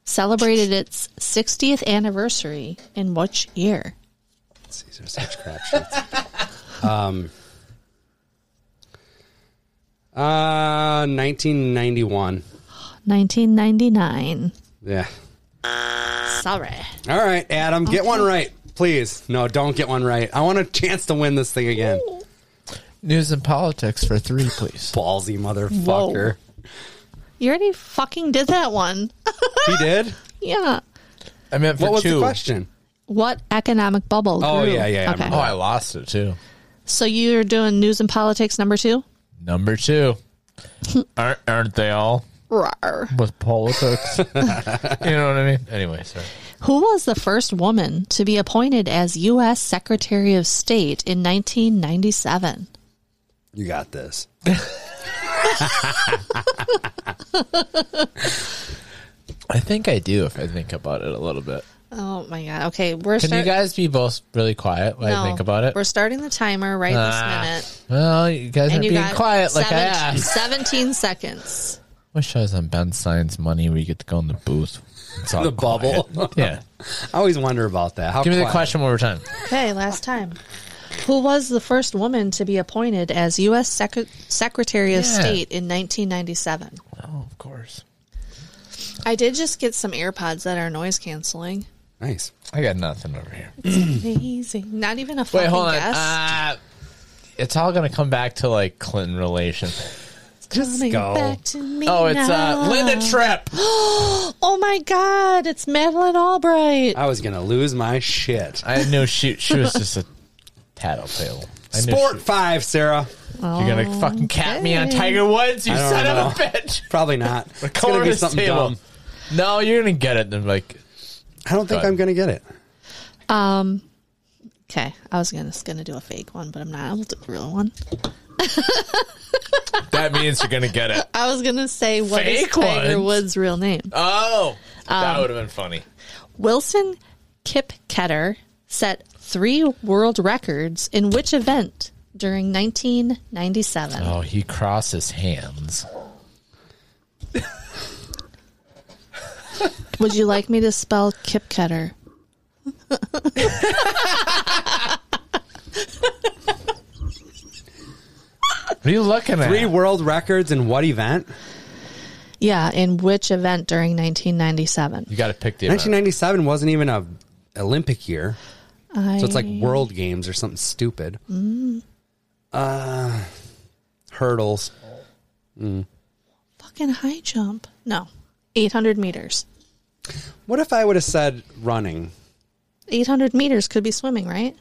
Speaker 3: celebrated its 60th anniversary in which year?
Speaker 1: These are such crapshoots. um, uh, 1991.
Speaker 3: 1999.
Speaker 1: Yeah.
Speaker 3: Sorry.
Speaker 1: All right, Adam, get one
Speaker 3: Okay.
Speaker 1: right, please. No, don't get one right. I want a chance to win this thing again.
Speaker 2: News and politics for three, please.
Speaker 1: Ballsy motherfucker.
Speaker 3: You already fucking did that one.
Speaker 1: He did.
Speaker 3: yeah.
Speaker 2: I meant for
Speaker 1: What was
Speaker 2: two.
Speaker 1: the question?
Speaker 3: What economic bubble?
Speaker 1: Oh,
Speaker 3: grew?
Speaker 1: yeah, yeah, yeah, I
Speaker 3: Okay.
Speaker 2: Oh, I lost it too.
Speaker 3: So you're doing news and politics number two?
Speaker 2: Number two. aren't, aren't they all
Speaker 3: Rawr.
Speaker 2: with politics? you know what I mean? Anyway, sorry.
Speaker 3: Who was the first woman to be appointed as U.S. Secretary of State in 1997?
Speaker 1: You got this.
Speaker 2: I think I do if I think about it a little bit.
Speaker 3: Oh my god. Okay, we're
Speaker 2: Can you
Speaker 3: start-
Speaker 2: guys be both really quiet while
Speaker 3: No.
Speaker 2: I think about it?
Speaker 3: We're starting the timer right
Speaker 2: Ah,
Speaker 3: this minute.
Speaker 2: Well, you guys
Speaker 3: And
Speaker 2: aren't
Speaker 3: you
Speaker 2: being
Speaker 3: got
Speaker 2: quiet like I
Speaker 3: seven-
Speaker 2: asked.
Speaker 3: 17 seconds.
Speaker 2: Wish I was on Ben Stein's money where you get to go in the booth. It's all
Speaker 1: The
Speaker 2: quiet.
Speaker 1: bubble.
Speaker 2: yeah.
Speaker 1: I always wonder about that. How
Speaker 2: Give me the
Speaker 1: quiet-
Speaker 2: question one more time.
Speaker 3: Okay, last time. Who was the first woman to be appointed as U.S. Sec- Secretary of
Speaker 2: Yeah.
Speaker 3: State in 1997?
Speaker 2: Oh, of course.
Speaker 3: I did just get some AirPods that are noise canceling.
Speaker 1: Nice.
Speaker 2: I got nothing over here.
Speaker 3: Amazing. Not even a fucking
Speaker 2: Wait, hold on.
Speaker 3: guess.
Speaker 2: Uh, it's all going to come back to like Clinton relations.
Speaker 1: Just
Speaker 3: Coming
Speaker 1: go.
Speaker 3: back to me
Speaker 2: Oh, it's uh,
Speaker 3: now.
Speaker 2: Linda Tripp.
Speaker 3: Oh my God! It's Madeline Albright.
Speaker 1: I was gonna lose my shit.
Speaker 2: I knew she she was just a tattletale. I knew
Speaker 1: Sport
Speaker 2: she-
Speaker 1: five, Sarah.
Speaker 2: you're
Speaker 3: Oh,
Speaker 2: gonna fucking cat me on Tiger Woods, you
Speaker 1: I don't
Speaker 2: son of a
Speaker 1: know.
Speaker 2: bitch.
Speaker 1: Probably not. It's
Speaker 2: Color
Speaker 1: gonna be
Speaker 2: this
Speaker 1: something
Speaker 2: table.
Speaker 1: dumb.
Speaker 2: No, you're gonna get it. And like,
Speaker 1: I don't think
Speaker 2: Good.
Speaker 1: I'm gonna get it.
Speaker 3: Um, okay, I was gonna gonna do a fake one, but I'm not. I'll do a real one.
Speaker 2: that means you're gonna get it.
Speaker 3: I was gonna say what is
Speaker 2: Fake
Speaker 3: Tiger
Speaker 2: ones?
Speaker 3: Woods' real name?
Speaker 2: Oh,
Speaker 3: Um,
Speaker 2: that would have been funny.
Speaker 3: Wilson Kipketer set three world records in which event during 1997?
Speaker 2: Oh, he crosses hands.
Speaker 3: Would you like me to spell Kipketer?
Speaker 2: What are you looking at?
Speaker 1: Three world records in what event?
Speaker 3: Yeah, in which event during 1997?
Speaker 2: you got to pick the event.
Speaker 1: 1997 wasn't even a Olympic year,
Speaker 3: I,
Speaker 1: so it's like World Games or something stupid. Uh,
Speaker 3: Mm.
Speaker 1: hurdles.
Speaker 3: fucking high jump. No, 800 meters.
Speaker 1: What if I would have said running?
Speaker 3: 800 meters could be swimming, right?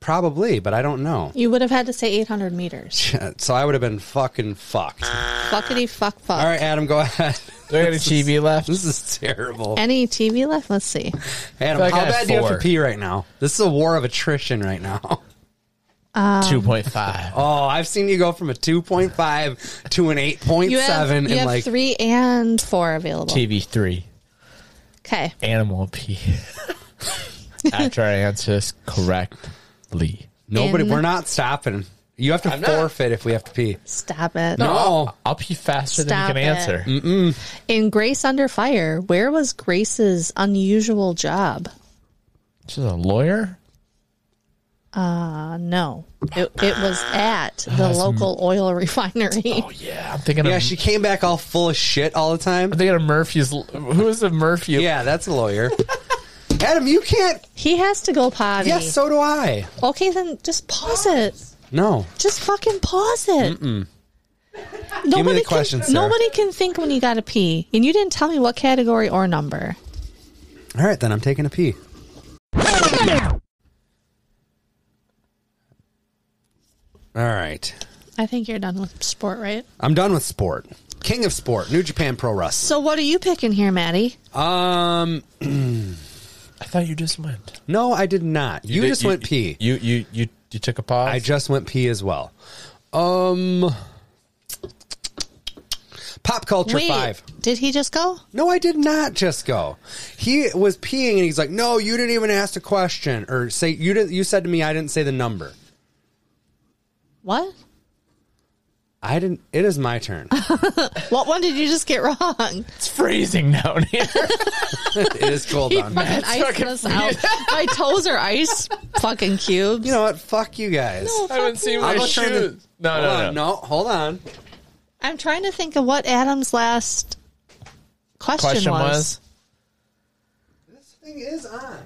Speaker 1: Probably, but I don't know.
Speaker 3: You would have had to say 800 meters.
Speaker 1: So I would have been fucking fucked.
Speaker 3: Fuckity fuck fuck.
Speaker 1: All right, Adam, go ahead.
Speaker 2: Do I got a TV left?
Speaker 1: This is terrible.
Speaker 3: Any TV left? Let's see.
Speaker 1: Adam,
Speaker 2: I feel like
Speaker 1: how
Speaker 2: I have
Speaker 1: bad do you have
Speaker 2: four.
Speaker 1: to pee right now? This is a war of attrition right now.
Speaker 2: Two point five.
Speaker 1: Oh, I've seen you go from a 2.5 to an 8.7
Speaker 3: You have, you
Speaker 1: in
Speaker 3: have
Speaker 1: like
Speaker 3: three and four available.
Speaker 2: TV three.
Speaker 3: Okay.
Speaker 2: Animal pee. After I answer this correctly,
Speaker 1: nobody.
Speaker 3: in-
Speaker 1: We're not stopping. You have to
Speaker 2: I'm not. Oh.
Speaker 1: forfeit if we have to pee. Oh.
Speaker 3: Stop it.
Speaker 1: No.
Speaker 2: I'll, I'll pee faster
Speaker 3: Stop
Speaker 2: than you
Speaker 3: it.
Speaker 2: can answer.
Speaker 3: In Grace Under Fire, where was Grace's unusual job?
Speaker 2: She's a lawyer.
Speaker 3: Uh, no. It, it was at the local oil refinery.
Speaker 2: Oh, yeah, I'm thinking.
Speaker 1: Oh, Yeah,
Speaker 2: of,
Speaker 1: she came back all full of shit all the time.
Speaker 2: I'm thinking of Murphy's. Who is the Murphy?
Speaker 1: Yeah, that's a lawyer. Adam, you can't.
Speaker 3: He has to go potty.
Speaker 1: Yes, so do I.
Speaker 3: okay, then just pause it.
Speaker 1: No.
Speaker 3: Just fucking pause it. Nobody
Speaker 1: Give me the
Speaker 3: can,
Speaker 1: question, Sarah.
Speaker 3: Nobody can think when you got to pee, and you didn't tell me what category or number.
Speaker 1: All right, then I'm taking a pee. All right.
Speaker 3: I think you're done with sport, right?
Speaker 1: I'm done with sport. King of sport, New Japan Pro Wrestling.
Speaker 3: So what are you picking here, Maddie?
Speaker 1: Um,
Speaker 2: I thought you just went.
Speaker 1: No, I did not. You,
Speaker 2: did-
Speaker 1: just went pee.
Speaker 2: You you you you took a pause.
Speaker 1: I just went pee as well. Um, pop culture
Speaker 3: Wait,
Speaker 1: five.
Speaker 3: did he just go?
Speaker 1: No, I did not just go. He was peeing and he's like, "No, you didn't even ask the question or say you didn't. You said to me, I didn't say the number.
Speaker 3: What?
Speaker 1: I didn't. It is my turn.
Speaker 3: What one did you just get wrong?
Speaker 2: it's freezing down here.
Speaker 1: it is cold
Speaker 3: He
Speaker 1: on.
Speaker 3: fucking iced
Speaker 2: fucking
Speaker 3: us out. My toes are ice fucking cubes.
Speaker 1: You know what? Fuck you guys.
Speaker 2: I haven't seen my
Speaker 1: I'm not
Speaker 2: shoes.
Speaker 1: trying to-
Speaker 2: no,
Speaker 1: hold
Speaker 2: no, no,
Speaker 1: on. No, hold on.
Speaker 3: I'm trying to think of what Adam's last question,
Speaker 2: Question was,
Speaker 3: was.
Speaker 1: This thing is on.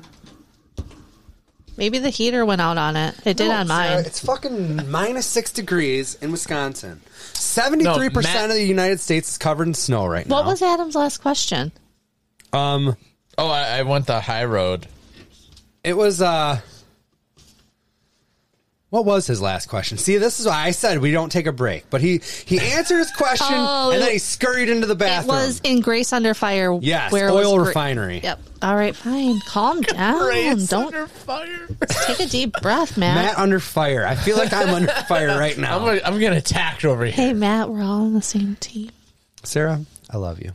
Speaker 3: Maybe the heater went out on it. It did
Speaker 1: No,
Speaker 3: on
Speaker 1: it's,
Speaker 3: mine.
Speaker 1: uh, it's fucking minus six degrees in Wisconsin. Seventy-three percent of the United States is covered in snow right now.
Speaker 3: what was Adam's last question?
Speaker 1: Um,
Speaker 2: oh, I, I went the high road.
Speaker 1: it was uh. What was his last question? See, this is why I said we don't take a break. But he he answered his question
Speaker 3: Oh,
Speaker 1: and
Speaker 3: it-
Speaker 1: then he scurried into the
Speaker 3: It
Speaker 1: bathroom.
Speaker 3: was in Grace Under Fire.
Speaker 1: Yes,
Speaker 3: it
Speaker 1: oil
Speaker 3: Gra-
Speaker 1: refinery.
Speaker 3: Yep. All right, fine. Calm down. Don't
Speaker 2: under fire.
Speaker 3: take a deep breath, Matt.
Speaker 1: Matt under fire. I feel like I'm under fire right
Speaker 2: I'm
Speaker 1: now.
Speaker 2: gonna, I'm gonna attack over here.
Speaker 3: Hey, Matt, we're all on the same team.
Speaker 1: Sarah, I love you.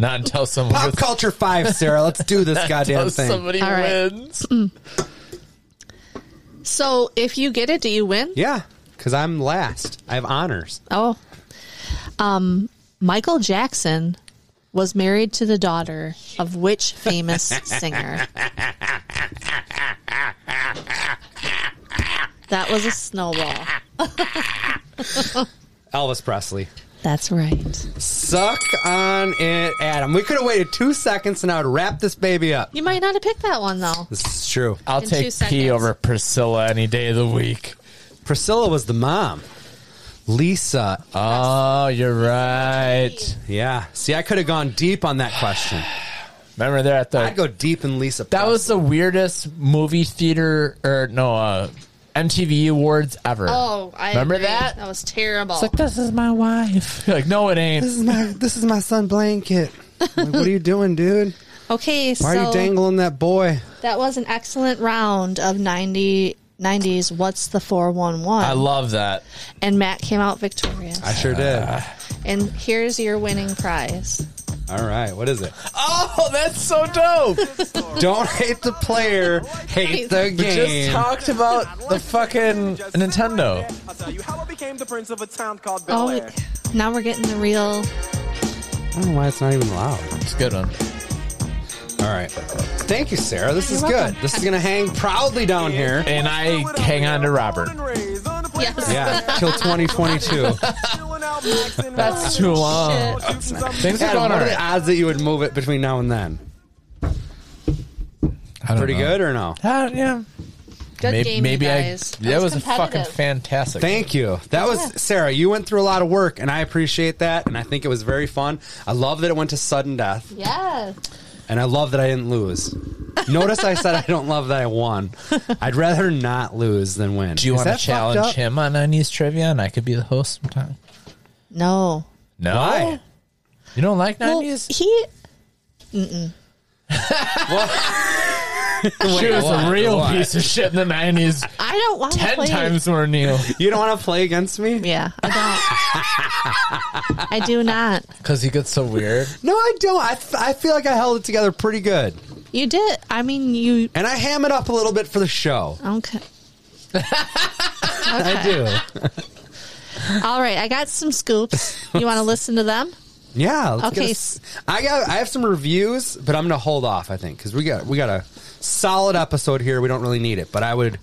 Speaker 2: Not until someone
Speaker 1: Pop culture five, Sarah. Let's do this goddamn
Speaker 2: until
Speaker 1: thing.
Speaker 2: somebody
Speaker 3: All right. Mm,
Speaker 2: wins.
Speaker 3: So if you get it, do you win?
Speaker 1: Yeah, because I'm last. I have honors.
Speaker 3: Oh. Um, Michael Jackson was married to the daughter of which famous singer? That was a snowball.
Speaker 1: Elvis Presley.
Speaker 3: That's right.
Speaker 1: Suck on it, Adam. We could have waited two seconds and I would wrap this baby up.
Speaker 3: You might not have picked that one though.
Speaker 1: This is true.
Speaker 2: I'll
Speaker 3: In two
Speaker 2: take
Speaker 3: seconds.
Speaker 2: P over Priscilla any day of the week.
Speaker 1: Priscilla was the mom. Lisa.
Speaker 2: Oh, you're right.
Speaker 1: Yeah. See, I could have gone deep on that question.
Speaker 2: Remember there at the
Speaker 1: I'd go deep in Lisa.
Speaker 2: that was the weirdest movie theater or no uh, MTV awards ever.
Speaker 3: Oh, I
Speaker 2: remember
Speaker 3: agree.
Speaker 2: that.
Speaker 3: That was terrible.
Speaker 2: It's like this is my wife. You're like no, it ain't.
Speaker 1: This is my this is my son blanket. Like, what are you doing, dude?
Speaker 3: okay,
Speaker 1: Why are
Speaker 3: so
Speaker 1: you dangling that boy?
Speaker 3: that was an excellent round of 90 90s what's the
Speaker 2: I
Speaker 3: 411
Speaker 2: love that.
Speaker 3: and Matt came out victorious.
Speaker 1: I sure did.
Speaker 3: and here's your winning prize.
Speaker 1: All right, what is it?
Speaker 2: Oh, that's so dope.
Speaker 1: Don't hate the player, hate the
Speaker 2: we just
Speaker 1: game.
Speaker 2: talked about the fucking Nintendo.
Speaker 4: I'll tell you how I became the prince of a town called
Speaker 3: Oh,
Speaker 4: Bel Air.
Speaker 3: now we're getting the real
Speaker 1: I don't know why it's not even loud.
Speaker 2: It's a good one.
Speaker 1: All right. Thank you, Sarah. This is
Speaker 3: You're welcome.
Speaker 1: good. This is going to hang proudly down here.
Speaker 2: And I hang on to Robert.
Speaker 1: Yeah, till 2022.
Speaker 2: That's too long. Things are
Speaker 1: Adam,
Speaker 2: going
Speaker 1: what are
Speaker 2: alright.
Speaker 1: the odds that you would move it between now and then?
Speaker 2: I don't
Speaker 1: Pretty
Speaker 2: know.
Speaker 1: good or no?
Speaker 2: Uh, yeah.
Speaker 3: good
Speaker 2: May-
Speaker 3: game, you guys.
Speaker 2: I, that was, a fucking
Speaker 3: competitive.
Speaker 2: fantastic.
Speaker 1: Thank you. That was Sarah. You went through a lot of work, and I appreciate that. And I think it was very fun. I love that it went to sudden death,
Speaker 3: Yeah.
Speaker 1: and I love that I didn't lose. Notice I said I don't love that I won. I'd rather not lose than win.
Speaker 2: Do you
Speaker 1: Is
Speaker 2: want
Speaker 1: that fucked
Speaker 2: to challenge
Speaker 1: up?
Speaker 2: him on 90s trivia and I could be the host sometime?
Speaker 3: No.
Speaker 2: No.
Speaker 1: Why?
Speaker 2: You don't like
Speaker 3: Well,
Speaker 2: 90s?
Speaker 3: he
Speaker 2: she was
Speaker 1: what?
Speaker 2: a real
Speaker 1: Why?
Speaker 2: piece of shit in the 90s.
Speaker 3: I don't want to
Speaker 2: 10
Speaker 3: play.
Speaker 2: times more Neil.
Speaker 1: You don't want to play against me?
Speaker 3: Yeah, I don't. I do not.
Speaker 2: Because he gets so weird.
Speaker 1: No, I don't. I, I feel like I held it together pretty good.
Speaker 3: You did. I mean, you.
Speaker 1: And I ham it up a little bit for the show.
Speaker 3: Okay.
Speaker 1: I do.
Speaker 3: All right. I got some scoops. You want to listen to them?
Speaker 1: Yeah. Let's
Speaker 3: Okay.
Speaker 1: Get us- I got. I have some reviews, but I'm gonna hold off. I think because we got we got a solid episode here. We don't really need it, but I would.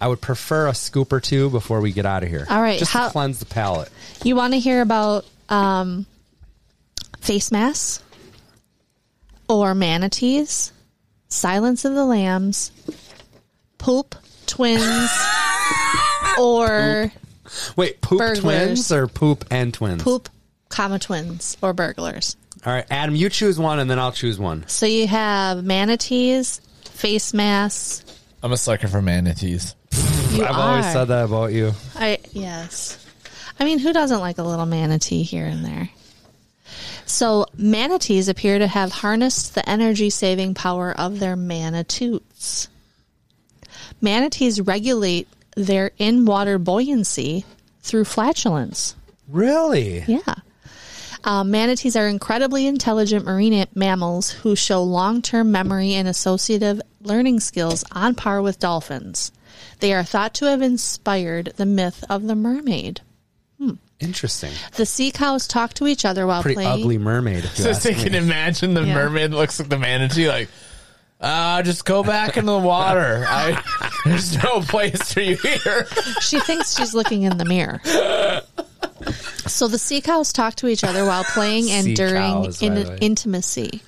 Speaker 1: I would prefer a scoop or two before we get out of here.
Speaker 3: All right,
Speaker 1: just
Speaker 3: how-
Speaker 1: to cleanse the palate.
Speaker 3: You want to hear about um, face masks or manatees, Silence of the Lambs, poop twins, or
Speaker 1: Wait, poop
Speaker 3: Burglars.
Speaker 1: twins or poop and twins?
Speaker 3: poop comma twins or burglars.
Speaker 1: All right, Adam, you choose one, and then I'll choose one.
Speaker 3: So you have manatees, face masks.
Speaker 2: I'm a sucker for manatees.
Speaker 3: You
Speaker 1: I've always
Speaker 3: are.
Speaker 1: said that about you.
Speaker 3: I yes. I mean, who doesn't like a little manatee here and there? So manatees appear to have harnessed the energy saving power of their manitoots. Manatees regulate their in water buoyancy through flatulence.
Speaker 1: Really?
Speaker 3: Yeah. Uh, manatees are incredibly intelligent marine a- mammals who show long term memory and associative learning skills on par with dolphins. They are thought to have inspired the myth of the mermaid.
Speaker 1: Interesting.
Speaker 3: The sea cows talk to each other while
Speaker 1: Pretty
Speaker 3: playing.
Speaker 1: ugly mermaid. If you
Speaker 2: So
Speaker 1: ask
Speaker 2: they
Speaker 1: me.
Speaker 2: can imagine the
Speaker 3: Yeah.
Speaker 2: mermaid looks at the manatee like, uh, just go back into the water. I, there's no place for you here.
Speaker 3: She thinks she's looking in the mirror. So the sea cows talk to each other while playing and
Speaker 1: Sea
Speaker 3: during
Speaker 1: cows, by
Speaker 3: in-
Speaker 1: the way.
Speaker 3: intimacy.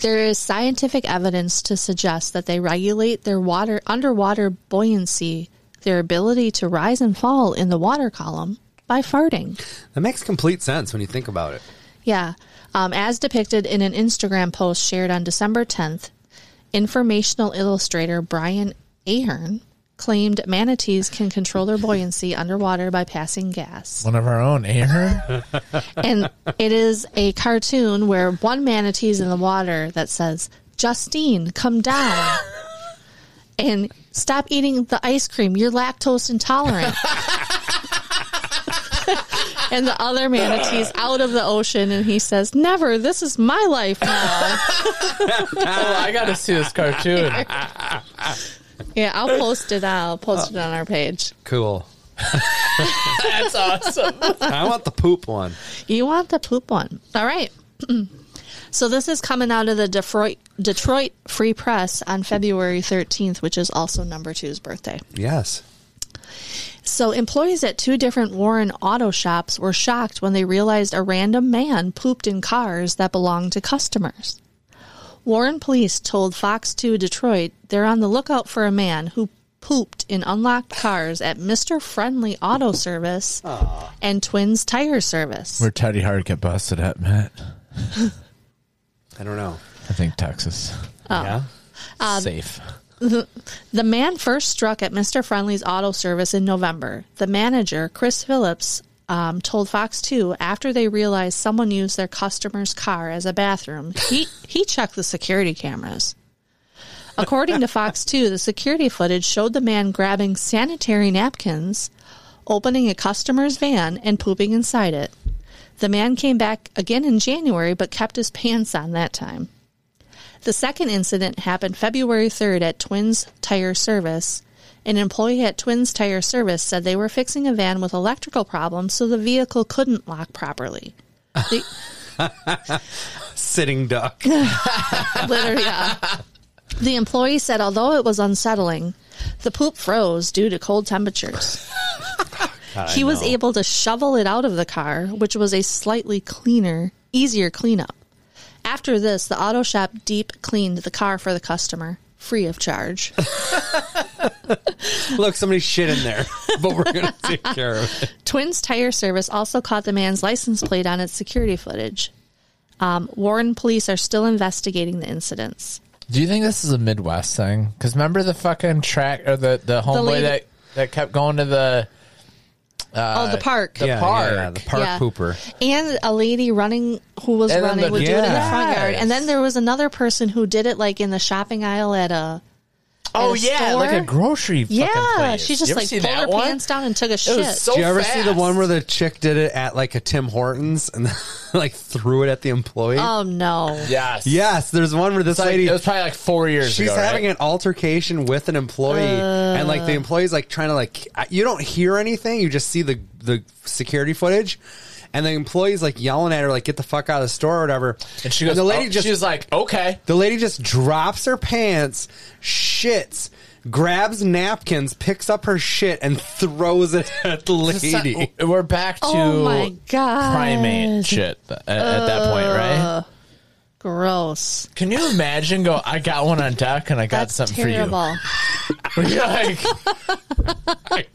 Speaker 3: There is scientific evidence to suggest that they regulate their water underwater buoyancy, their ability to rise and fall in the water column by farting.
Speaker 1: That makes complete sense when you think about it.
Speaker 3: Yeah. Um, as depicted in an Instagram post shared on December 10th, informational illustrator Brian Ahern claimed manatees can control their buoyancy underwater by passing gas.
Speaker 2: One of our own, eh, Aaron.
Speaker 3: And it is a cartoon where one manatee's in the water that says, Justine, come down. And stop eating the ice cream. You're lactose intolerant. and the other manatee's out of the ocean and he says, Never, this is my life now.
Speaker 2: Oh, I got to see this cartoon.
Speaker 3: yeah, I'll post it out. I'll post it on our page.
Speaker 1: Cool.
Speaker 2: That's awesome.
Speaker 1: I want the poop one.
Speaker 3: You want the poop one. All right. so this is coming out of the Detroit Detroit Free Press on February 13th, which is also number 2's birthday.
Speaker 1: Yes.
Speaker 3: So employees at two different Warren auto shops were shocked when they realized a random man pooped in cars that belonged to customers. Warren police told Fox 2 Detroit they're on the lookout for a man who pooped in unlocked cars at Mr. Friendly Auto Service and Twins Tire Service.
Speaker 2: Where Teddy Hart get busted at, Matt?
Speaker 1: I don't know.
Speaker 2: I think Texas.
Speaker 3: Oh.
Speaker 1: Yeah. Um,
Speaker 2: Safe.
Speaker 3: The man first struck at Mr. Friendly's auto service in November. The manager, Chris Phillips, um, told Fox 2 after they realized someone used their customer's car as a bathroom, he, he checked the security cameras. According to Fox 2, the security footage showed the man grabbing sanitary napkins, opening a customer's van, and pooping inside it. The man came back again in January but kept his pants on that time. The second incident happened February 3rd at Twins Tire Service. An employee at Twins Tire Service said they were fixing a van with electrical problems, so the vehicle couldn't lock properly. The,
Speaker 1: Sitting duck.
Speaker 3: literally, yeah. The employee said, although it was unsettling, the poop froze due to cold temperatures. he was able to shovel it out of the car, which was a slightly cleaner, easier cleanup. After this, the auto shop deep cleaned the car for the customer, free of charge.
Speaker 1: Look, somebody shit in there, but we're gonna take care of it.
Speaker 3: Twins Tire Service also caught the man's license plate on its security footage. Um, Warren police are still investigating the incidents.
Speaker 2: Do you think this is a Midwest thing? Because remember the fucking track or the the homeboy
Speaker 3: lady-
Speaker 2: that that kept going to the
Speaker 3: oh, the park.
Speaker 2: the Uh, park.
Speaker 1: the park
Speaker 3: Yeah.
Speaker 1: pooper.
Speaker 3: And a lady running who was
Speaker 2: And then
Speaker 3: running
Speaker 2: the-
Speaker 3: would do it in the
Speaker 2: Yes.
Speaker 3: front yard. And then there was another person who did it like in the shopping aisle at a.
Speaker 2: oh
Speaker 3: a
Speaker 2: yeah,
Speaker 3: store?
Speaker 2: like a grocery. fucking
Speaker 3: Yeah,
Speaker 2: place.
Speaker 3: she
Speaker 2: You
Speaker 3: just
Speaker 2: ever
Speaker 3: like
Speaker 2: see
Speaker 3: pulled
Speaker 2: that
Speaker 3: her
Speaker 2: one?
Speaker 3: pants down and took a
Speaker 2: It
Speaker 3: shit.
Speaker 2: was so
Speaker 1: Do you ever see the
Speaker 2: fast.
Speaker 1: one where the chick did it at like a Tim Hortons and like threw it at the employee?
Speaker 3: oh no!
Speaker 2: Yes.
Speaker 1: yes, there's one where this
Speaker 2: It's like-
Speaker 1: lady
Speaker 2: it was probably like four years
Speaker 1: she's
Speaker 2: ago.
Speaker 1: having
Speaker 2: right?
Speaker 1: an altercation with an employee and like the
Speaker 3: Uh.
Speaker 1: employee's like trying to like you don't hear anything you just see the the security footage and the employee's like yelling at her like get the fuck out of the store or whatever
Speaker 2: And she goes,
Speaker 1: the lady
Speaker 2: oh,
Speaker 1: just
Speaker 2: she's like, okay.
Speaker 1: the lady just drops her pants shits grabs napkins picks up her shit and throws it at the lady
Speaker 2: We're back to
Speaker 3: Oh my god!
Speaker 2: primate shit at, at that point, right?
Speaker 3: Gross.
Speaker 2: Can you imagine? Go, I got one on deck, and I got
Speaker 3: That's
Speaker 2: something for
Speaker 3: terrible.
Speaker 2: you. You're like,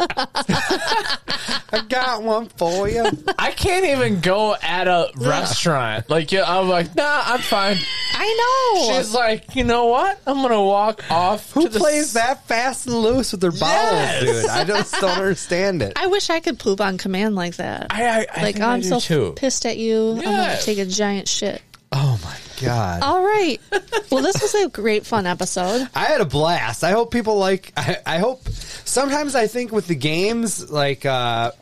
Speaker 1: I got one for you.
Speaker 2: I can't even go at a restaurant. Like, yeah, I'm like, nah, I'm fine.
Speaker 3: I know.
Speaker 2: She's like, you know what? I'm gonna walk off.
Speaker 1: Who
Speaker 2: to the
Speaker 1: plays that fast and loose with their bowels,
Speaker 2: Yes.
Speaker 1: dude? I just don't understand it.
Speaker 3: I wish I could poop on command like that.
Speaker 2: I, I, I
Speaker 3: like
Speaker 2: think
Speaker 3: oh,
Speaker 2: I
Speaker 3: I'm
Speaker 2: do
Speaker 3: so
Speaker 2: too.
Speaker 3: pissed at you. I'm gonna
Speaker 2: Yes.
Speaker 3: take a giant shit.
Speaker 1: Oh my god.
Speaker 3: All right. Well, this was a great fun episode.
Speaker 1: I had a blast. I hope people like. I, I hope. Sometimes I think with the games, like, uh,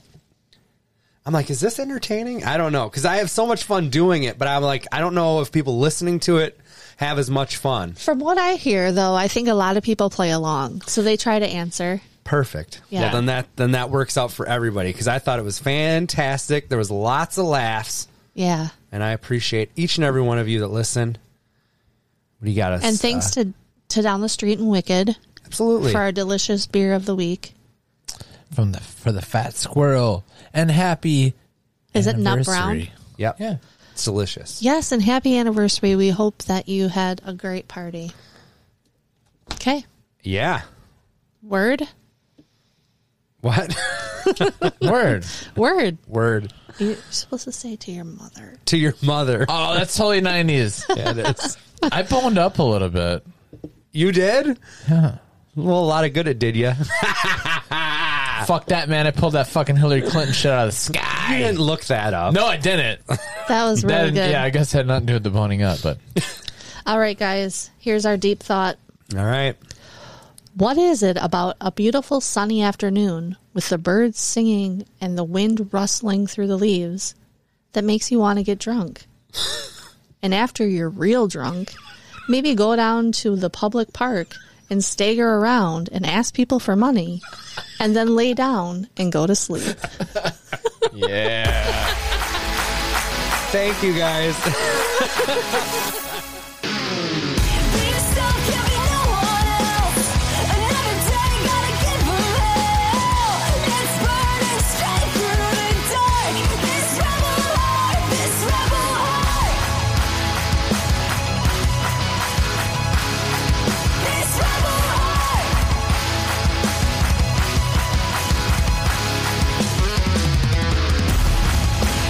Speaker 1: I'm like, is this entertaining? I don't know because I have so much fun doing it, but I'm like, I don't know if people listening to it have as much fun.
Speaker 3: From what I hear, though, I think a lot of people play along, so they try to answer.
Speaker 1: Perfect.
Speaker 3: Yeah.
Speaker 1: Well, then that then that works out for everybody because I thought it was fantastic. There was lots of laughs,
Speaker 3: Yeah,
Speaker 1: and I appreciate each and every one of you that listen. What do you got us? uh,
Speaker 3: and thanks to to down the street and Wicked
Speaker 1: absolutely.
Speaker 3: for our delicious beer of the week.
Speaker 2: From the for the fat squirrel and happy.
Speaker 3: Is it nut brown?
Speaker 2: anniversary.
Speaker 1: yep.
Speaker 2: Yeah.
Speaker 1: It's delicious.
Speaker 3: Yes, and happy anniversary. We hope that you had a great party. Okay,
Speaker 1: Yeah.
Speaker 3: word,
Speaker 1: What
Speaker 2: Word.
Speaker 3: word.
Speaker 1: word
Speaker 3: You're supposed to say to your mother.
Speaker 1: to your mother?
Speaker 2: Oh, that's totally nineties.
Speaker 1: Yeah, it is.
Speaker 2: I boned up a little bit.
Speaker 1: You did?
Speaker 2: Yeah.
Speaker 1: Well, a lot of good it did you.
Speaker 2: Fuck that man! I pulled that fucking Hillary Clinton shit out of the
Speaker 1: I
Speaker 2: sky.
Speaker 1: didn't look that up.
Speaker 2: No, I didn't.
Speaker 3: That was
Speaker 2: That-
Speaker 3: really good.
Speaker 2: yeah, I guess it had nothing to do with the boning up, but
Speaker 3: All right, guys, here's our deep thought.
Speaker 1: All right.
Speaker 3: What is it about a beautiful sunny afternoon with the birds singing and the wind rustling through the leaves that makes you want to get drunk? and after you're real drunk, maybe go down to the public park and stagger around and ask people for money and then lay down and go to sleep.
Speaker 2: yeah.
Speaker 1: Thank you guys.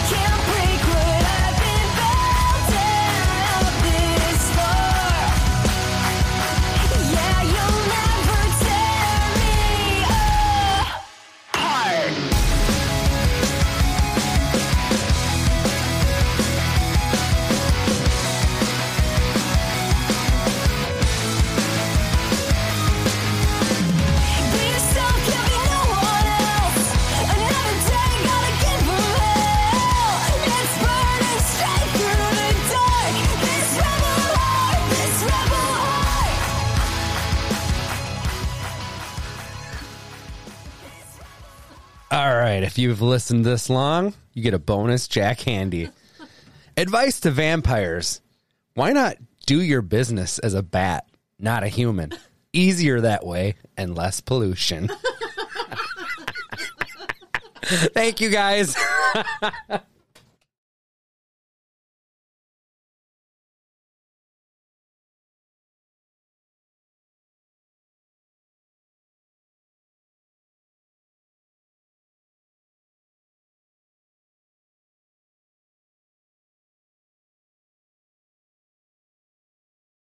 Speaker 5: Can't break what I've been building up this far. Yeah, you'll never tear me apart. Be yourself, can't be no one else. Another day, gotta give 'em hell. It's burning straight through the dark. This rebel heart, this rebel heart.
Speaker 1: All right. If you've listened this long, you get a bonus Jack Handy. Advice to vampires why not do your business as a bat, not a human? Easier that way and less pollution. Thank you guys.